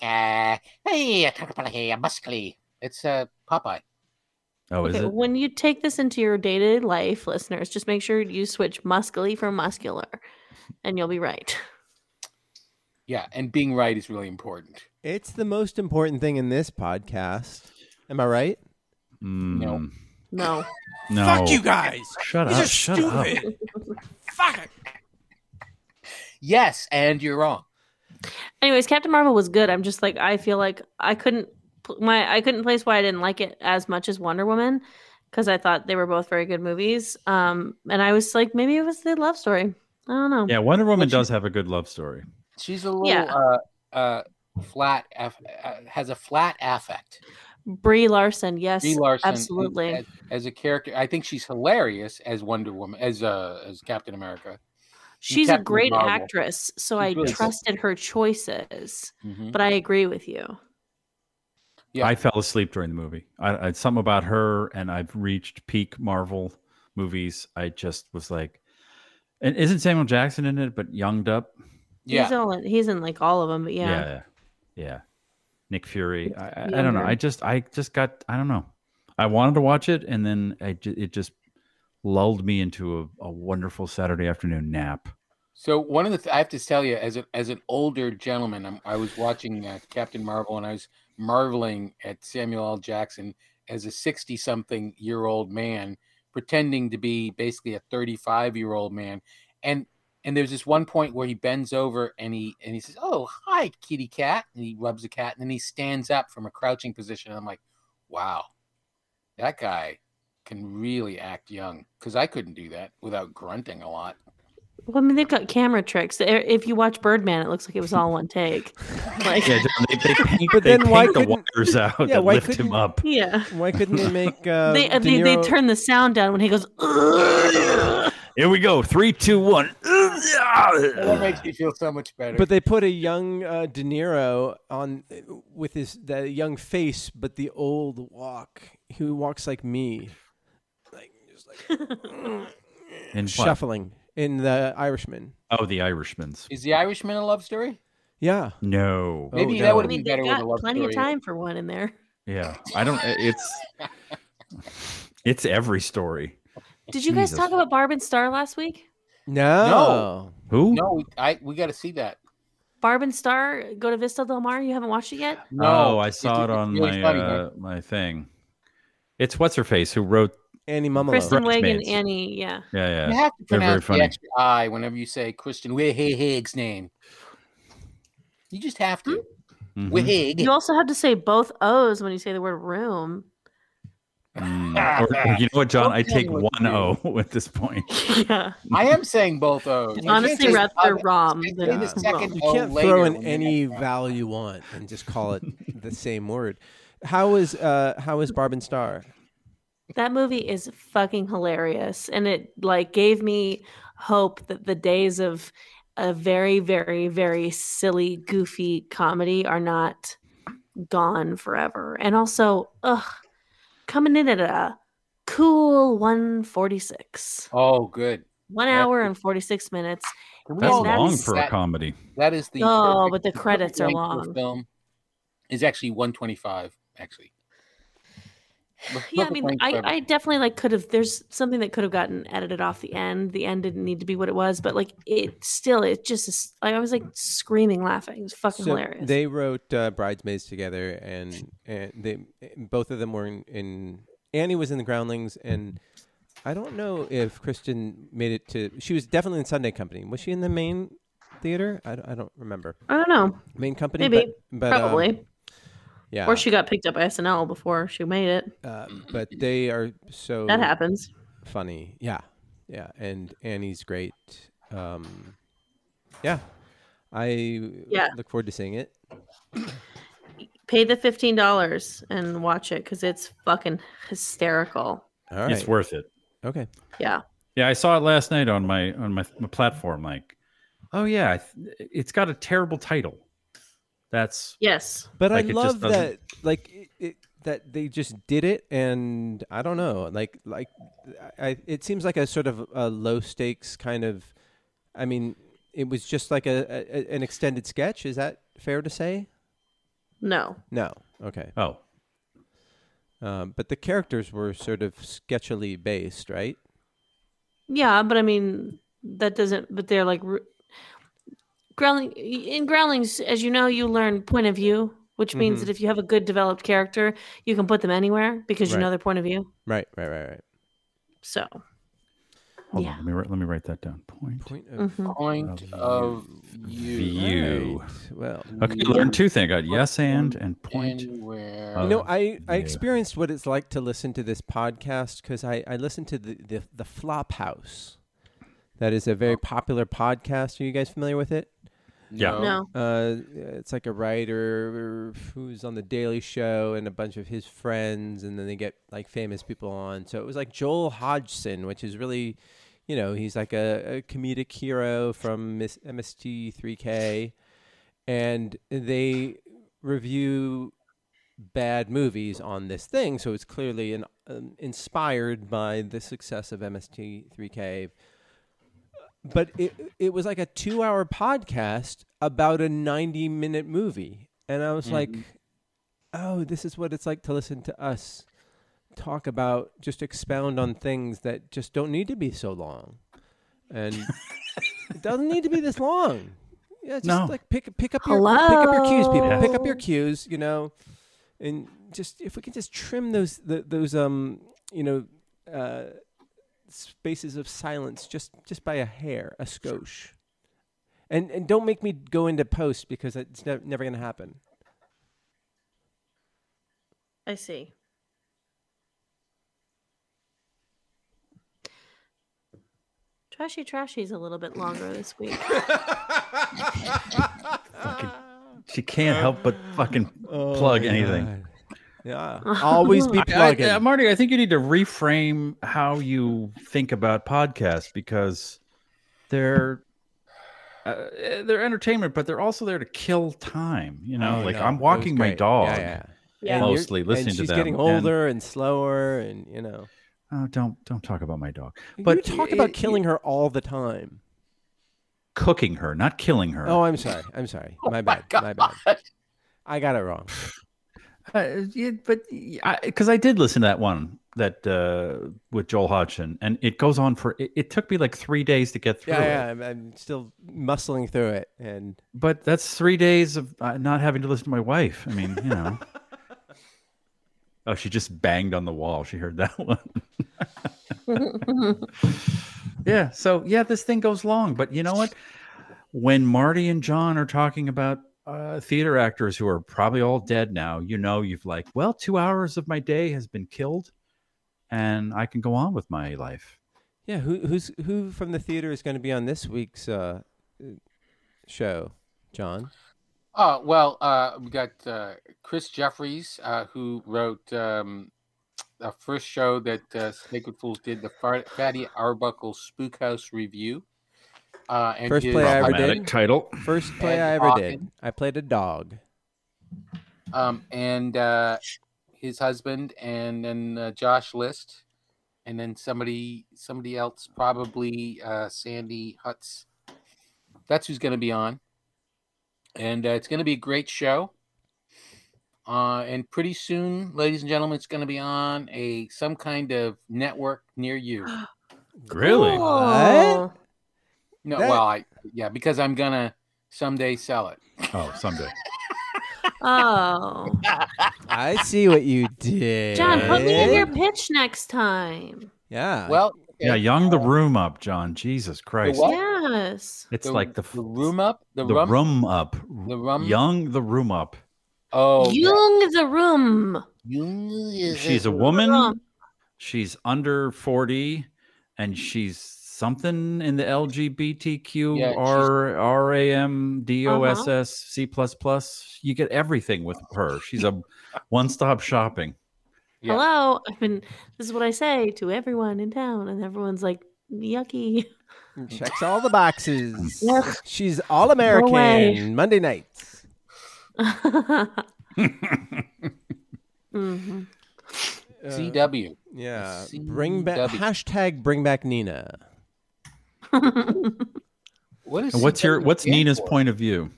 S6: hey, muscly. It's uh, Popeye.
S2: Oh, is
S5: Okay,
S2: it?
S5: when you take this into your day-to-day life, listeners, just make sure you switch muscly for muscular and you'll be right.
S6: Yeah, and being right is really important.
S4: it's the most important thing in this podcast. Am I right?
S6: No.
S2: Mm,
S5: No.
S2: no.
S7: Fuck you guys.
S2: Shut
S7: These
S2: up.
S7: are
S2: shut up.
S7: stupid. Fuck it.
S6: Yes, and you're wrong.
S5: Anyways, Captain Marvel was good. I'm just like I feel like I couldn't pl- my I couldn't place why I didn't like it as much as Wonder Woman because I thought they were both very good movies. Um and I was like maybe it was the love story. I don't know.
S2: Yeah, Wonder Woman
S6: What's your-
S2: does have a good love story.
S6: She's a little
S5: Yeah.
S6: uh, uh, flat. Aff- uh, has a flat affect.
S5: Brie Larson, yes.
S6: Brie Larson,
S5: absolutely.
S6: as, as a character, I think she's hilarious as Wonder Woman, as uh, as Captain America.
S5: She's a
S6: Captain
S5: great
S6: Marvel.
S5: actress, so I
S6: She's really good. Mm-hmm.
S5: trusted her choices. But I agree with you.
S6: Yeah.
S2: I fell asleep during the movie. I, I something about her, and I've reached peak Marvel movies. I just was like, and isn't Samuel Jackson in it? But younged up.
S5: He's
S6: Yeah,
S5: all in, he's in like all of them, but yeah.
S2: yeah, yeah. Nick Fury. I, I, I don't know.
S5: Younger.
S2: I just, I just got. I don't know. I wanted to watch it, and then I, ju- it just lulled me into a, a wonderful Saturday afternoon nap.
S6: So one of the th- I have to tell you, as a, as an older gentleman, I'm, I was watching uh, Captain Marvel, and I was marveling at Samuel L. Jackson as a sixty-something year old man pretending to be basically a thirty-five year old man, and And there's this one point where he bends over and he and he says, "Oh, hi, kitty cat," and he rubs the cat, and then he stands up from a crouching position. And I'm like, "Wow, that guy can really act young," because I couldn't do that without grunting a lot.
S5: Well, I mean, they've got camera tricks. They're- If you watch Birdman, it looks like it was all one take. Like,
S2: Yeah, John, they, they paint,
S4: But
S2: they
S4: then why
S2: paint the
S4: couldn't-
S2: wires out
S4: Yeah,
S2: that
S4: why
S2: lift him
S4: couldn't-
S2: up.
S5: yeah.
S4: Why couldn't they make uh,
S5: They, uh,
S4: De
S5: they, they
S4: Niro-
S5: turn the sound down when he goes,
S2: Here we go. Three, two, one.
S6: That makes me feel so much better.
S4: But they put a young uh, De Niro on uh, with his that young face, but the old walk. He walks like me, like just like
S2: And what?
S4: shuffling in the Irishman.
S2: Oh, the Irishman's.
S6: is the Irishman a love story?
S4: Yeah,
S2: No.
S4: Oh,
S6: Maybe
S4: no.
S6: that would
S5: I
S6: have been
S5: mean, they've
S6: better with a
S5: got
S6: love
S5: plenty
S6: story.
S5: of time for one in there.
S2: Yeah. I don't. It's. It's every story.
S5: Did you guys
S2: Jesus.
S5: talk about Barb and Star last week?
S4: no,
S2: Who?
S6: No, we, I we got to see that.
S5: Barb and Star go to Vista Del Mar. You haven't watched it yet?
S6: No,
S2: oh, I saw it
S6: it's
S2: on
S6: really
S2: my
S6: funny, man.
S2: uh, my thing. It's what's her face who wrote.
S4: Annie Mumolo.
S5: Kristen Wiig and
S2: Bridesmaids.
S5: Annie. Yeah.
S2: Yeah,
S6: You
S2: yeah.
S6: have to
S2: They're very
S6: pronounce the
S2: funny.
S6: extra I whenever you say Christian Wig's name. You just have to. Mm-hmm.
S2: Mhm.
S6: Wig.
S5: You also have to say both O's when you say the word room.
S2: Mm. Or- or you know what, John? I
S6: Okay,
S2: take
S6: well,
S2: one O at this point.
S5: yeah.
S6: I am saying both O's. You can't
S5: Honestly,
S6: say
S5: rather
S6: other-
S5: Rom
S6: say
S5: than
S6: the
S5: Rom.
S6: second
S4: You
S6: O
S4: can't
S6: later
S4: throw in
S6: when you
S4: any
S6: have-
S4: vowel you want and just call it the same word. How is uh, how is Barb and Star?
S5: That movie is fucking hilarious, and it like gave me hope that the days of a very, very, very silly, goofy comedy are not gone forever. And also, ugh, coming in at a cool one forty six,
S6: Oh, good.
S5: one
S6: That's
S5: hour
S6: good.
S5: and forty six minutes.
S6: Can we
S2: That's
S6: all
S2: long
S5: that's-
S2: for a
S6: that-
S2: comedy.
S6: That is the.
S5: Oh,
S6: perfect-
S5: but the
S6: perfect
S5: credits are
S6: length for a
S5: long.
S6: Film is actually 125. Actually,
S5: yeah i
S6: Perfect
S5: mean
S6: length for
S5: I,
S6: everything.
S5: I definitely like could have there's something that could have gotten edited off the end the end didn't need to be what it was but like it still it just is i was like screaming laughing it was fucking
S4: So
S5: hilarious
S4: They wrote uh, Bridesmaids together, and, and they both of them were in, in. Annie was in the Groundlings, and I don't know if Kristen made it to. She was definitely in Sunday Company. Was she in the main theater? I, don't- I don't remember
S5: i don't know
S4: main company.
S5: Maybe.
S4: but, but, um,
S5: probably
S4: yeah.
S5: or she got picked up by snl before she made it
S4: uh, but they are so
S5: that happens
S4: funny. Yeah, yeah, and Annie's great. Um, yeah, I
S5: Yeah.
S4: look forward to seeing it.
S5: pay the $15 and watch it because it's fucking hysterical
S4: All right.
S2: It's worth it.
S4: okay.
S5: yeah
S2: Yeah, I saw it last night on my on my, my platform. Like, oh yeah, I th- it's got a terrible title. That's
S5: yes
S4: But
S2: Like,
S4: I
S2: it just
S4: love that,
S2: doesn't-
S4: like it, it, that they just did it, and I don't know, like like, I, I- it seems like a sort of a low stakes kind of. I mean, it was just like a, a an extended sketch. Is that fair to say?
S5: no
S4: No. Okay.
S2: oh
S4: Um, but the characters were sort of sketchily based, right?
S5: Yeah, but I mean that doesn't. But they're like r- growling in growlings. As you know, you learn point of view, which means
S4: Mm-hmm.
S5: that if you have a good developed character, you can put them anywhere because you
S4: Right.
S5: know their point of view.
S4: Right. Right. Right. Right.
S5: So
S2: hold
S5: Yeah.
S2: on. Let me wri- let me write that down. Point.
S4: Point of
S5: mhm.
S6: point of view.
S2: View.
S4: Right. Well,
S2: Okay, you learn two things. I got yes and and point.
S6: Anywhere.
S2: of-
S4: You know, I, I
S2: yeah.
S4: experienced what it's like to listen to this podcast because I, I listened to the, the, the Flop House. That is a very popular podcast. Are you guys familiar with it?
S2: Yeah.
S5: no,
S4: Uh, it's like a writer who's on The Daily Show and a bunch of his friends, and then they get like famous people on. So it was like Joel Hodgson, which is really, you know, he's like a, a comedic hero from Miss MST3K, and they review bad movies on this thing. So it's clearly an, um, inspired by the success of MST3K but it it was like a two hour podcast about a ninety minute movie, and I was like, oh, this is what it's like to listen to us talk about just expound on things that just don't need to be so long, and it doesn't need to be this long. Yeah, just
S2: No.
S4: like pick pick up your pick up your cues, people. Pick up
S5: Hello?
S4: your cues, you know, and just if we can just trim those the, those um you know. Uh, spaces of silence just just by a hair, a skosh. And and don't make me go into post because it's ne- never going to happen.
S5: I see. Trashy Trashy's a little bit longer this week.
S2: She can't help but fucking
S4: Oh
S2: plug anything.
S4: Yeah. Always be
S2: I-
S4: plugging.
S2: I- Marty, I think you need to reframe how you think about podcasts because they're uh, eh, they're entertainment, but they're also there to kill time. You know,
S4: Oh,
S2: like
S4: no,
S2: I'm
S4: it was
S2: walking my
S4: great.
S2: dog.
S4: Yeah, yeah.
S5: Yeah.
S4: And you're-
S2: Mostly listening
S4: and
S2: to
S4: she's
S2: them,
S4: getting
S2: and-
S4: older and slower, and you know.
S2: Oh, don't don't talk about my dog.
S4: But
S2: But
S4: you talk about
S2: it-
S4: killing her all the time.
S2: Cooking her, not killing her.
S4: Oh, I'm sorry. I'm sorry. My bad. My bad. I got it wrong.
S2: Uh, yeah, but because I, did listen to that one that uh, with Joel Hodgson, and it goes on for. It, it took me like three days to get through
S4: Yeah,
S2: it.
S4: yeah. I'm, I'm still muscling through it, and
S2: But that's three days of uh, not having to listen to my wife. I mean, you know. oh, she just banged on the wall. She heard that one. yeah. So yeah, this thing goes long, but you know what? When Marty and John are talking about uh, theater actors who are probably all dead now, you know, you've like, well, two hours of my day has been killed, and I can go on with my life.
S4: yeah. Who who's who from the theater is going to be on this week's uh, uh, show, John?
S6: Oh well, uh, we got uh, Chris Jeffries, uh, who wrote um, the first show that uh, Sacred Fools did, the Far- Fatty Arbuckle Spook House Review. Uh, and
S4: First
S6: his-
S4: play I ever did.
S2: Problematic title.
S4: First play
S6: And
S4: I ever did.
S6: talking.
S4: I played a dog.
S6: um, and uh, his husband, and then uh, Josh List, and then somebody somebody else, probably uh, Sandy Hutz. That's who's going to be on, and uh, it's going to be a great show. Uh, and pretty soon, ladies and gentlemen, it's going to be on a some kind of network near you.
S2: Really?
S5: Cool.
S6: No,
S4: That-
S6: well, I yeah, because I'm gonna someday sell it.
S2: Oh, someday.
S5: Oh.
S4: I see what you did,
S5: John, put me in your pitch next time.
S4: Yeah.
S6: Well,
S2: Yeah, young the room up, John. Jesus Christ.
S6: what?
S5: Yes.
S2: It's
S6: the,
S2: like the,
S6: the room up, the,
S2: the
S6: rum,
S2: room up.
S6: the rum.
S2: Young the room up.
S6: Oh, yeah.
S5: Jung the room.
S2: She's a woman. She's under 40 and she's something in the LGBTQ
S6: Yeah, she's- Uh-huh.
S2: R R A M D O S S C plus plus. You get everything with her. She's a one-stop shopping.
S6: Yeah.
S5: Hello. I've been. This is what I say to everyone in town, and everyone's like, "Yucky."
S4: Checks all the boxes.
S5: Ugh.
S4: She's all
S5: away.
S4: American. Monday nights.
S5: hmm
S6: CW.
S4: Yeah. Bring back
S6: CW.
S4: hashtag bring back Nina.
S6: What is
S2: And what's your
S6: CW
S2: what's
S6: stand
S2: Nina's
S6: for?
S2: point of view?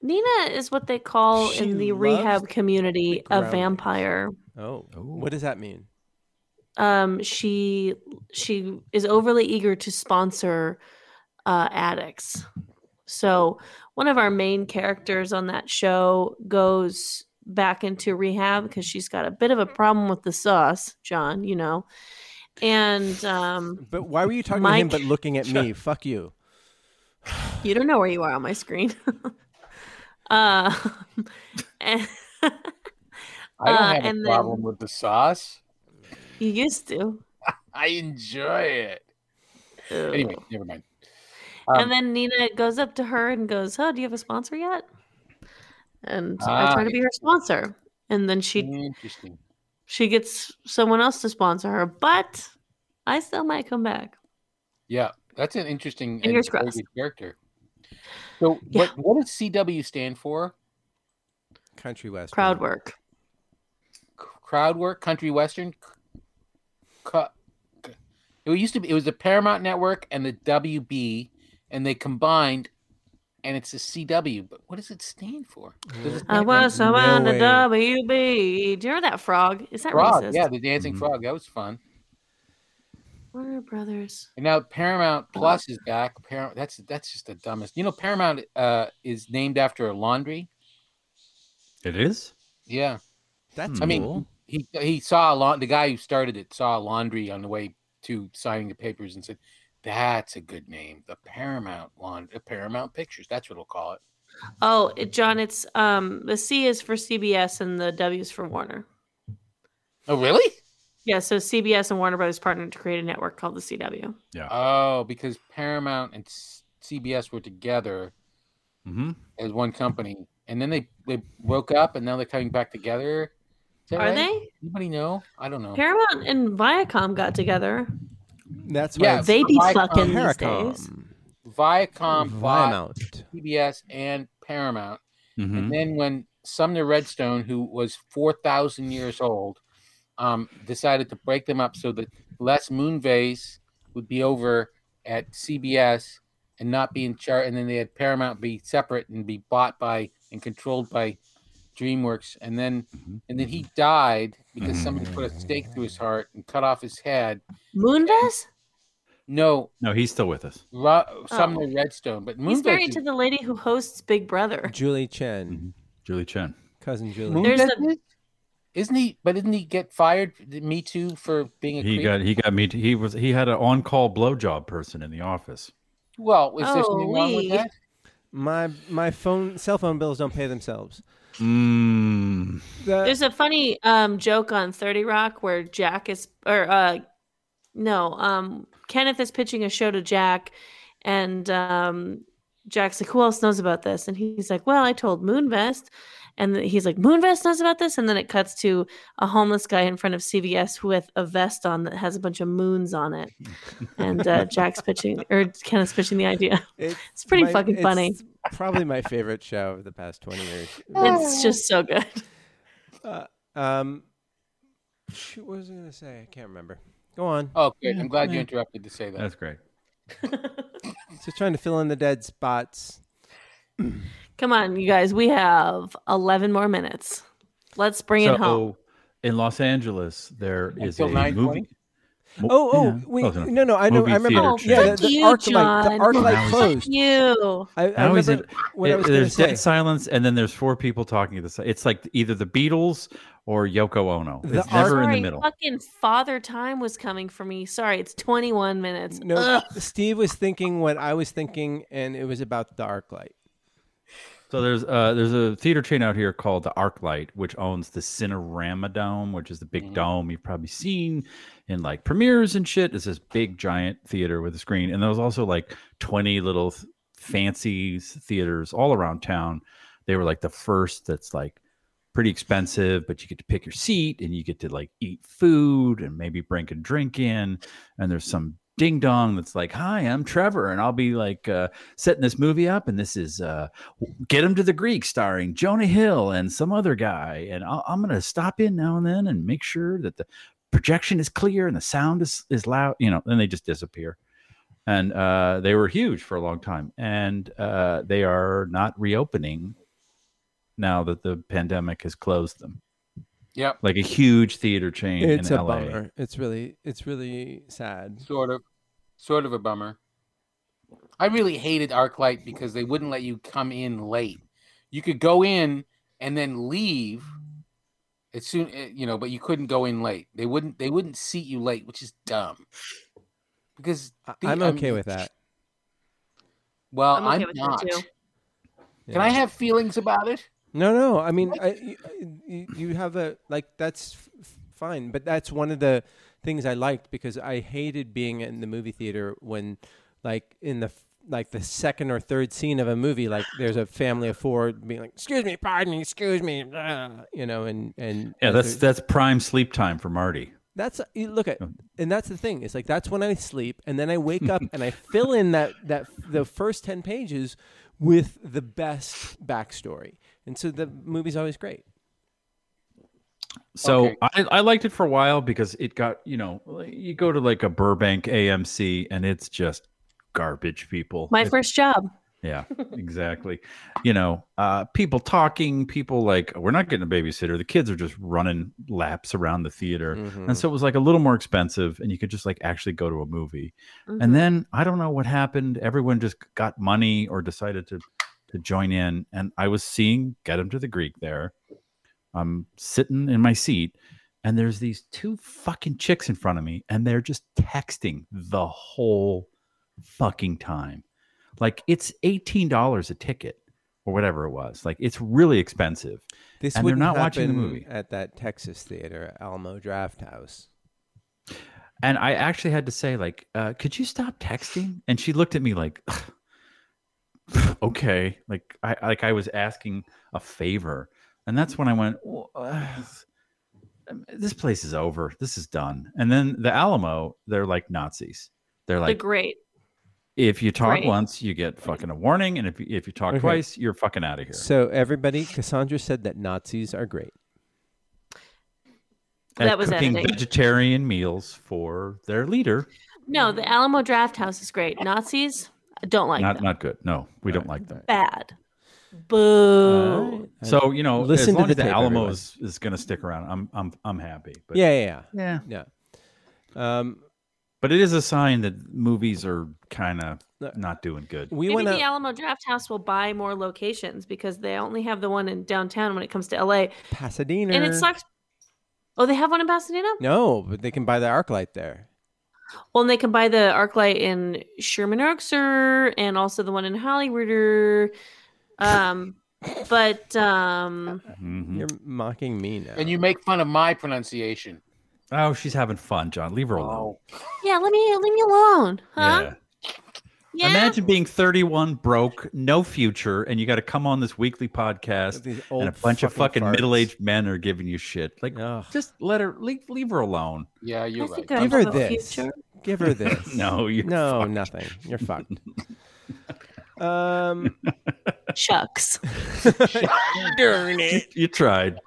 S5: Nina is what they call
S4: She
S5: in the
S4: loves
S5: rehab
S4: the
S5: community a
S4: groundlings.
S5: vampire.
S4: Oh.
S2: Ooh.
S4: What does that mean?
S5: Um, she she is overly eager to sponsor uh, addicts. So one of our main characters on that show goes back into rehab because she's got a bit of a problem with the sauce, John. You know, and um,
S4: But why were you talking to him
S5: Mike-
S4: but looking at me? Fuck you.
S5: You don't know where you are on my screen. uh, and
S6: I don't
S5: Uh,
S6: have
S5: and
S6: a problem
S5: then-
S6: with the sauce.
S5: you used to.
S6: I enjoy it. Anyway,
S5: Ugh.
S6: never mind. um,
S5: and then Nina goes up to her and goes, "Oh, do you have a sponsor yet?" And I try
S6: Ah. Mm.
S5: to be her sponsor, and then she
S6: Interesting.
S5: she gets someone else to sponsor her, but I still might come back.
S6: Yeah, that's an interesting
S5: Fingers
S6: and very
S5: crossed.
S6: good character. So,
S5: Yeah.
S6: what what does CW stand for?
S4: Country West.
S5: Crowd work.
S6: C- Crowd work, country western. C- cu- c- It used to be. It was the Paramount Network and the WB, and they combined, and it's the CW. But what does it stand for? Does
S4: Mm-hmm.
S6: it
S5: I
S6: stand for
S5: was
S4: no
S5: around the
S4: way.
S5: WB. Do you remember that frog? Is that
S6: Frog?
S5: racist?
S6: Yeah, the Dancing
S2: Mhm.
S6: Frog. That was fun.
S5: Warner Brothers.
S6: And now Paramount Plus is back. Paramount that's that's just the dumbest. You know, Paramount uh, is named after a laundry.
S2: It is?
S6: Yeah,
S4: That's
S6: I mean,
S4: cool.
S6: he he saw a laun- The guy who started it saw a laundry on the way to signing the papers and said, That's a good name. The Paramount Lawn, uh, Paramount Pictures. That's what we'll call it.
S5: Oh, it- John, it's um the C is for CBS and the W is for Warner.
S6: Oh, really?
S5: Yeah, so CBS and Warner Brothers partnered to create a network called the CW.
S6: Oh, because Paramount and S- CBS were together
S2: hmm
S6: as one company, and then they they broke up, and now they're coming back together. Is that
S5: Are
S6: right?
S5: they?
S6: Anybody know? I don't know.
S5: Paramount and Viacom got together.
S4: That's Um, why
S6: Yeah,
S4: it's
S5: They be
S6: Viacom,
S5: fucking these days.
S4: Paracom. Mm-hmm.
S6: Viacom bought
S4: Viamount.
S6: CBS and Paramount.
S2: hmm
S6: And then when Sumner Redstone, who was 4,000 years old, um, decided to break them up so that Les Moonves would be over at CBS and not be in charge. And then they had Paramount be separate and be bought by and controlled by DreamWorks. And then and then he died because somebody put a stake through his heart and cut off his head.
S5: Moonves?
S6: No,
S2: No, he's still with us.
S6: Ro- Sumner Redstone, but
S5: He's
S6: Moonves
S5: married
S6: is,
S5: to the lady who hosts Big Brother.
S4: Julie Chen,
S2: Julie Chen.
S4: cousin Julie.
S5: There's
S6: Moonves
S5: the-
S6: is- isn't he? But didn't he get fired? Me too for being a
S2: He
S6: creep?
S2: got he got me. To, he was he had an on call blowjob person in the office.
S6: Well, is
S5: Oh,
S6: there something wrong
S5: Holy.
S6: with that?
S4: My my phone cell phone bills don't pay themselves.
S2: Mm.
S4: The-
S5: There's a funny um joke on 30 Rock where Jack is or uh no, um Kenneth is pitching a show to Jack and um Jack's like, who else knows about this? And he's like, well, I told Moonvest. And th- he's like, Moonvest knows about this. And then it cuts to a homeless guy in front of CVS with a vest on that has a bunch of moons on it. And uh, Jack's pitching, or Kenneth's pitching the idea. It's pretty
S4: my-
S5: fucking
S4: it's
S5: funny.
S4: Probably my favorite show of the past twenty years.
S5: It's just so good.
S4: Um, shoot, what was I gonna say? I can't remember. Go on.
S6: Oh, good. I'm glad you interrupted to say that.
S2: That's great.
S4: Just trying to fill in the dead spots.
S5: Come on, you guys. We have 11 more minutes. Let's bring it home.
S2: So oh, in Los Angeles, there is
S6: Until
S2: a
S6: 9:20?
S2: movie. Mo-
S4: Oh, oh,
S2: yeah,
S4: wait,
S2: close enough.
S4: no, no, I know,
S2: Movie
S4: I remember.
S2: theater
S4: Yeah, the,
S2: chain.
S4: the
S5: Oh, You,
S4: ArcLight,
S5: John.
S4: the ArcLight
S2: Now
S4: closed.
S5: You.
S4: I, I
S2: Now is
S4: remember
S2: it-
S4: what I
S2: it-
S4: was gonna
S2: there's
S4: say.
S2: dead silence, and then there's four people talking at the side. It's like either the Beatles or Yoko Ono.
S4: The
S2: it's never in
S5: Sorry,
S2: the middle.
S5: fucking father time was coming for me. Sorry, it's 21 minutes.
S2: Mm,
S4: No,
S5: Ugh.
S4: Steve was thinking what I was thinking, and it was about the ArcLight.
S2: So there's uh, there's a theater chain out here called the ArcLight, which owns the Cinerama Dome, which is the big dome you've probably seen in like premieres and shit. It's this big giant theater with a screen, and there was also like 20 little th- fancy s- theaters all around town. They were like the first that's like pretty expensive, but you get to pick your seat and you get to like eat food and maybe bring a drink in. And there's some ding dong that's like, "Hi, I'm Trevor, and I'll be like uh, setting this movie up, and this is uh, Get Him to the Greek, starring Jonah Hill and some other guy, and I'll, I'm gonna stop in now and then and make sure that the projection is clear and the sound is is loud, you know." Then they just disappear. And uh, they were huge for a long time, and uh, they are not reopening now that the pandemic has closed them.
S6: Yep,
S2: Like a huge theater chain
S4: It's a
S2: in LA.
S4: bummer. It's really, it's really sad.
S6: sort of, sort of a bummer. I really hated ArcLight because they wouldn't let you come in late. You could go in and then leave as soon, eh, you know, but you couldn't go in late. They wouldn't. They wouldn't seat you late, which is dumb. Because
S4: I,
S6: the-
S4: I'm
S6: I
S4: okay
S6: mean,
S4: with that.
S6: Well,
S5: I'm
S6: I'm,
S5: okay with that
S6: not.
S5: too.
S6: Can I
S4: Yeah.
S6: have feelings about it?
S4: No, no. I mean, I, you, you- you have a like that's f- f- fine, but that's one of the things I liked because I hated being in the movie theater when, like, in the f- like the second or third scene of a movie, like there's a family of four being like, "Excuse me, pardon me, excuse me," blah," you know, and and
S2: Yeah,
S4: as
S2: that's
S4: they're-
S2: that's prime sleep time for Marty.
S4: that's uh, you look at,
S2: Oh.
S4: and that's the thing. It's like that's when I sleep, and then I wake up and I fill in that that the first ten pages with the best backstory, and so the movie's always great.
S2: So
S6: Okay.
S2: I, I liked it for a while because it got, you know, you go to like a Burbank AMC and it's just garbage people.
S5: My
S2: It's-
S5: first job.
S2: yeah, exactly. You know, uh, people talking, people like, we're not getting a babysitter. The kids are just running laps around the theater.
S4: Mm-hmm.
S5: Mm-hmm.
S2: And so it was like a little more expensive and you could just like actually go to a movie.
S5: Mhm.
S2: And then I don't know what happened. Everyone just got money or decided to to join in. And I was seeing Get Him to the Greek there. I'm sitting in my seat, and there's these two fucking chicks in front of me, and they're just texting the whole fucking time. Like it's $18 a ticket or whatever it was. Like it's really expensive.
S4: This
S2: And they're
S4: wouldn't
S2: not watching the
S4: happen
S2: movie.
S4: at that Texas theater, Alamo Draft House.
S2: And I actually had to say, like, uh, could you stop texting? And she looked at me like, okay, like I like I was asking a favor, and that's when I went, "Well, uh, this place is over, this is done. And then the Alamo, they're like Nazis. They're
S5: the
S2: like,
S5: great.
S2: if you talk
S5: great.
S2: once, you get fucking a warning, and if you- if you talk
S4: Okay.
S2: twice, you're fucking out of here.
S4: So everybody, Cassandra said that Nazis are great.
S2: And
S5: that was
S2: cooking
S5: editing.
S2: vegetarian meals for their leader.
S5: No, the Alamo Draft House is great. Nazis, I don't like
S2: not
S5: them.
S2: not good. No, we don't like them.
S5: Bad. Uh, Boo.
S4: All right.
S2: So you know,
S4: Uh, Listen
S2: as
S4: to
S2: long
S4: the
S2: as the
S4: tape,
S2: Alamo
S4: everyone.
S2: is, is going to stick around, I'm I'm I'm happy. But
S4: yeah, yeah,
S2: yeah.
S4: yeah. yeah. Um,
S2: But it is a sign that movies are kind of
S4: No.
S2: not doing good.
S4: we
S5: Maybe
S4: went
S5: the
S4: out
S5: Alamo Draft House will buy more locations because they only have the one in downtown when it comes to LA.
S4: Pasadena,
S5: And it sucks. Oh, they have one in Pasadena?
S4: No, but they can buy the arc light there.
S5: Well, and they can buy the arc light in Sherman Oaks er, and also the one in Hollywood. er. Um, but um,
S2: Mhm.
S4: You're mocking me now.
S6: And you make fun of my pronunciation. Oh,
S2: Oh, she's having fun, John. Leave her
S4: Oh.
S2: alone.
S5: yeah, let me leave me alone, huh? Yeah,
S2: Imagine being 31, broke, no future, and you got to come on this weekly podcast,
S4: These
S2: and a
S4: old
S2: bunch of
S4: fucking
S2: fucking
S4: farts.
S2: middle-aged men are giving you shit. Like,
S4: Ugh.
S2: just let her leave. Leave her alone.
S6: Yeah,
S5: I
S6: you're
S5: think
S6: right.
S5: I
S4: Give
S5: have
S4: her
S5: a
S4: this.
S5: future.
S4: Give her this.
S2: No, you.
S4: no, nothing. You're fucked. um,
S5: Shucks.
S7: Darn it.
S2: You tried.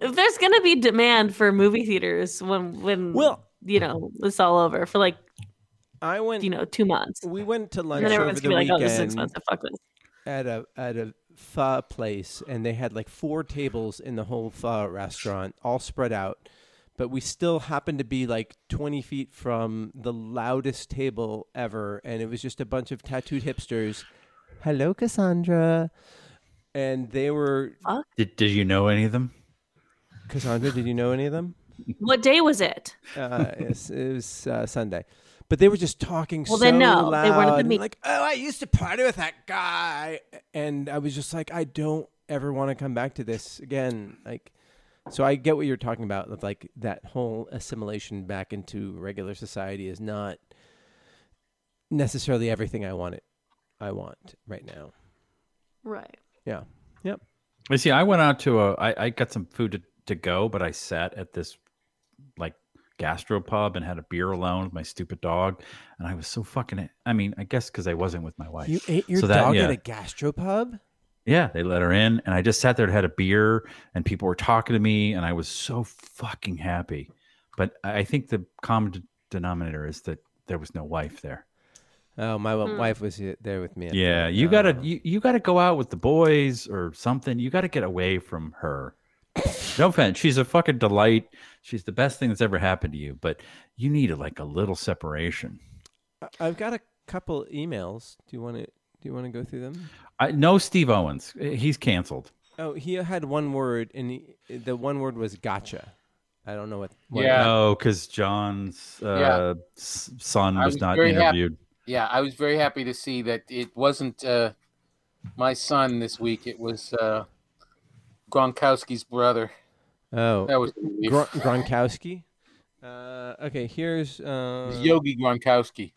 S5: If There's gonna be demand for movie theaters when when
S4: well,
S5: you know it's all over for like
S4: I went.
S5: you know two months,
S4: we went to lunch
S5: and then
S4: over
S5: everyone's
S4: the
S5: gonna be like, "Oh, this is
S4: weekend
S5: expensive. Fuck this."
S4: at a at a pho place, and they had like four tables in the whole pho restaurant, all spread out. But we still happened to be like 20 feet from the loudest table ever, and it was just a bunch of tattooed hipsters. Hello, Cassandra. And they were
S2: Did, did you know any of them?
S4: Cassandra. Did you know any of them?
S5: What day was it?
S4: uh, yes, it was uh, Sunday. But they were just talking
S5: Well,
S4: so
S5: then no,
S4: loud.
S5: they weren't at the
S4: and
S5: meet-
S4: Like, oh, I used to party with that guy, and I was just like, I don't ever want to come back to this again. Like, so I get what you're talking about. Of like that whole assimilation back into regular society is not necessarily everything I want. It, I want right now.
S5: Right.
S4: Yeah. Yep.
S2: You see, I went out to a. I, I got some food to, to go, but I sat at this like gastropub and had a beer alone with my stupid dog, and I was so fucking. I mean, I guess because I wasn't with my wife.
S4: You ate your
S2: So that-
S4: dog
S2: yeah.
S4: at a gastropub.
S2: yeah, they let her in, and I just sat there and had a beer, and people were talking to me, and I was so fucking happy. But I I think the common d- denominator is that there was no wife there.
S4: Oh, my
S5: Hmm.
S4: wife was there with me. at
S2: Yeah,
S4: the-
S2: you gotta
S4: Oh.
S2: you, you gotta go out with the boys or something. You gotta get away from her. No offense, she's a fucking delight. She's the best thing that's ever happened to you, but you need like a little separation.
S4: I- I've got a couple emails. Do you want to? Do you want to go through them?
S2: I no Steve Owens. Eh, He's canceled.
S4: Oh, he had one word, and he, the one word was "gotcha." I don't know what. what
S6: Yeah.
S2: No, because John's uh, s- son
S6: I
S2: was,
S6: was
S2: not
S6: very happy.
S2: interviewed.
S6: Yeah, I was very happy to see that it wasn't uh, my son this week. It was uh, Gronkowski's brother.
S4: Oh,
S6: That was
S4: Gron- Gronkowski. Uh, okay, here's uh,
S6: Yogi Gronkowski.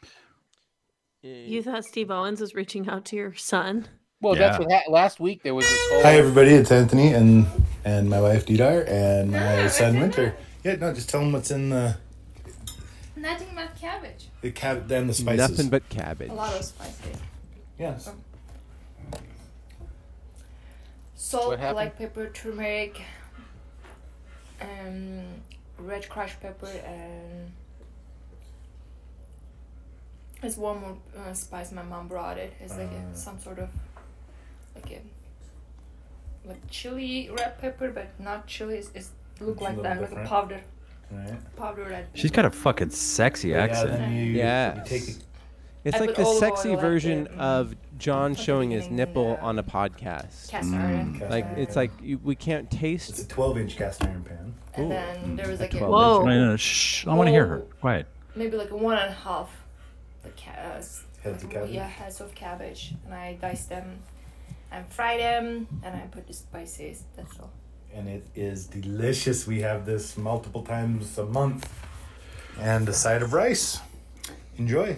S5: You thought Steve Owens was reaching out to your son?
S6: Well, that's
S2: Yeah.
S6: what ha- last week there was this whole.
S8: Hi everybody, it's Anthony and and my wife Didar and my son Winter. Yeah, no, just tell them what's in the
S9: Nothing but cabbage.
S8: the cab and the spices.
S4: nothing but cabbage.
S9: A lot of spices.
S8: yes.
S9: Salt,
S6: What happened?
S9: black pepper, turmeric, um, red crushed pepper, and it's one more uh, spice my mom brought it. It's like a, some sort of like a like chili red pepper, but not chili. It's, it's look like
S8: little
S9: that, like
S8: different.
S9: a powder,
S8: Right.
S9: powder red.
S2: She's got a fucking sexy
S8: Yeah,
S2: accent.
S8: then you,
S4: Yes.
S8: you take it.
S4: It's
S9: I
S4: like
S9: put
S4: the
S9: olive
S4: sexy
S9: oil Mm-hmm. at the-
S4: version of John
S9: Fucking
S4: showing his
S9: thing in
S4: nipple
S9: there.
S4: on a podcast.
S9: cast iron.
S4: Like it's like you, we can't
S8: It's a
S4: taste.
S8: 12 inch cast iron pan.
S4: Oh,
S9: And then there was like a
S5: Whoa.
S2: No, no, no, shh, I want to hear her. Quiet.
S9: maybe like one and a half the ca- uh, s-
S8: Heads of cabbage?
S9: Yeah, heads of cabbage, and I dice them, and fry them, and I put the spices. That's all.
S8: and it is delicious. We have this multiple times a month, and a side of rice. Enjoy.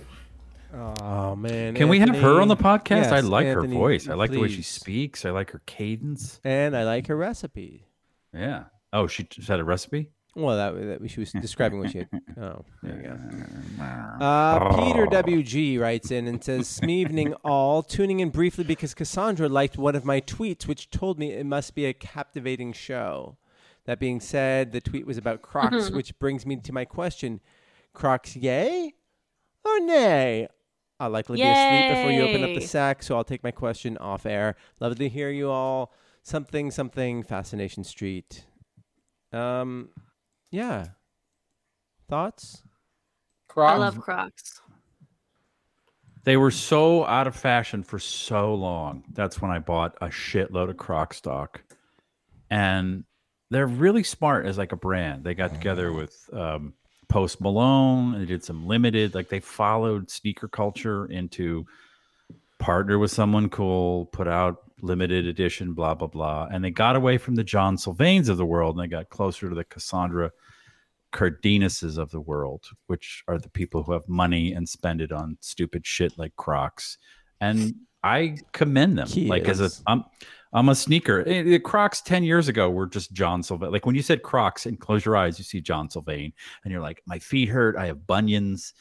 S4: Oh man!
S2: Can we have her on the
S4: Anthony.
S2: podcast? I
S4: Yes,
S2: like
S4: Anthony,
S2: her voice. I like the way she
S4: please.
S2: speaks. I like her cadence.
S4: And I like her recipe.
S2: Yeah. Oh, she just had a recipe.
S4: Well, that, that she was describing what she had. Oh, there you go. Uh, Peter WG writes in and says, Smeevening all, tuning in briefly because Cassandra liked one of my tweets, which told me it must be a captivating show. That being said, the tweet was about Crocs, which brings me to my question Crocs, yay or nay? I'll likely be asleep before you open up the
S5: Yay.
S4: sack, so I'll take my question off air. Love to hear you all. Something, something, Fascination Street. Um, yeah. Thoughts?
S5: I
S6: Crocs.
S5: love Crocs.
S2: They were so out of fashion for so long. That's when I bought a shitload of Croc stock. And they're really smart as like a brand. They got together with um, Post Malone. They did some limited. Like they followed sneaker culture into partner with someone cool, put out limited edition, blah blah blah. And they got away from the John Sylvains of the world, and they got closer to the Cassandra Cardenases of the world, which are the people who have money and spend it on stupid shit like Crocs. And I commend them. Like as a
S4: Kids.
S2: I'm I'm a sneaker. Eh, The Crocs 10 years ago were just John Sylvain. Like when you said Crocs and close your eyes, you see John Sylvain and you're like, my feet hurt. I have bunions.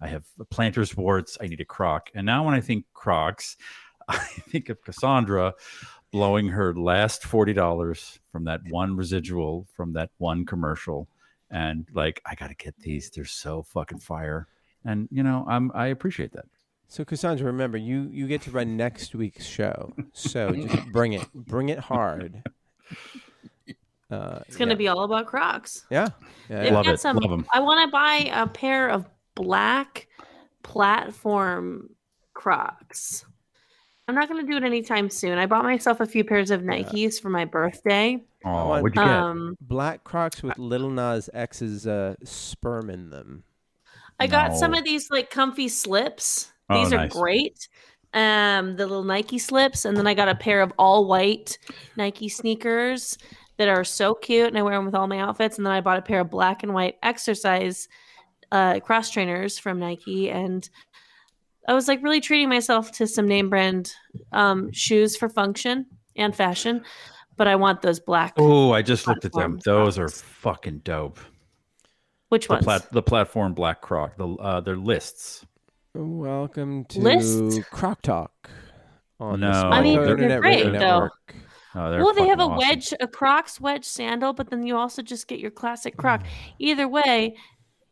S2: I have plantar warts. I need a croc. And now when I think crocs, I think of Cassandra blowing her last $40 from that one residual from that one commercial. And like, I got to get these. They're so fucking fire. And, you know, I'm, I appreciate that.
S4: So Cassandra, remember you you get to run next week's show. So just bring it, bring it hard. Uh,
S5: It's gonna be all about Crocs.
S4: yeah, yeah.
S5: They've
S2: Love
S5: got
S2: it. Love 'em.
S5: I want to buy a pair of black platform Crocs. I'm not gonna do it anytime soon. I bought myself a few pairs of Nikes for my birthday.
S2: Oh,
S4: want-
S2: what'd you get?
S5: Um,
S4: Black Crocs with Little Nas X's uh, sperm in them.
S5: I got some
S2: No.
S5: of these like comfy slips.
S2: Oh,
S5: These are
S2: nice.
S5: great. Um, the little Nike slips, and then I got a pair of all white Nike sneakers that are so cute, and I wear them with all my outfits. And then I bought a pair of black and white exercise uh, cross trainers from Nike, and I was like really treating myself to some name brand um, shoes for function and fashion. But I want those black.
S2: Oh, I just looked at them.
S5: Platform
S2: Those are
S5: Crocs.
S2: fucking dope.
S5: Which
S2: The,
S5: ones?
S2: plat- the platform black croc. The uh, their lists.
S4: Welcome to
S5: List?
S4: Croc Talk on
S2: No.
S4: the Small
S2: I mean,
S4: Town
S2: they're
S4: Internet
S5: great,
S4: Radio
S5: though.
S4: Network.
S2: Oh, they're
S5: Well, they have a
S2: fucking awesome.
S5: wedge, a Crocs wedge sandal, but then you also just get your classic
S2: Mm.
S5: Croc. Either way,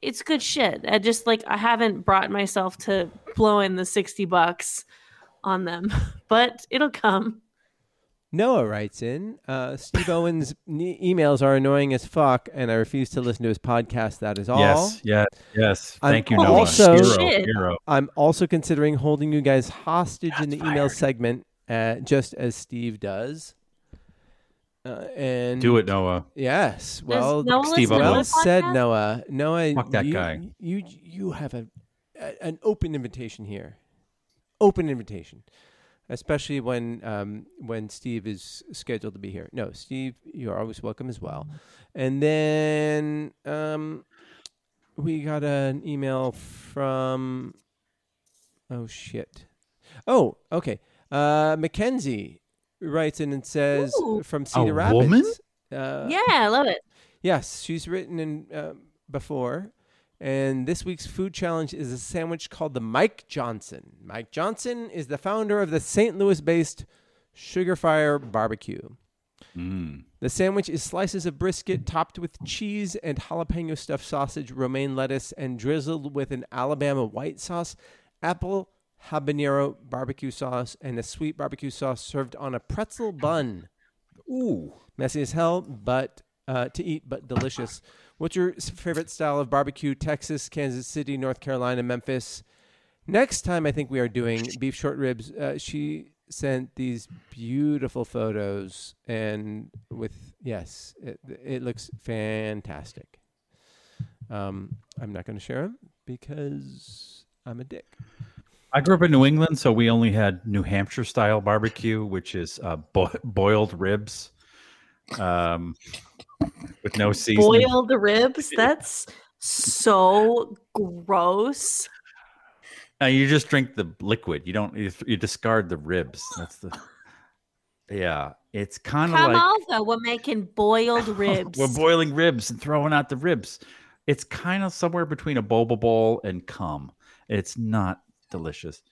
S5: it's good shit. I just like I haven't brought myself to blowing the sixty bucks on them, but it'll come.
S4: Noah writes in, uh, Steve Owen's ne- emails are annoying as fuck, and I refuse to listen to his podcast. That is all.
S2: Yes, yes, yes.
S4: I'm
S2: Thank you, Noah.
S4: also-
S2: hero,
S5: Oh, Shit.
S2: hero.
S4: I'm also considering holding you guys hostage in the email segment, uh, just as Steve does. Uh, and
S2: Do it,
S5: Mm-hmm.
S2: Noah.
S4: Yes. Well,
S5: Noah
S2: Steve
S5: listen to
S2: Owen.
S4: well
S5: the
S4: said,
S5: podcast?
S4: Noah. Noah,
S2: Fuck that
S4: you,
S2: guy.
S4: You you have a, a an open invitation here, open invitation, especially when um when Steve is scheduled to be here. No, Steve, you are always welcome as well. And then um, we got an email from oh shit, oh okay, uh Mackenzie writes in and says
S5: Ooh.
S4: from Cedar Rapids.
S2: woman?
S4: Uh,
S5: yeah, I love it.
S4: Yes, she's written in um before. And this week's food challenge is a sandwich called the Mike Johnson. Mike Johnson is the founder of the St. Louis based Sugar Fire Barbecue.
S2: Mm.
S4: The sandwich is slices of brisket topped with cheese and jalapeno stuffed sausage, romaine lettuce, and drizzled with an Alabama white sauce, apple habanero barbecue sauce, and a sweet barbecue sauce served on a pretzel bun.
S2: Ooh.
S4: Messy as hell, but uh, to eat, but delicious. What's your s- favorite style of barbecue? Texas, Kansas City, North Carolina, Memphis. Next time, I think we are doing beef short ribs. Uh, she sent these beautiful photos, and with yes, it, it looks fantastic. Um, I'm not going to share them because I'm a dick.
S2: I grew up in New England, so we only had New Hampshire style barbecue, which is uh, bo- boiled ribs um, with no seasoning.
S5: Boil the ribs. That's so gross.
S2: Now you just drink the liquid. You don't. You, you discard the ribs. That's the. Yeah, it's kind of
S5: Come
S2: like
S5: on, though. We're making boiled ribs.
S2: we're boiling ribs and throwing out the ribs. It's kind of somewhere between a boba bowl and cum. It's not delicious.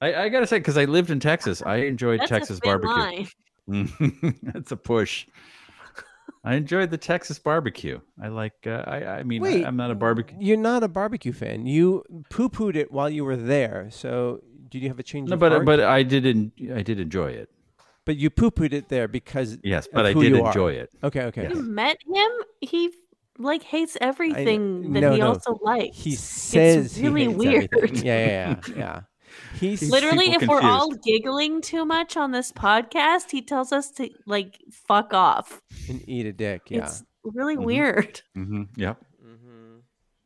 S2: I, I gotta say, because I lived in Texas, I enjoyed
S5: That's a
S2: Texas
S5: thin
S2: barbecue.
S5: line.
S2: That's a push. I enjoyed the Texas barbecue. I like. Uh, I I mean,
S4: Wait.
S2: I, am not a barbecue.
S4: You're not a barbecue fan. You poo pooed it while you were there. So did you have a change
S2: No,
S4: of
S2: but
S4: heart?
S2: but I did. En- I did enjoy it.
S4: But you poo pooed it there because
S2: Yes,
S4: of
S2: but I
S4: who
S2: did
S4: you are.
S2: enjoy it.
S4: Okay, okay.
S5: You met him? He like hates everything that
S4: no,
S5: he
S4: no.
S5: also likes.
S4: He says he
S5: really
S4: hates
S5: weird.
S4: everything. Yeah, yeah, yeah. yeah. He's
S5: Literally, if
S2: people
S5: we're all giggling too much on this podcast, he tells us to like fuck off.
S4: and eat a dick. Yeah. Mm-hmm.
S5: It's really
S2: Mhm.
S5: weird.
S2: hmm Yep.
S5: And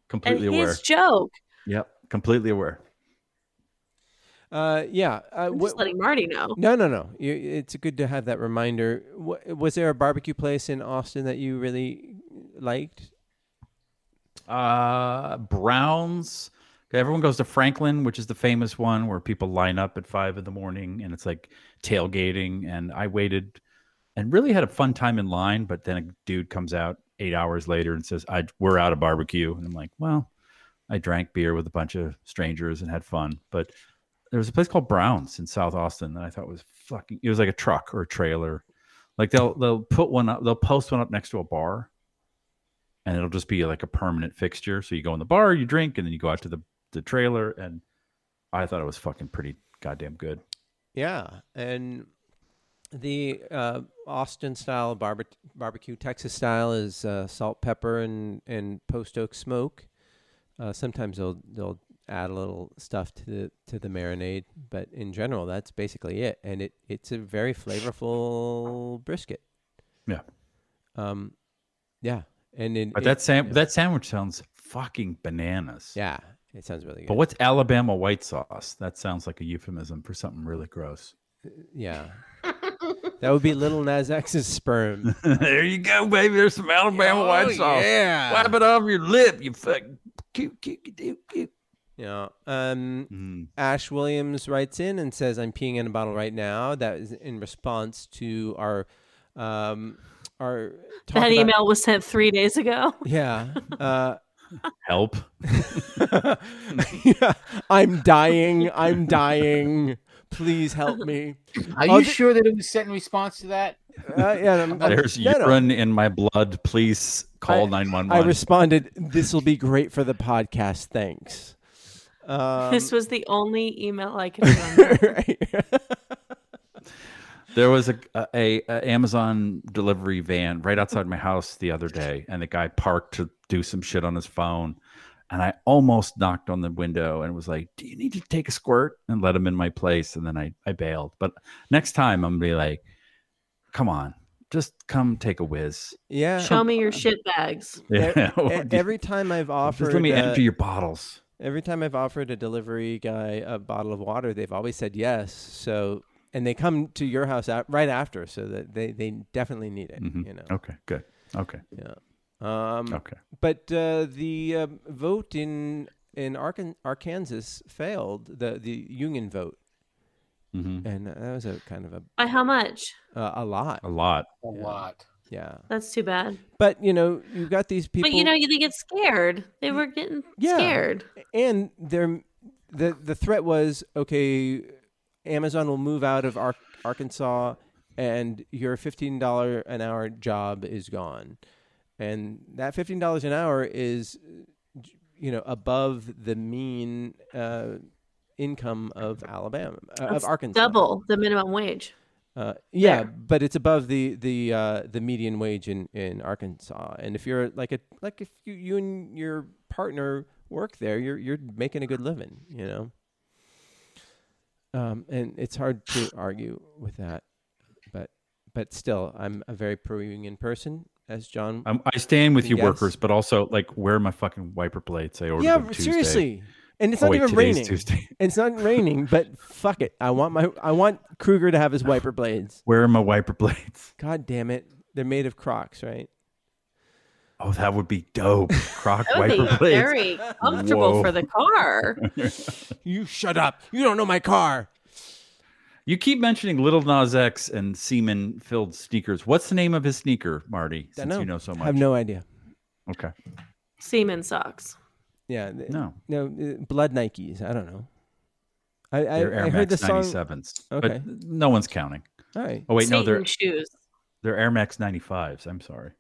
S2: Completely
S5: his
S2: aware.
S5: joke.
S2: Yep. Completely aware.
S4: Uh, yeah. Uh,
S5: I'm
S4: what-
S5: just letting Marty know.
S4: no, no, no. You, it's good to have that reminder. Wha was there a barbecue place in Austin that you really liked?
S2: Uh, Browns. Everyone goes to Franklin, which is the famous one where people line up at five in the morning and it's like tailgating. And I waited and really had a fun time in line. But then a dude comes out eight hours later and says, I, We're out of barbecue. And I'm like, Well, I drank beer with a bunch of strangers and had fun. But there was a place called Browns in South Austin that I thought was fucking, it was like a truck or a trailer. Like they'll, they'll put one up, they'll post one up next to a bar and it'll just be like a permanent fixture. So you go in the bar, you drink, and then you go out to the, the trailer. And I thought it was fucking pretty goddamn good.
S4: Yeah, and the uh, Austin style barbe- barbecue, Texas style is uh, salt, pepper, and and post oak smoke. Uh, sometimes they'll they'll add a little stuff to the to the marinade, but in general, that's basically it. And it it's a very flavorful brisket.
S2: Yeah.
S4: Um, yeah, and in,
S2: But
S4: it-
S2: that sam-
S4: yeah.
S2: that sandwich sounds fucking bananas.
S4: yeah, it sounds really good.
S2: But what's Alabama white sauce? That sounds like a euphemism for something really gross.
S4: Yeah. That would be little Nas X's sperm.
S2: there you go, baby. There's some Alabama
S3: Oh,
S2: white sauce.
S3: yeah.
S2: Wipe it off your lip, you fucking cute, cute, cute, cute.
S4: Yeah. Um,
S2: Mm,
S4: Ash Williams writes in and says, "I'm peeing in a bottle right now." That is in response to our um, our talk
S5: That
S4: about-
S5: email was sent three days ago.
S4: Yeah, uh,
S2: Help.
S4: yeah. I'm dying. I'm dying. Please help me.
S6: Are
S4: Oh,
S6: you
S4: thi-
S6: sure that it was set in response to that?
S4: Uh, yeah, I'm- I'm-
S2: There's
S4: no, no.
S2: urine in my blood. Please call
S4: I
S2: 911.
S4: responded, "This will be great for the podcast. Thanks." Um,
S5: this was the only email I could remember.
S2: There was a, a, a, a Amazon delivery van right outside my house the other day, and the guy parked to do some shit on his phone, and I almost knocked on the window and was like, "Do you need to take a squirt?" and let him in my place, and then I I bailed. But next time I'm gonna be like, "Come on, just come take a whiz."
S4: yeah.
S5: Show me your shit bags.
S2: Yeah.
S4: E- Every time I've offered,
S2: just let me
S4: uh,
S2: empty your bottles.
S4: Every time I've offered a delivery guy a bottle of water, they've always said yes. So, and they come to your house out, right after, so that they, they definitely need it.
S2: Mhm.
S4: You know.
S2: Okay, good. Okay,
S4: Yeah. Um,
S2: okay.
S4: But uh, the um vote in in Arkan- Arkansas failed. The the union vote,
S2: hmm
S4: and that was a kind of a
S5: By how much?
S4: uh, a lot.
S2: A lot.
S6: A lot.
S4: Yeah.
S5: That's too bad.
S4: But you know, you got these people.
S5: But you know, you- they get scared. They were getting
S4: Yeah.
S5: scared.
S4: and their the the threat was okay amazon will move out of Ar- arkansas and your $15 an hour job is gone and that $15 an hour is you know above the mean uh, income of alabama uh, of
S5: That's
S4: arkansas
S5: Double the minimum wage.
S4: uh, yeah,
S5: There.
S4: but it's above the the uh, the median wage in, in Arkansas, and if you're like a like if you, you and your partner work there, you're you're making a good living, you know. Um, and it's hard to argue with that, but but still, I'm a very pro-union person, as John.
S2: I'm, I stand with you,
S4: Yes.
S2: workers, but also like, where are my fucking wiper blades? I ordered
S4: yeah,
S2: them Tuesday.
S4: seriously, And it's
S2: Oh,
S4: not
S2: wait,
S4: even
S2: today's
S4: raining.
S2: Tuesday.
S4: And it's not raining, but fuck it. I want my I want Kruger to have his wiper blades.
S2: Where are my wiper blades?
S4: God damn it. They're made of Crocs, right?
S2: Oh, that would be dope. Croc
S5: That would
S2: wiper
S5: be
S2: blades.
S5: very comfortable
S2: Whoa.
S5: for the car.
S3: You shut up. You don't know my car.
S2: You keep mentioning Little Nas X and semen filled sneakers. What's the name of his sneaker, Marty? Since
S4: know.
S2: you know so
S4: I
S2: much.
S4: have no idea.
S2: Okay.
S5: Semen socks.
S4: Yeah. th-
S2: No.
S4: No, uh, blood Nikes. I don't know. I I,
S2: They're Air
S4: I heard the
S2: Max
S4: song.
S2: ninety sevens.
S4: Okay.
S2: But no one's counting.
S4: All right.
S2: Oh wait,
S5: Satan
S2: no, they're
S5: shoes.
S2: they're Air Max ninety fives. I'm sorry.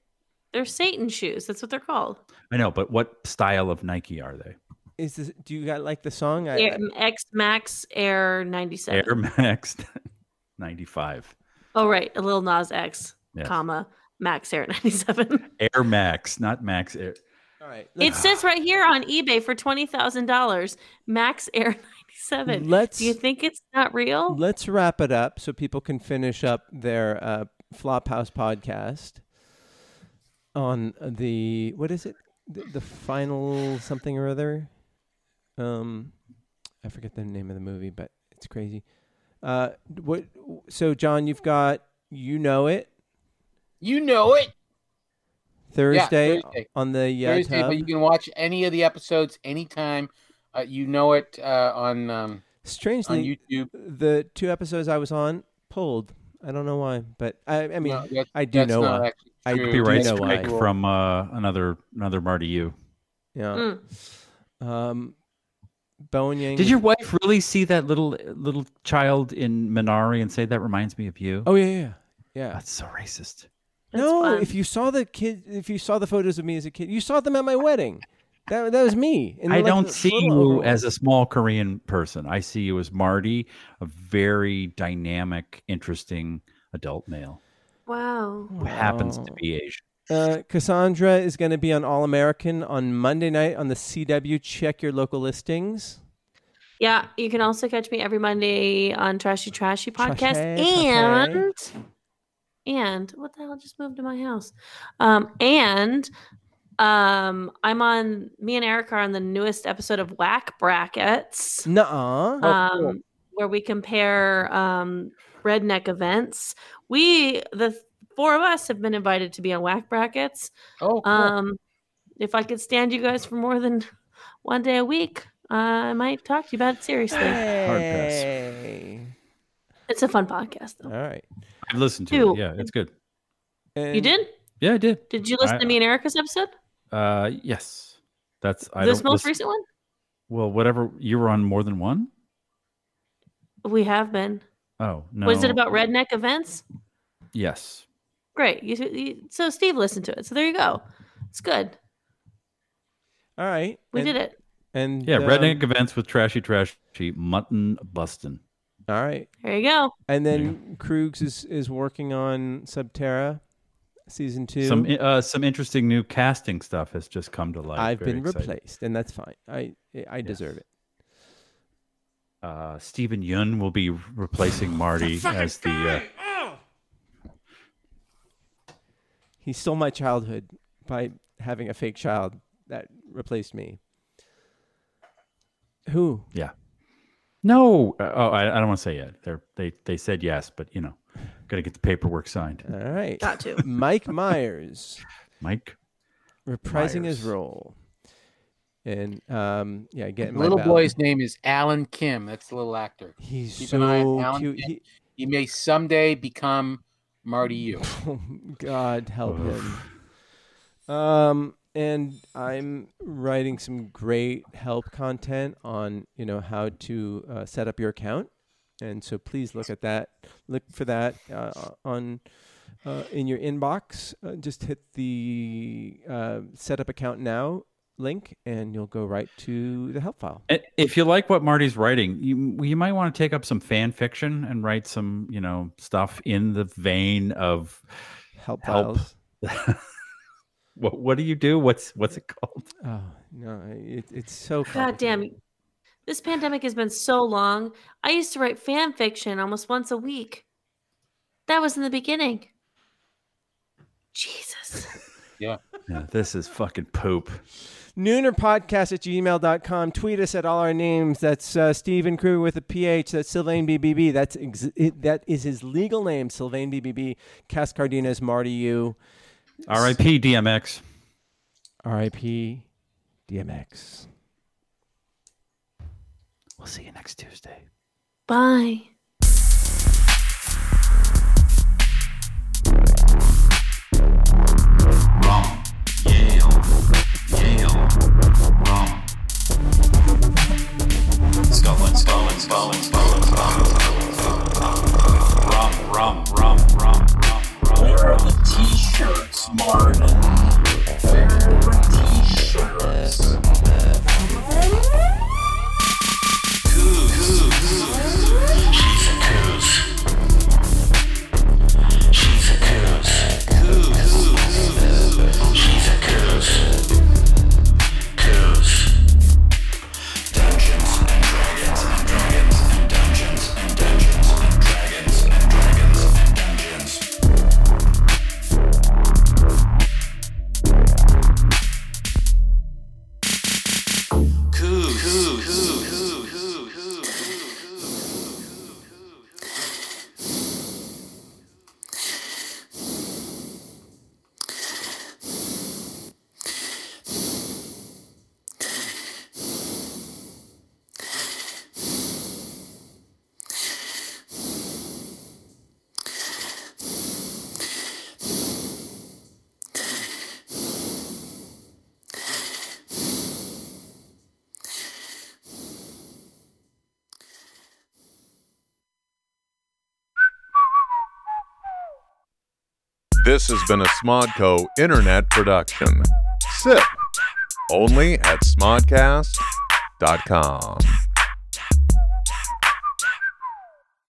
S5: They're Satan shoes. That's what they're called.
S2: I know, but what style of Nike are they?
S4: Is this, do you got like the song? I,
S5: Air, X Max Air 97.
S2: Air Max ninety five.
S5: Oh, right. A little Nas X,
S2: Yes.
S5: comma, Max Air 97.
S2: Air Max, not Max Air.
S4: all right.
S5: it says right here on eBay for $20,000, Max Air 97.
S4: Let's-
S5: Do you think it's not real?
S4: Let's wrap it up so people can finish up their uh, Flophouse podcast on the what is it? The, the final something or other. Um, I forget the name of the movie, but it's crazy. Uh, what? So, John, you've got you know it
S6: You know it.
S4: Thursday,
S6: Thursday.
S4: on the uh, yeah
S6: Thursday, but you can watch any of the episodes anytime. Uh, you know it uh, on um, on
S4: Strangely,
S6: YouTube.
S4: the two episodes I was on pulled. I don't know why, but I, I mean,
S6: No, that's-
S4: I do
S6: that's
S4: know
S6: not
S4: why.
S6: actually
S4: I
S6: true.
S4: do
S2: Copyright
S4: know why.
S2: strike from uh, another another Marty. You
S4: Yeah.
S5: Mm.
S4: Um, Bowen Yang.
S2: did your wife really see that little little child in Minari and say that reminds me of you?
S4: Oh yeah, yeah, yeah.
S2: that's so racist.
S5: That's
S4: no,
S5: fun.
S4: if you saw the kid, if you saw the photos of me as a kid, you saw them at my wedding. That that was me. in,
S2: I
S4: like,
S2: don't
S4: the
S2: see
S4: little
S2: you
S4: overalls.
S2: as a small Korean person. I see you as Marty, a very dynamic, interesting adult male
S5: Wow.
S4: Oh,
S2: who happens to
S4: Wow.
S2: be
S5: Oh.
S2: Asian.
S4: Uh, Cassandra is going to be on All American on Monday night on the CW. Check your local listings.
S5: Yeah, you can also catch me every Monday on Trashy Trashy Podcast.
S4: Trashy, trashy.
S5: and and what the hell just moved to my house? Um, and um I'm on me and Eric are on the newest episode of Whack Brackets.
S4: Nuh-uh.
S5: um where we compare um redneck events. We the th- four of us have been invited to be on Whack Brackets.
S6: Oh, cool.
S5: Um if I could stand you guys for more than one day a week, I might talk to you about it seriously.
S2: pass.
S4: hey.
S5: It's a fun podcast,
S4: All
S5: though.
S4: right.
S2: I've listened to
S5: Ew.
S2: it. Yeah, it's good.
S5: You
S4: And-
S5: did?
S2: Yeah, I did.
S5: Did you listen
S2: I-
S5: to me and Erica's episode?
S2: Uh, yes, that's I
S5: this
S2: don't
S5: most
S2: listen-
S5: recent one?
S2: Well, whatever you were on more than one.
S5: We have been.
S2: Oh no.
S5: Was it about redneck events?
S2: Yes.
S5: Great. You, you, so Steve listened to it. So there you go. It's good.
S4: All right.
S5: We
S4: and,
S5: did it.
S4: And
S2: Yeah,
S4: um,
S2: redneck events with trashy trashy mutton bustin.
S4: All right.
S5: There you go.
S4: And then Krugs is is working on Subterra season two.
S2: Some uh, some interesting new casting stuff has just come to light.
S4: I've
S2: Very
S4: been
S2: exciting.
S4: replaced, and that's fine. I I deserve it.
S2: Uh, Stephen Yun will be replacing Marty as the. Uh,
S4: He stole my childhood by having a fake child that replaced me. Who?
S2: yeah. No. Uh, oh, I, I don't want to say yet. They're, they they said yes, but you know, got to get the paperwork signed.
S4: All right.
S5: Got to.
S4: Mike Myers
S2: Mike.
S4: reprising his
S2: Myers.
S4: role. And um, yeah, getting
S6: The
S4: my
S6: little
S4: ballot.
S6: boy's name is Alan Kim. That's the little actor.
S4: He's
S6: Keep an eye on
S4: so
S6: Alan
S4: cute.
S6: Kim.
S4: He,
S6: He may someday become Marty. You.
S4: Oh, God help him. Um, and I'm writing some great help content on you know how to uh, set up your account, and so please look at that. Look for that uh, on uh, in your inbox. Uh, just hit the uh, set up account now link, and you'll go right to the help file.
S2: I- If you like what Marty's writing, you you might want to take up some fan fiction and write some you know stuff in the vein of
S4: Help,
S2: Help.
S4: files.
S2: what what do you do? What's what's it called?
S4: Oh no, it, it's so.
S5: God damn. This pandemic has been so long. I used to write fan fiction almost once a week. That was in the beginning. Jesus.
S6: Yeah.
S2: Yeah, this is fucking poop.
S4: Noonerpodcast at gmail.com. Tweet us at all our names. That's uh, Steven Kruger with a PH. That's Sylvain BBB. That's ex- it, that is his legal name, Sylvain BBB. Cass Cardenas, Marty U.
S2: R.I.P. DMX.
S4: RIP DMX.
S2: We'll see you next Tuesday.
S5: Bye.
S1: Wrong. Yale. Yale. Wrong. Scotland, Scotland, Scotland, Scotland, Scotland. Rum, rum, rum, rum, rum. Where are the t-shirts, Martin? Where are the t-shirts?
S10: This has been a Smodco internet production. Sip only at smodcast.com.